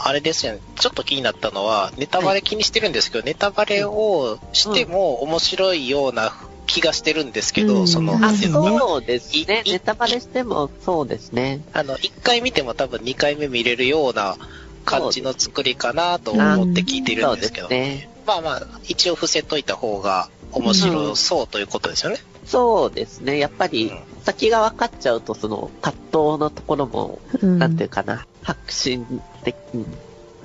Speaker 1: あ、あれですよね。ちょっと気になったのは、ネタバレ気にしてるんですけど、ネタバレをしても面白いような気がしてるんですけど、
Speaker 3: うん
Speaker 1: その、
Speaker 3: あ
Speaker 1: なんていうのかな。
Speaker 4: そうですね。
Speaker 1: いい
Speaker 4: ネタバレしてもそうですね。
Speaker 1: あの、1回見ても多分2回目見れるような感じの作りかなと思って聞いてる
Speaker 4: そ
Speaker 1: ん
Speaker 4: う
Speaker 1: で
Speaker 4: です
Speaker 1: けど、
Speaker 4: すね。
Speaker 1: まあまあ、一応伏せといた方が面白そうということですよね。
Speaker 4: そうですね。やっぱり
Speaker 1: う
Speaker 4: 先が分かっちゃうと、その葛藤のところも、
Speaker 3: うん
Speaker 4: なんていうかな、白心的に、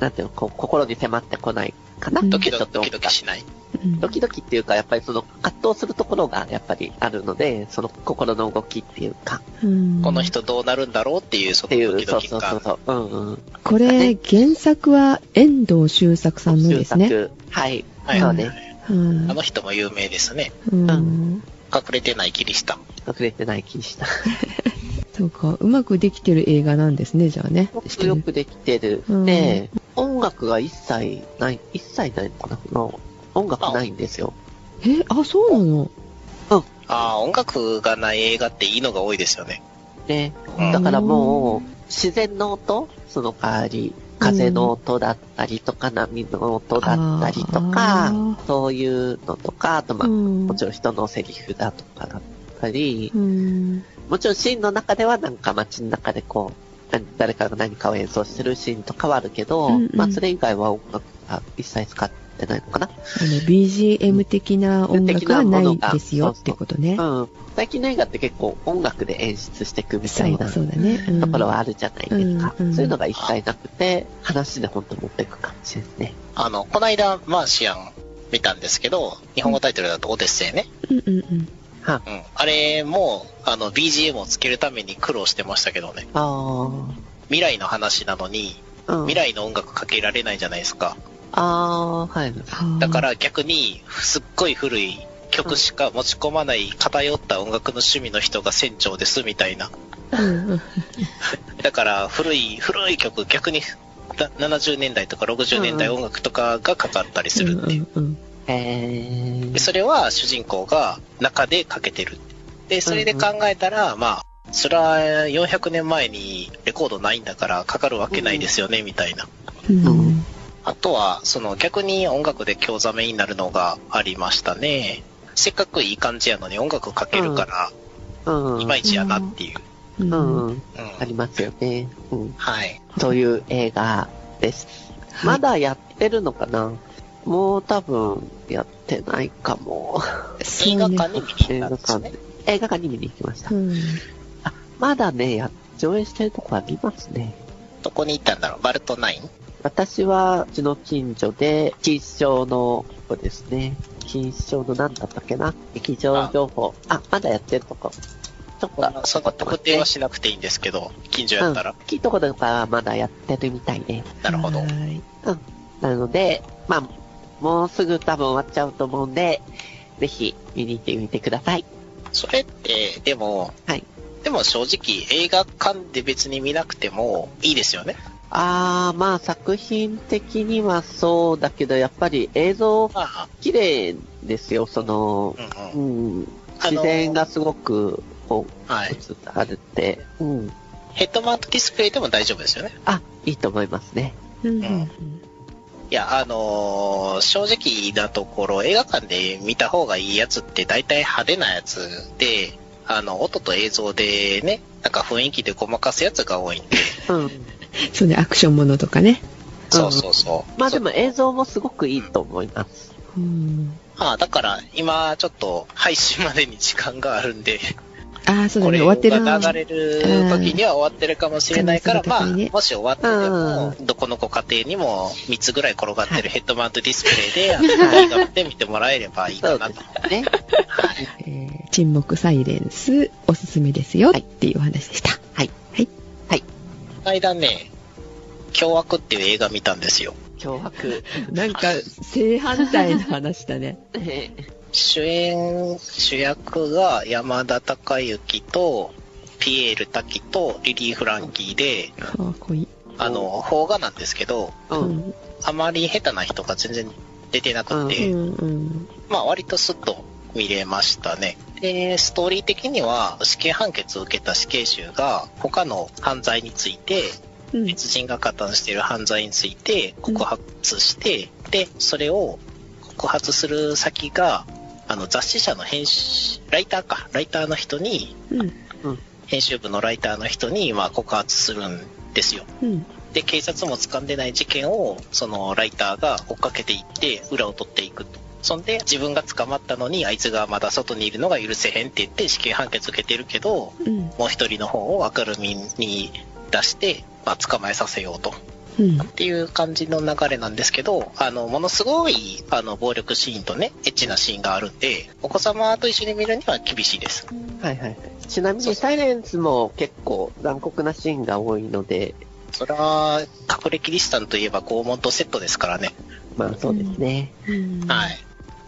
Speaker 4: なんていうの、こう心に迫ってこないかな
Speaker 3: うん
Speaker 4: っ
Speaker 1: ド
Speaker 4: て
Speaker 1: キ
Speaker 4: ち
Speaker 1: ド
Speaker 4: ょっ
Speaker 1: キ、
Speaker 4: と
Speaker 1: ド
Speaker 4: 思
Speaker 1: キ
Speaker 4: った
Speaker 1: ドキしない。
Speaker 3: うん
Speaker 4: ドキドキっていうか、やっぱりその葛藤するところがやっぱりあるので、その心の動きっていうか、
Speaker 3: うん
Speaker 1: この人どうなるんだろうっていう、そ
Speaker 4: って
Speaker 1: の
Speaker 4: いう、
Speaker 1: ドキド
Speaker 4: そう
Speaker 1: キ
Speaker 4: そうそ
Speaker 1: 感。
Speaker 4: うそう、うんうん。
Speaker 3: これ、原作は遠藤周作さんのですね。
Speaker 4: 収穫はい、
Speaker 1: はい
Speaker 4: そうね。
Speaker 3: うん
Speaker 1: あの人も有名ですね。
Speaker 3: うん
Speaker 1: 隠れてないキリシタン。
Speaker 4: 隠れてない気した。
Speaker 3: そうか、うまくできてる映画なんですね、じゃあね。
Speaker 4: すごくよくできてる。
Speaker 3: うん
Speaker 4: で、音楽が一切ない、一切ないのかなの音楽ないんですよ。
Speaker 3: え、あ、そうなの
Speaker 1: ああ、音楽がない映画っていいのが多いですよね。
Speaker 4: ね。
Speaker 1: うん
Speaker 4: だからもう、自然の音その代わり、風の音だったりとか、波の音だったりと
Speaker 3: あ
Speaker 4: か
Speaker 3: ー、
Speaker 4: そういうのとか、あとまあ、
Speaker 3: うん
Speaker 4: もちろん人のセリフだとかだったり、
Speaker 3: うん。
Speaker 4: もちろんシーンの中ではなんか街の中でこう、何誰かが何かを演奏してるシーンとかはあるけど、
Speaker 3: うんうん
Speaker 4: まあそれ以外は音楽が一切使ってないのかな。
Speaker 3: あの、BGM 的な音楽はないですよってことね。
Speaker 4: うん。最近の映画って結構音楽で演出していくみた
Speaker 3: そ
Speaker 4: いうな
Speaker 3: だ、そうだね。うん
Speaker 4: ところはあるじゃないですか。
Speaker 3: うんうん
Speaker 4: そういうのが一切なくて、話で本当持っていく感じですね。
Speaker 1: あの、この間、マーシアン見たんですけど、日本語タイトルだとオデッセイね。
Speaker 3: うんうんうん。
Speaker 1: うん。あれも、あの、BGM をつけるために苦労してましたけどね。
Speaker 4: あ
Speaker 1: 未来の話なのに、
Speaker 4: あ、うん。
Speaker 1: 未来の音楽かけられないじゃないですか。
Speaker 4: ああ、はい。
Speaker 3: あー
Speaker 1: だか、ら逆に、すっごい古い曲しか持ち込まない偏った音楽の趣味の人が船長ですみたいな。
Speaker 3: うんうん
Speaker 1: だから古い、古い曲、逆にだ70年代とか60年代
Speaker 4: うん
Speaker 1: 音楽とかがかかったりするっていう。
Speaker 3: うん
Speaker 4: えー
Speaker 1: で、それは主人公が中でかけてる。で、それで考えたら、まあ、それは400年前にレコードないんだからかかるわけないですよね、みたいな。
Speaker 3: うんうん
Speaker 4: うん
Speaker 1: あとは、その逆に音楽で興ざめになるのがありましたね。せっかくいい感じやのに音楽かけるから、
Speaker 4: うん。
Speaker 1: いまいちやなっていう。
Speaker 3: う。
Speaker 4: うんん。
Speaker 1: うん。
Speaker 4: ありますよね。うん。
Speaker 1: はい。
Speaker 4: という映画です。まだやってるのかな、もう多分やってないかも。
Speaker 1: 映
Speaker 3: そう
Speaker 1: 画
Speaker 3: ね
Speaker 1: 館に見に行
Speaker 4: 映
Speaker 1: った
Speaker 4: 画
Speaker 1: んですね
Speaker 4: 館で。。映画館に見に行きました
Speaker 3: う。ん
Speaker 4: まだね、や上映してるとこは見ますね。
Speaker 1: どこに行ったんだろうバルトナイン
Speaker 4: 私は、うちの近所で、錦糸町の、そうですね。錦糸町の何だったっけな劇場情報。あまだやってるとこ。ちょっと、
Speaker 1: そ
Speaker 4: そ
Speaker 1: の
Speaker 4: こ
Speaker 1: 特定はしなくていいんですけど、近所やったら。
Speaker 4: 聞いところとかはまだやってるみたいね。
Speaker 1: なるほど
Speaker 3: は。い
Speaker 4: なので、まあ、もうすぐ多分終わっちゃうと思うんで、ぜひ見に行ってみてください。
Speaker 1: それって、でも、
Speaker 4: はい
Speaker 1: でも正直、映画館で別に見なくてもいいですよね。
Speaker 4: あー、まあ作品的にはそうだけど、やっぱり映像
Speaker 1: まあ、
Speaker 4: 綺麗ですよ、その
Speaker 1: う、
Speaker 4: うん
Speaker 1: うん。
Speaker 4: ん、
Speaker 1: あの
Speaker 4: 自然がすごく、こ
Speaker 1: は
Speaker 4: う、映
Speaker 1: い
Speaker 4: っ。てあるって、うん、
Speaker 1: ヘッドマウントディスプレイでも大丈夫ですよね。
Speaker 4: あ、いいと思いますね。
Speaker 3: うんうん
Speaker 1: いや、あのー正直なところ、映画館で見た方がいいやつって大体派手なやつで、あの、音と映像でね、なんか雰囲気でごまかすやつが多いんで。
Speaker 4: うん。
Speaker 3: そうね、アクションものとかね。
Speaker 1: そうそうそう。
Speaker 4: まあでも
Speaker 1: そ
Speaker 4: 映像もすごくいいと思います。
Speaker 3: うん
Speaker 1: まあ、だから、今、ちょっと、配信までに時間があるんで、
Speaker 3: ああ、そうだ
Speaker 1: こ
Speaker 3: ね、
Speaker 1: れ
Speaker 3: 終わってる
Speaker 1: が流れる時には終わってるかもしれないから、
Speaker 3: うん
Speaker 1: ま
Speaker 3: 可
Speaker 1: あ、
Speaker 3: 能性が高いね
Speaker 1: もし終わってても
Speaker 4: う、
Speaker 1: どこのご家庭にも3つぐらい転がってるヘッドマウントディスプレイで、あの映画で見てもらえればいい
Speaker 4: そ
Speaker 1: か
Speaker 4: う
Speaker 1: な
Speaker 4: で
Speaker 1: と。
Speaker 4: すね。
Speaker 3: えー沈黙サイレンスおすすめですよっていうお話でした。
Speaker 1: この間ね、凶悪っていう映画見たんですよ。
Speaker 4: 凶 悪。
Speaker 3: なんか、正反対の話だ ね。
Speaker 4: ね
Speaker 1: 主演、主役が山田孝之と、ピエール滝とリリー・フランキーで、
Speaker 3: かっこいい。
Speaker 1: あの、邦画なんですけど、
Speaker 4: う。
Speaker 3: うんん。
Speaker 1: あまり下手な人が全然出てなくて、
Speaker 3: うんうん。
Speaker 1: まあ割とスッと見れましたね。で、ストーリー的には死刑判決を受けた死刑囚が他の犯罪について、
Speaker 3: うん
Speaker 1: 別人が加担している犯罪について告発して、で、それを告発する先があの雑誌社の編集、ライターか、ライターの人に、
Speaker 3: うん
Speaker 1: 編集部のライターの人に、まあ、告発するんですよ。
Speaker 3: うん
Speaker 1: で、警察も掴んでない事件を、そのライターが追っかけていって、裏を取っていくと。そんで、自分が捕まったのに、あいつがまだ外にいるのが許せへんって言って、死刑判決受けてるけど、
Speaker 3: うん
Speaker 1: もう一人の方を明るみに出して、まあ、捕まえさせようと。
Speaker 3: うん
Speaker 1: っていう感じの流れなんですけど、あの、ものすごい、あの、暴力シーンとね、エッチなシーンがあるんで、お子様と一緒に見るには厳しいです。
Speaker 4: はいはい。ちなみに、サイレンスも結構残酷なシーンが多いので、
Speaker 1: それは、隠れキリシタンといえば拷問とセットですからね。
Speaker 4: まあそうですね。
Speaker 3: うん
Speaker 1: はい。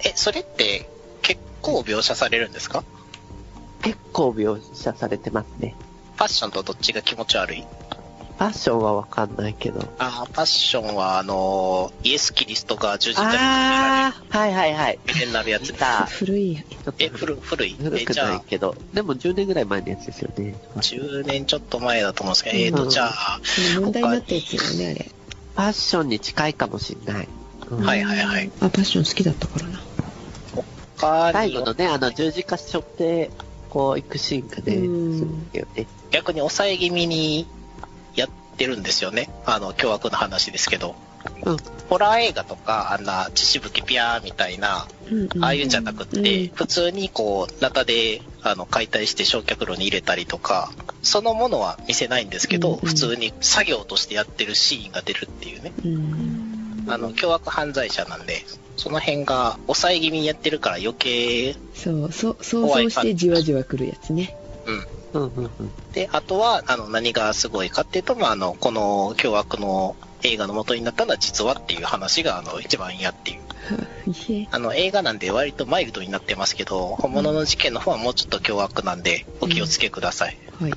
Speaker 1: え、それって、結構描写されるんですか
Speaker 4: 結構描写されてますね。
Speaker 1: ファッションとどっちが気持ち悪い
Speaker 4: ファッションはわかんないけど。
Speaker 1: あーファッションは、あの、イエス・キリストが十字架に
Speaker 4: ああ、はいはいはい。
Speaker 1: 目線になるやつ
Speaker 4: 見。た。
Speaker 3: 古い
Speaker 4: ちょっと
Speaker 1: え、古古い
Speaker 4: 古
Speaker 1: え、
Speaker 4: く
Speaker 1: じゃ
Speaker 4: ない
Speaker 1: あ、
Speaker 4: けど。でも10年ぐらい前のやつですよね。
Speaker 1: 10年ちょっと前だと思うんですけど、えっ、ー、
Speaker 4: う
Speaker 1: と、
Speaker 4: ん
Speaker 1: じゃあ、
Speaker 3: 問題になったやつだよねあれ
Speaker 4: ファッションに近いかもしんない。うん
Speaker 1: はいはいはい
Speaker 3: あファッション好きだったからな
Speaker 1: 他
Speaker 4: 最
Speaker 1: に
Speaker 4: 後のね、あの十字架背負って、こう行くシーンがね、
Speaker 3: うん
Speaker 4: すごいよね。
Speaker 1: 逆に抑え気味にやってるんですよね。あの、凶悪の話ですけど。
Speaker 4: うん
Speaker 1: ホラー映画とか、あんな、血しぶきピャーみたいな、ああいうんじゃなくって、
Speaker 3: うん
Speaker 1: 普通にこう、ナタで、あの、解体して焼却炉に入れたりとか、そのものは見せないんですけど、
Speaker 3: うん
Speaker 1: 普通に作業としてやってるシーンが出るっていうね。
Speaker 3: うん
Speaker 1: あの、凶悪犯罪者なんで、その辺が抑え気味にやってるから余計、
Speaker 3: そうそう想像してじわじわ来るやつね
Speaker 1: うん。
Speaker 4: うんうんうん。
Speaker 1: で、あとは、あの、何がすごいかっていうと、まあ、あの、この凶悪の映画の元になったのは実はっていう話が、あの、一番嫌っていう。
Speaker 3: いえ
Speaker 1: あの、映画なんで割とマイルドになってますけど、本物の事件の方はもうちょっと凶悪なんで、お気をつけください。
Speaker 3: はい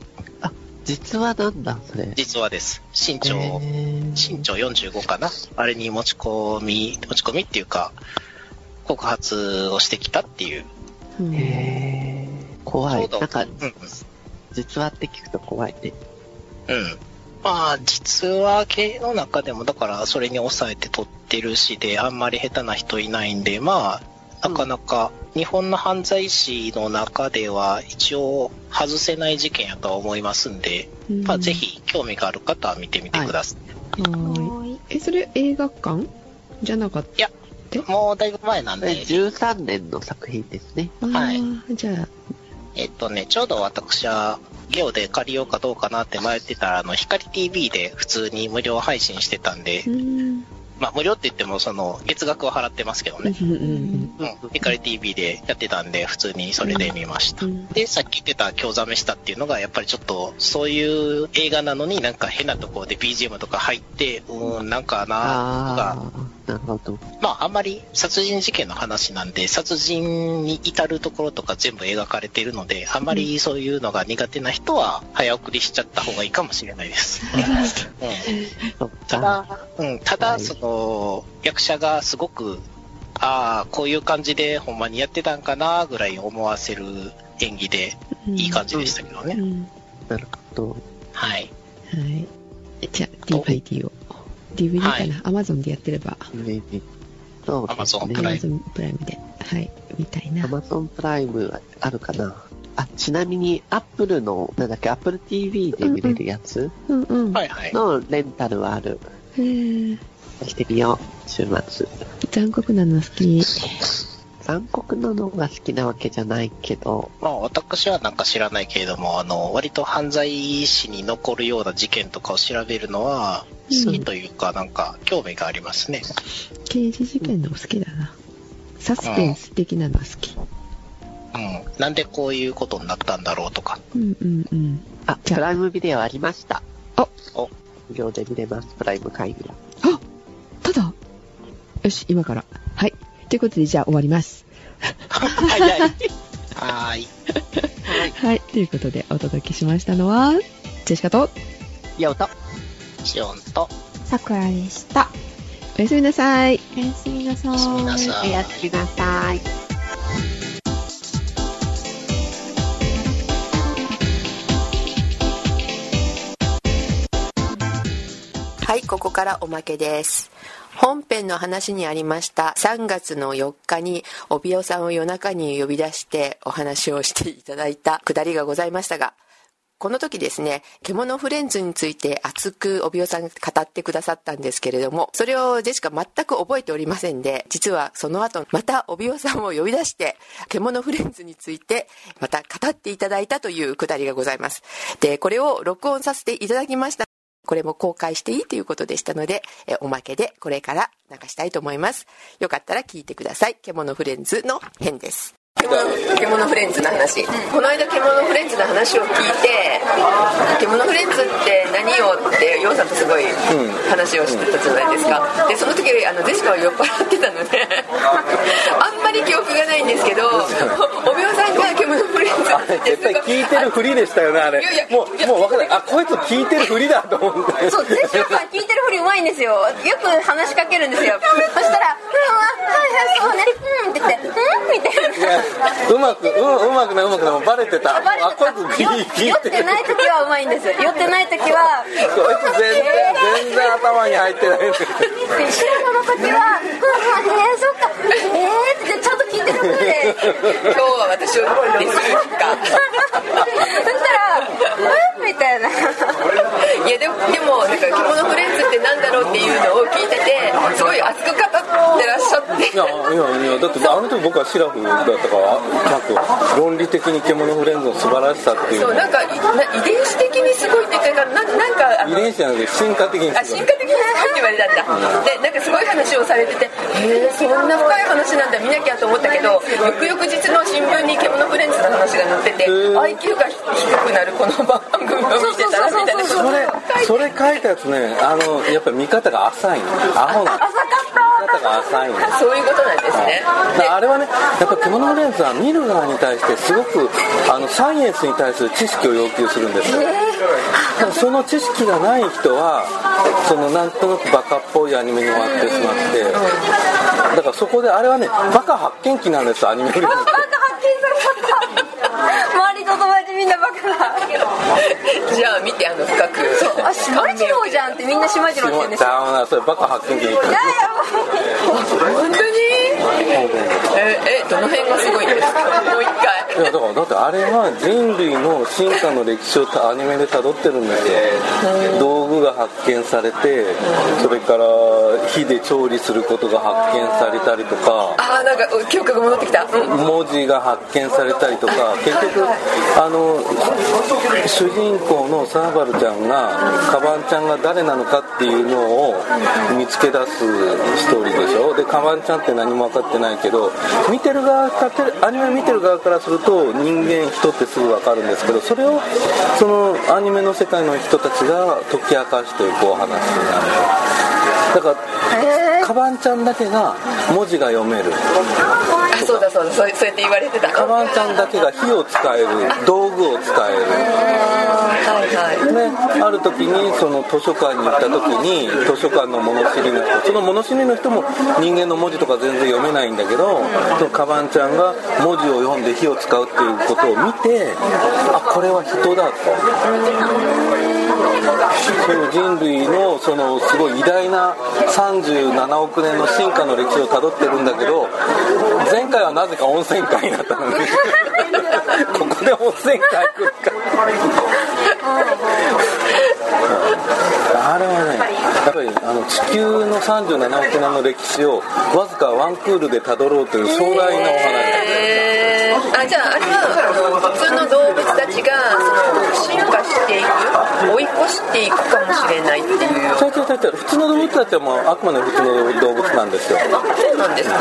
Speaker 4: 実はなんだ、それ。
Speaker 1: 実はです。身長、身
Speaker 4: 身
Speaker 1: 長45かなあれに持ち込み、持ち込みっていうか、告発をしてきたっていう。
Speaker 3: うん
Speaker 4: へー怖
Speaker 1: ちょ。
Speaker 4: いう
Speaker 1: ど
Speaker 4: なんか
Speaker 1: う、ん。
Speaker 4: 実話って聞くと怖いね。
Speaker 1: うん。まあ、実は系の中でも、だから、それに抑えて撮ってるしで、あんまり下手な人いないんで、まあ、なかなか、日本の犯罪史の中では、一応、外せない事件やとは思いますんで、
Speaker 3: うん
Speaker 1: まあ、ぜひ、興味がある方は見てみてください。
Speaker 3: はーい
Speaker 2: はーい。
Speaker 3: えそれ映画館じゃなかっ
Speaker 1: もう、だいぶ前なんで、
Speaker 4: え13年の作品ですね。
Speaker 3: た
Speaker 1: はい
Speaker 3: あーじゃあ
Speaker 1: えっとね、ちょうど私は、ゲオで借りようかどうかなって迷ってたら、あの、光 TV で普通に無料配信してたんで
Speaker 3: う、ん
Speaker 1: まあ、無料って言っても、その、月額は払ってますけど
Speaker 3: うん
Speaker 1: ね。
Speaker 3: うんうん
Speaker 1: うん、ヒカリ TV でやってたんで、普通にそれで見ました。
Speaker 3: うん
Speaker 1: で、さっき言ってた興ざめしたっていうのが、やっぱりちょっと、そういう映画なのになんか変なところで BGM とか入って、うーん、なんかなとか、
Speaker 4: ああ、なるほど。
Speaker 1: まあ、あんまり殺人事件の話なんで、殺人に至るところとか全部描かれてるので、あんまりそういうのが苦手な人は、早送りしちゃった方がいいかもしれないです。うん
Speaker 4: そったか。
Speaker 1: だ、うん、ただ、その、役者がすごく、ああ、こういう感じで、ほんまにやってたんかな、ぐらい思わせる演技で、
Speaker 3: うん
Speaker 1: いい感じでしたけどね。
Speaker 3: うん
Speaker 4: なるほど。
Speaker 1: はい。
Speaker 3: はいじゃあ DVD を DVD か
Speaker 1: はい
Speaker 3: な Amazon でやってれば
Speaker 4: ねねそうですね。
Speaker 1: Amazon プライム
Speaker 3: Amazon プライムではいみたいな
Speaker 4: Amazon プライムはあるかな。あ、ちなみに、アップルの、なんだっけ、アップル TV で見れるやつ
Speaker 3: うんうん
Speaker 1: はいはい。
Speaker 4: のレンタルはある。
Speaker 3: へー
Speaker 4: してみよう、週末。
Speaker 3: 残酷なの好き
Speaker 4: 残酷なのが好きなわけじゃないけど、
Speaker 1: まあ、私はなんか知らないけれども、あの、割と犯罪史に残るような事件とかを調べるのは、
Speaker 3: うん
Speaker 1: 好きというか、なんか、興味がありますね。
Speaker 3: 刑事事件のも好きだなサスペンス的なのは好き
Speaker 1: うん。なんでこういうことになったんだろうとか。
Speaker 3: うんうんうん
Speaker 4: あ、
Speaker 3: じゃあ
Speaker 4: プライムビデオありました。
Speaker 3: あ
Speaker 1: お
Speaker 4: 無料で見れます、プライム会議は。
Speaker 3: ただよし今からはいということでじゃあ終わります
Speaker 1: 早い。はーい。
Speaker 3: はいということでお届けしましたのはジェシカと
Speaker 4: ようと。
Speaker 1: シオンと、
Speaker 2: さくらでした。
Speaker 3: おやすみなさい
Speaker 2: おやすみなさ
Speaker 1: おやすみ
Speaker 2: ー。
Speaker 1: ないさ
Speaker 4: お
Speaker 1: い。
Speaker 4: やすみなさい。
Speaker 5: はい、ここからおまけです。本編の話にありました3月の4日に帯尾さんを夜中に呼び出してお話をしていただいたくだりがございましたが、この時ですね、獣フレンズについて熱く帯尾さんが語ってくださったんですけれども、それをジェシカ全く覚えておりませんで、実はその後また帯尾さんを呼び出して、獣フレンズについてまた語っていただいたというくだりがございます。で、これを録音させていただきました。これも公開していいということでしたので、えおまけでこれから流したいと思います。よかったら聞いてください。獣フレンズの編です。獣獣フレンズの話、この間獣フレンズの話を聞いて獣フレンズって何よってヨウさんとすごい話をしてたじゃないですか、でその時あのジェシカは酔っ払ってたので あんまり記憶がないんですけどおびおさんが獣フレンズって
Speaker 6: 絶対聞いてるふりでしたよねあれ
Speaker 5: いやいや
Speaker 6: もうもう分かんないあこいつ聞いてるふりだと思って
Speaker 7: そう、ゼシカさん聞いてるふりうまいんですよ。よく話しかけるんですよ。そしたら、うん、あはいはい、そうね、うんって言って、うんみたいな。
Speaker 6: うまくうんうまくないうまくないバレてた
Speaker 7: バレ
Speaker 6: あこいつ
Speaker 7: てた
Speaker 6: 聞い聞い
Speaker 7: 酔ってて
Speaker 6: る
Speaker 7: ない時はうまいんですよ。酔ってない時は、
Speaker 6: こいつ全然全然頭に入ってないんですよ
Speaker 7: 後ろの子たちは、うんうん、えー、そっか、えーってちゃんと聞いてるふりで。
Speaker 5: 今日は私をディスるか
Speaker 7: そしたら、うんみたいな。
Speaker 5: いやでもでもなんか獣フレンズってなんだろうっていうのを聞いててすごい熱く語ってらっしゃって
Speaker 6: いやいやいやだってあの時僕はシラフだったからなんか論理的に獣フレンズの素晴らしさってい
Speaker 5: そう
Speaker 6: うのを
Speaker 5: なんかいな遺伝子的にすごいっていうかななんかあ
Speaker 6: 遺
Speaker 5: の
Speaker 6: 伝子じゃなくて進化的に
Speaker 5: あ
Speaker 6: すご
Speaker 5: 進
Speaker 6: い
Speaker 5: 化的にすごいって言われたんだでなんかすごい話をされててへえそんな深い話なんだ見なきゃと思ったけど翌々日の新聞に獣フレンズの話が載ってて
Speaker 6: ー
Speaker 5: IQ が低くなるこの番組を見てたらみたいな
Speaker 6: それそれ書いたやつねあのやっぱり見方が浅いのアホなの見方が浅いの
Speaker 5: そういうことなんですね
Speaker 6: であれはねやっぱ獣フレンズは見る側に対してすごくあのサイエンスに対する知識を要求するんですよだからその知識がない人はそのなんとなくバカっぽいアニメに終わってしまってだからそこであれはねバカ発見機なんですアニメよりも
Speaker 7: バカ発見されちゃった。周りの友達みんなバカだ。
Speaker 5: じゃあ見てあの深く
Speaker 7: あ、しまじろうじゃんってみんなしまじろうって言うんですよ。
Speaker 6: だなそれバカ発見機に行ったん
Speaker 7: い
Speaker 6: で
Speaker 7: や
Speaker 6: す
Speaker 5: 本当にええどの辺がすごいんですかもう一回
Speaker 6: いやだからだってあれは人類の進化の歴史をたアニメで辿ってるんですよ道具が発見されてそれから火で調理することが発見されたりとか
Speaker 5: ああなんか記憶が戻ってきた、うん、
Speaker 6: 文字が発見されたりとか結局あの主人公のサーバルちゃんがカバンちゃんが誰なのかっていうのを見つけ出すストーリーでしょでカバンちゃんって何も分かってないけど見てる側かテレアニメ見てる側からすると人間人ってすぐ分かるんですけどそれをそのアニメの世界の人たちが解き明かしていくお話になるだからカバンちゃんだけが文字が読める
Speaker 5: あそうだそうだそうそうやって言われてた
Speaker 6: カバンちゃんだけが火を使える道具を使え
Speaker 5: はいはい
Speaker 6: る、ね、ある時にその図書館に行った時に図書館の物知りの人その物知りの人も人間の文字とか全然読めないんだけどそのカバンちゃんが文字を読んで火を使うっていうことを見てあこれは人だと。そういう人類のそのすごい偉大な37億年の進化の歴史をたどってるんだけど前回はなぜか温泉会になったのねここで温泉会来るかあれはねやっぱりあの地球の37億年の歴史をわずかワンクールでたどろうという壮大なお話
Speaker 5: えー、あじゃああれはあの普通の動物たちがその進化していく追い越していくかもしれないっていう
Speaker 6: ちょいちょいちょいちょい普通の動物たちはもうあくまで普通の動物なんですよ
Speaker 5: そうなんですか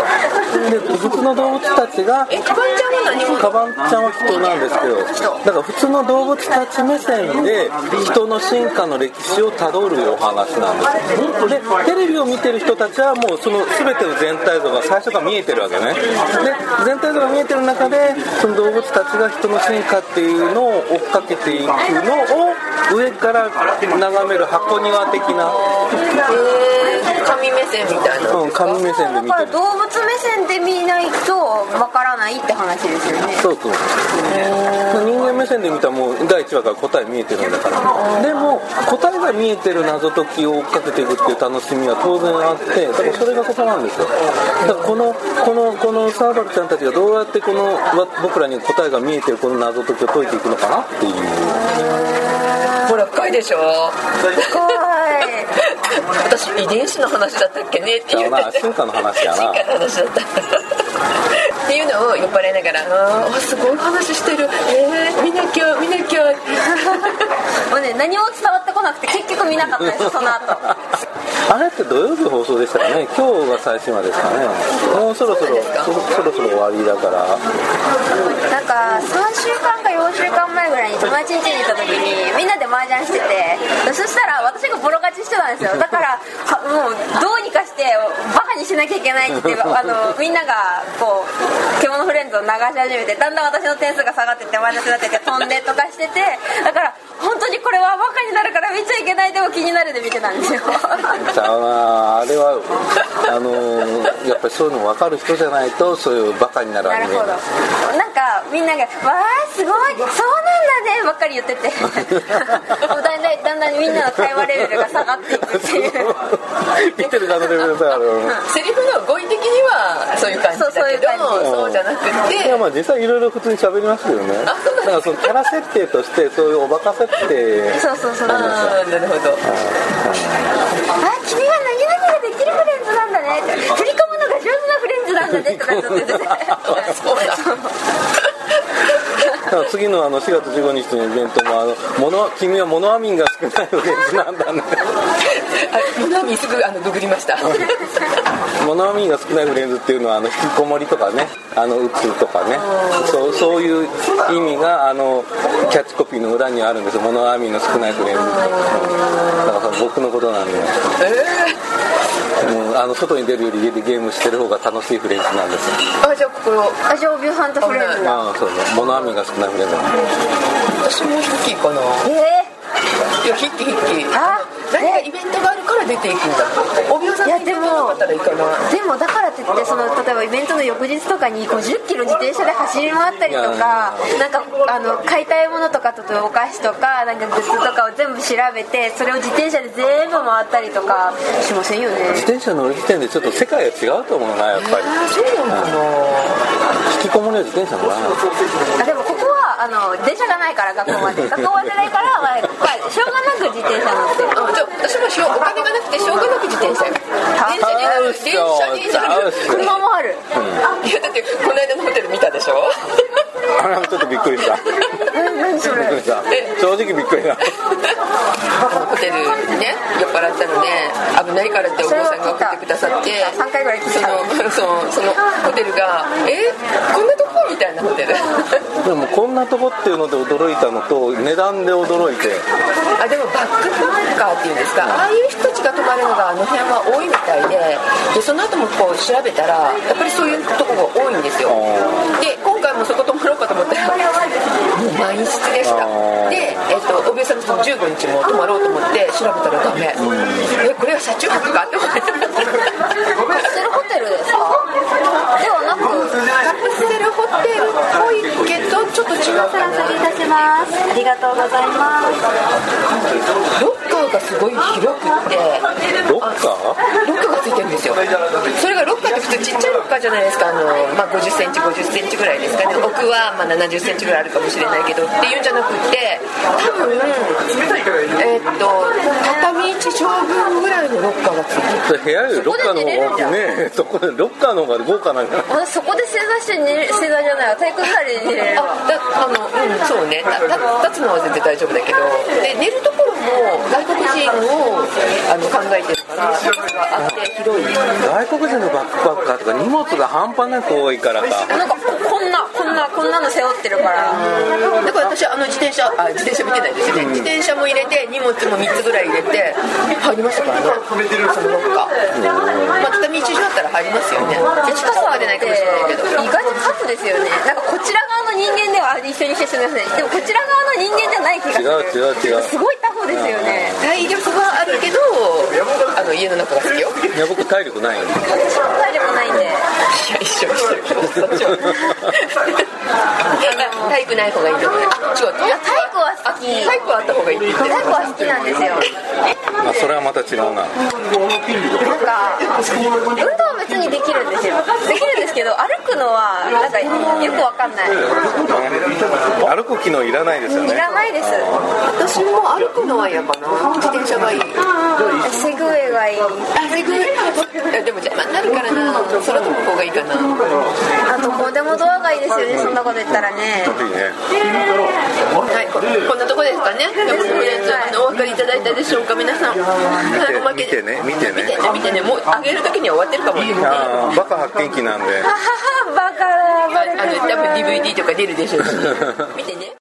Speaker 6: で普通の動物たちが
Speaker 5: えカバンちゃんは何者
Speaker 6: カバンちゃんは人なんですけどだから普通の動物たち目線で人の進化の歴史をたどるお話なんですよでテレビを見てる人たちはもうその全ての全体像が最初から見えてるわけねで全体像が見えてる中でその動物たちが人の進化っていうのを追っかけていくのを上から眺める箱庭的な、
Speaker 5: えー、神目線みたいな
Speaker 6: うん、神目線で
Speaker 7: だ
Speaker 6: 見
Speaker 7: か
Speaker 6: て
Speaker 7: ら
Speaker 6: る
Speaker 7: 動物目線で見ないとわからないって話ですよね
Speaker 6: そうそう人間目線で見たらもう第1話から答え見えてるんだからでも答えが見えてる謎解きを追っかけていくっていう楽しみは当然あってだからそれがここなんですよだからこのこのこのサーバルちゃんたちがどうやってこのわ僕らに答えが見えてるこの謎解きを解いていくのかなっていう
Speaker 5: ほら深いでしょ
Speaker 7: 怖い
Speaker 5: 私遺伝子の話だったっけねってい
Speaker 6: だ
Speaker 5: う
Speaker 6: からな進化の話や
Speaker 5: 進
Speaker 6: な
Speaker 5: 化の話だったっていうのを酔っ払いながら「あーすごい話してるえー、見なきゃ見なきゃ」
Speaker 7: もうね何も伝わってこなくて結局見なかったですその後
Speaker 6: あれって土曜日放送でしたかね今日が最新話ですかねもうそろそろそろそろそろ終わりだから
Speaker 7: なんか3週間か4週間前ぐらいに友達ん家に行った時にみんなで麻雀しててそしたら私がボロ勝ちしてたんですよだからはもうどうにかしてバカにしなきゃいけないって言ってあのみんながこう「獣フレンズ」を流し始めてだんだん私の点数が下がってってマイナスになってって飛んでとかしててだから本当にこれはバカになるから見ちゃいけないでも気になるで見てたんですよ
Speaker 6: ちゃうなあれはあのーやっぱりそういうの分かる人じゃないとそういうバカになるア
Speaker 7: なる
Speaker 6: ニメ
Speaker 7: ほどなんかみんなが「わあすごいそうなんだね」ばっかり言っててもうだんだんだんだんみんなの会話レベルが下がっていくっていう
Speaker 6: 見てる側のレベルだある
Speaker 5: セリフの語彙的にはそういう感じだけど
Speaker 7: そうそういう感じ
Speaker 5: そうじゃなく
Speaker 6: いや
Speaker 5: て
Speaker 6: まあ実際いろいろ普通に喋りますけどねだからそのキャラ設定としてそういうおバカ設定
Speaker 7: そうそうそうあ
Speaker 5: あーなるほど
Speaker 7: 君は何々ができるフレンズなんだね振り込むのが上手なフレンズなんだねとかずっと
Speaker 5: そ
Speaker 7: 言ってて
Speaker 5: うだ
Speaker 6: だから次のあの4月15日のイベントもあのモノ君はモノアミンが少ないフレンズなんだね
Speaker 5: あみなみすぐあのググりま した
Speaker 6: モノアミンが少ないフレンズっていうのはあの引きこもりとかねあのうつとかねそうそういう意味があのキャッチコピーの裏にあるんですよモノアミンの少ないフレンズってだからその僕のことなんで、
Speaker 5: え
Speaker 6: うん、あの外に出るより家でゲームしてる方が楽しいフレンズなんですよ
Speaker 5: ー、あじゃあここ
Speaker 7: あじゃあおびおさんとフレンズだ
Speaker 6: ああそうねモノアミンが少ないフレンズ
Speaker 5: 私もヒッキーかな
Speaker 7: ええ
Speaker 5: いやヒッキーヒッキー
Speaker 7: あ
Speaker 5: 何かイベントがあるから出ていくんだおびおさんがイベントなかったら行かない
Speaker 7: でもだからといってその例えばイベントの翌日とかに5 0キロ自転車で走り回ったりと
Speaker 6: い
Speaker 7: かなんかあの買いたいものとか例えばお菓子とかなんかグッズとかを全部調べてそれを自転車で全部回ったりとかしませんよ
Speaker 6: 自
Speaker 7: ね
Speaker 6: 転車乗る時点でちょっと世界が違うと思うなやっぱり
Speaker 5: あそうなのか
Speaker 6: 引きこもりは自転車乗らない
Speaker 7: あでもここはあの電車がないから学校まで学校までないから、まあ、しょうがなく自転車乗ってる
Speaker 5: なあじゃあ私もしょうお金がなくてしょうがなく自転車電
Speaker 6: うっ
Speaker 5: 車
Speaker 6: し
Speaker 5: に乗る電車電車
Speaker 6: ょうっしょ
Speaker 7: 車もある
Speaker 5: いやだってこの間のホテル見たでしょ
Speaker 6: あれはちょっとびっくりしたびっ
Speaker 7: 何そ
Speaker 6: くり
Speaker 7: れ
Speaker 6: した正直びっくりした
Speaker 5: ホテルにね酔っ払ったので危ないからってお坊さんが送ってくださって
Speaker 7: 3回ぐらい聞い
Speaker 5: そ
Speaker 7: た
Speaker 5: のそのそのホテルがえこんなとこみたいなホテル
Speaker 6: でもこんなとこっていうので驚いたのと値段で驚いて
Speaker 5: あでもバックパッカーっていうんですかああいう人たちが泊まるのがあの辺は多いみたいででその後もこう調べたらやっぱりそういうとこが多いんですよで今回もそこ泊まろうかと思ったらもう満室でした
Speaker 6: あー
Speaker 5: で、えっとおびえさんの人も15日も泊まろうと思って調べたらダメえこれは車中泊かって思って
Speaker 7: カプセルホテルですかではなく
Speaker 5: カプセルホテルっぽいけどちょっと違うかな
Speaker 7: 失礼いたしますありがとうございます
Speaker 5: ロッカーがすごい広くって
Speaker 6: ロッカー
Speaker 5: ロッカーがついてるんですよそれがロッカーって普通ちっちゃいロッカーじゃないですかあの、まあ、5 0センチ5 0センチぐらいですかね奥はまあ7 0センチぐらいあるかもしれないけどっていうんじゃなくて多分えーっと畳1畳分ぐらいのロッカーがついてる
Speaker 6: それ部屋よりロッカーの方がねえそこでロッカーの方が豪華なんじゃない
Speaker 7: 私そこで正座して寝れ正座じゃないわ体育座りで寝れる
Speaker 5: あだあのうんそうねたた立つのは全然大丈夫だけどで寝るところも外国人をあの考えてるからそれがあって広い
Speaker 6: 外国人のバックパッカーとか荷物が半端なく多いからさ
Speaker 7: なんかここんなこんななこんなの背負ってるから
Speaker 5: だから私あの自転車あ自転車見てないですね自転車も入れて荷物も3つぐらい入れて入りましたからねそのロッカーまあ畳1畳だったら入りますよね
Speaker 7: で近さは出ないかもしれないけど意外とカットですよねなんかこちら側の人間ではあ一緒にしてすみませんでもこちら側の人間じゃない気が
Speaker 6: 違う違
Speaker 7: する
Speaker 6: う違う
Speaker 7: すごいタフですよね
Speaker 5: 体力はあるけどあの家の中が好きよ
Speaker 6: いや僕体力ないよ
Speaker 7: 私も体力ないんで
Speaker 5: いや一緒一緒一緒 一緒いや体育ない方がいいと思うあ違う
Speaker 7: いや体育は好き
Speaker 5: 体育はあった方がいいって言ってる
Speaker 7: タコは好きな んですよ
Speaker 6: あそれはまた違うな
Speaker 7: なんか運動は別にできるんですよできるんですけど歩くのはなんかよくわかんないい
Speaker 6: 歩く機能いらないですよね
Speaker 7: らないです
Speaker 5: 私も歩くのは嫌かな自転車がいい
Speaker 7: セグウェイがいい
Speaker 5: あれぐらいいやでも邪魔になるからな空飛ぶ方がいいかな
Speaker 7: あとこうでもドアがいいですよねそんなこと言ったらね
Speaker 6: いいね
Speaker 5: はい、ここんなとこですかね。でもとりあえずあのお分かりいただいたでしょうか皆さん。おま
Speaker 6: 見
Speaker 5: け
Speaker 6: て見てね見て
Speaker 5: 見て
Speaker 6: ね
Speaker 5: ね見てねもうあげる時には終わってるかもね。あ
Speaker 6: ああバカ発 見機なんで
Speaker 7: あははバカだバレて
Speaker 5: の
Speaker 7: る
Speaker 5: 多分 DVD とか出るでしょうし。見てね。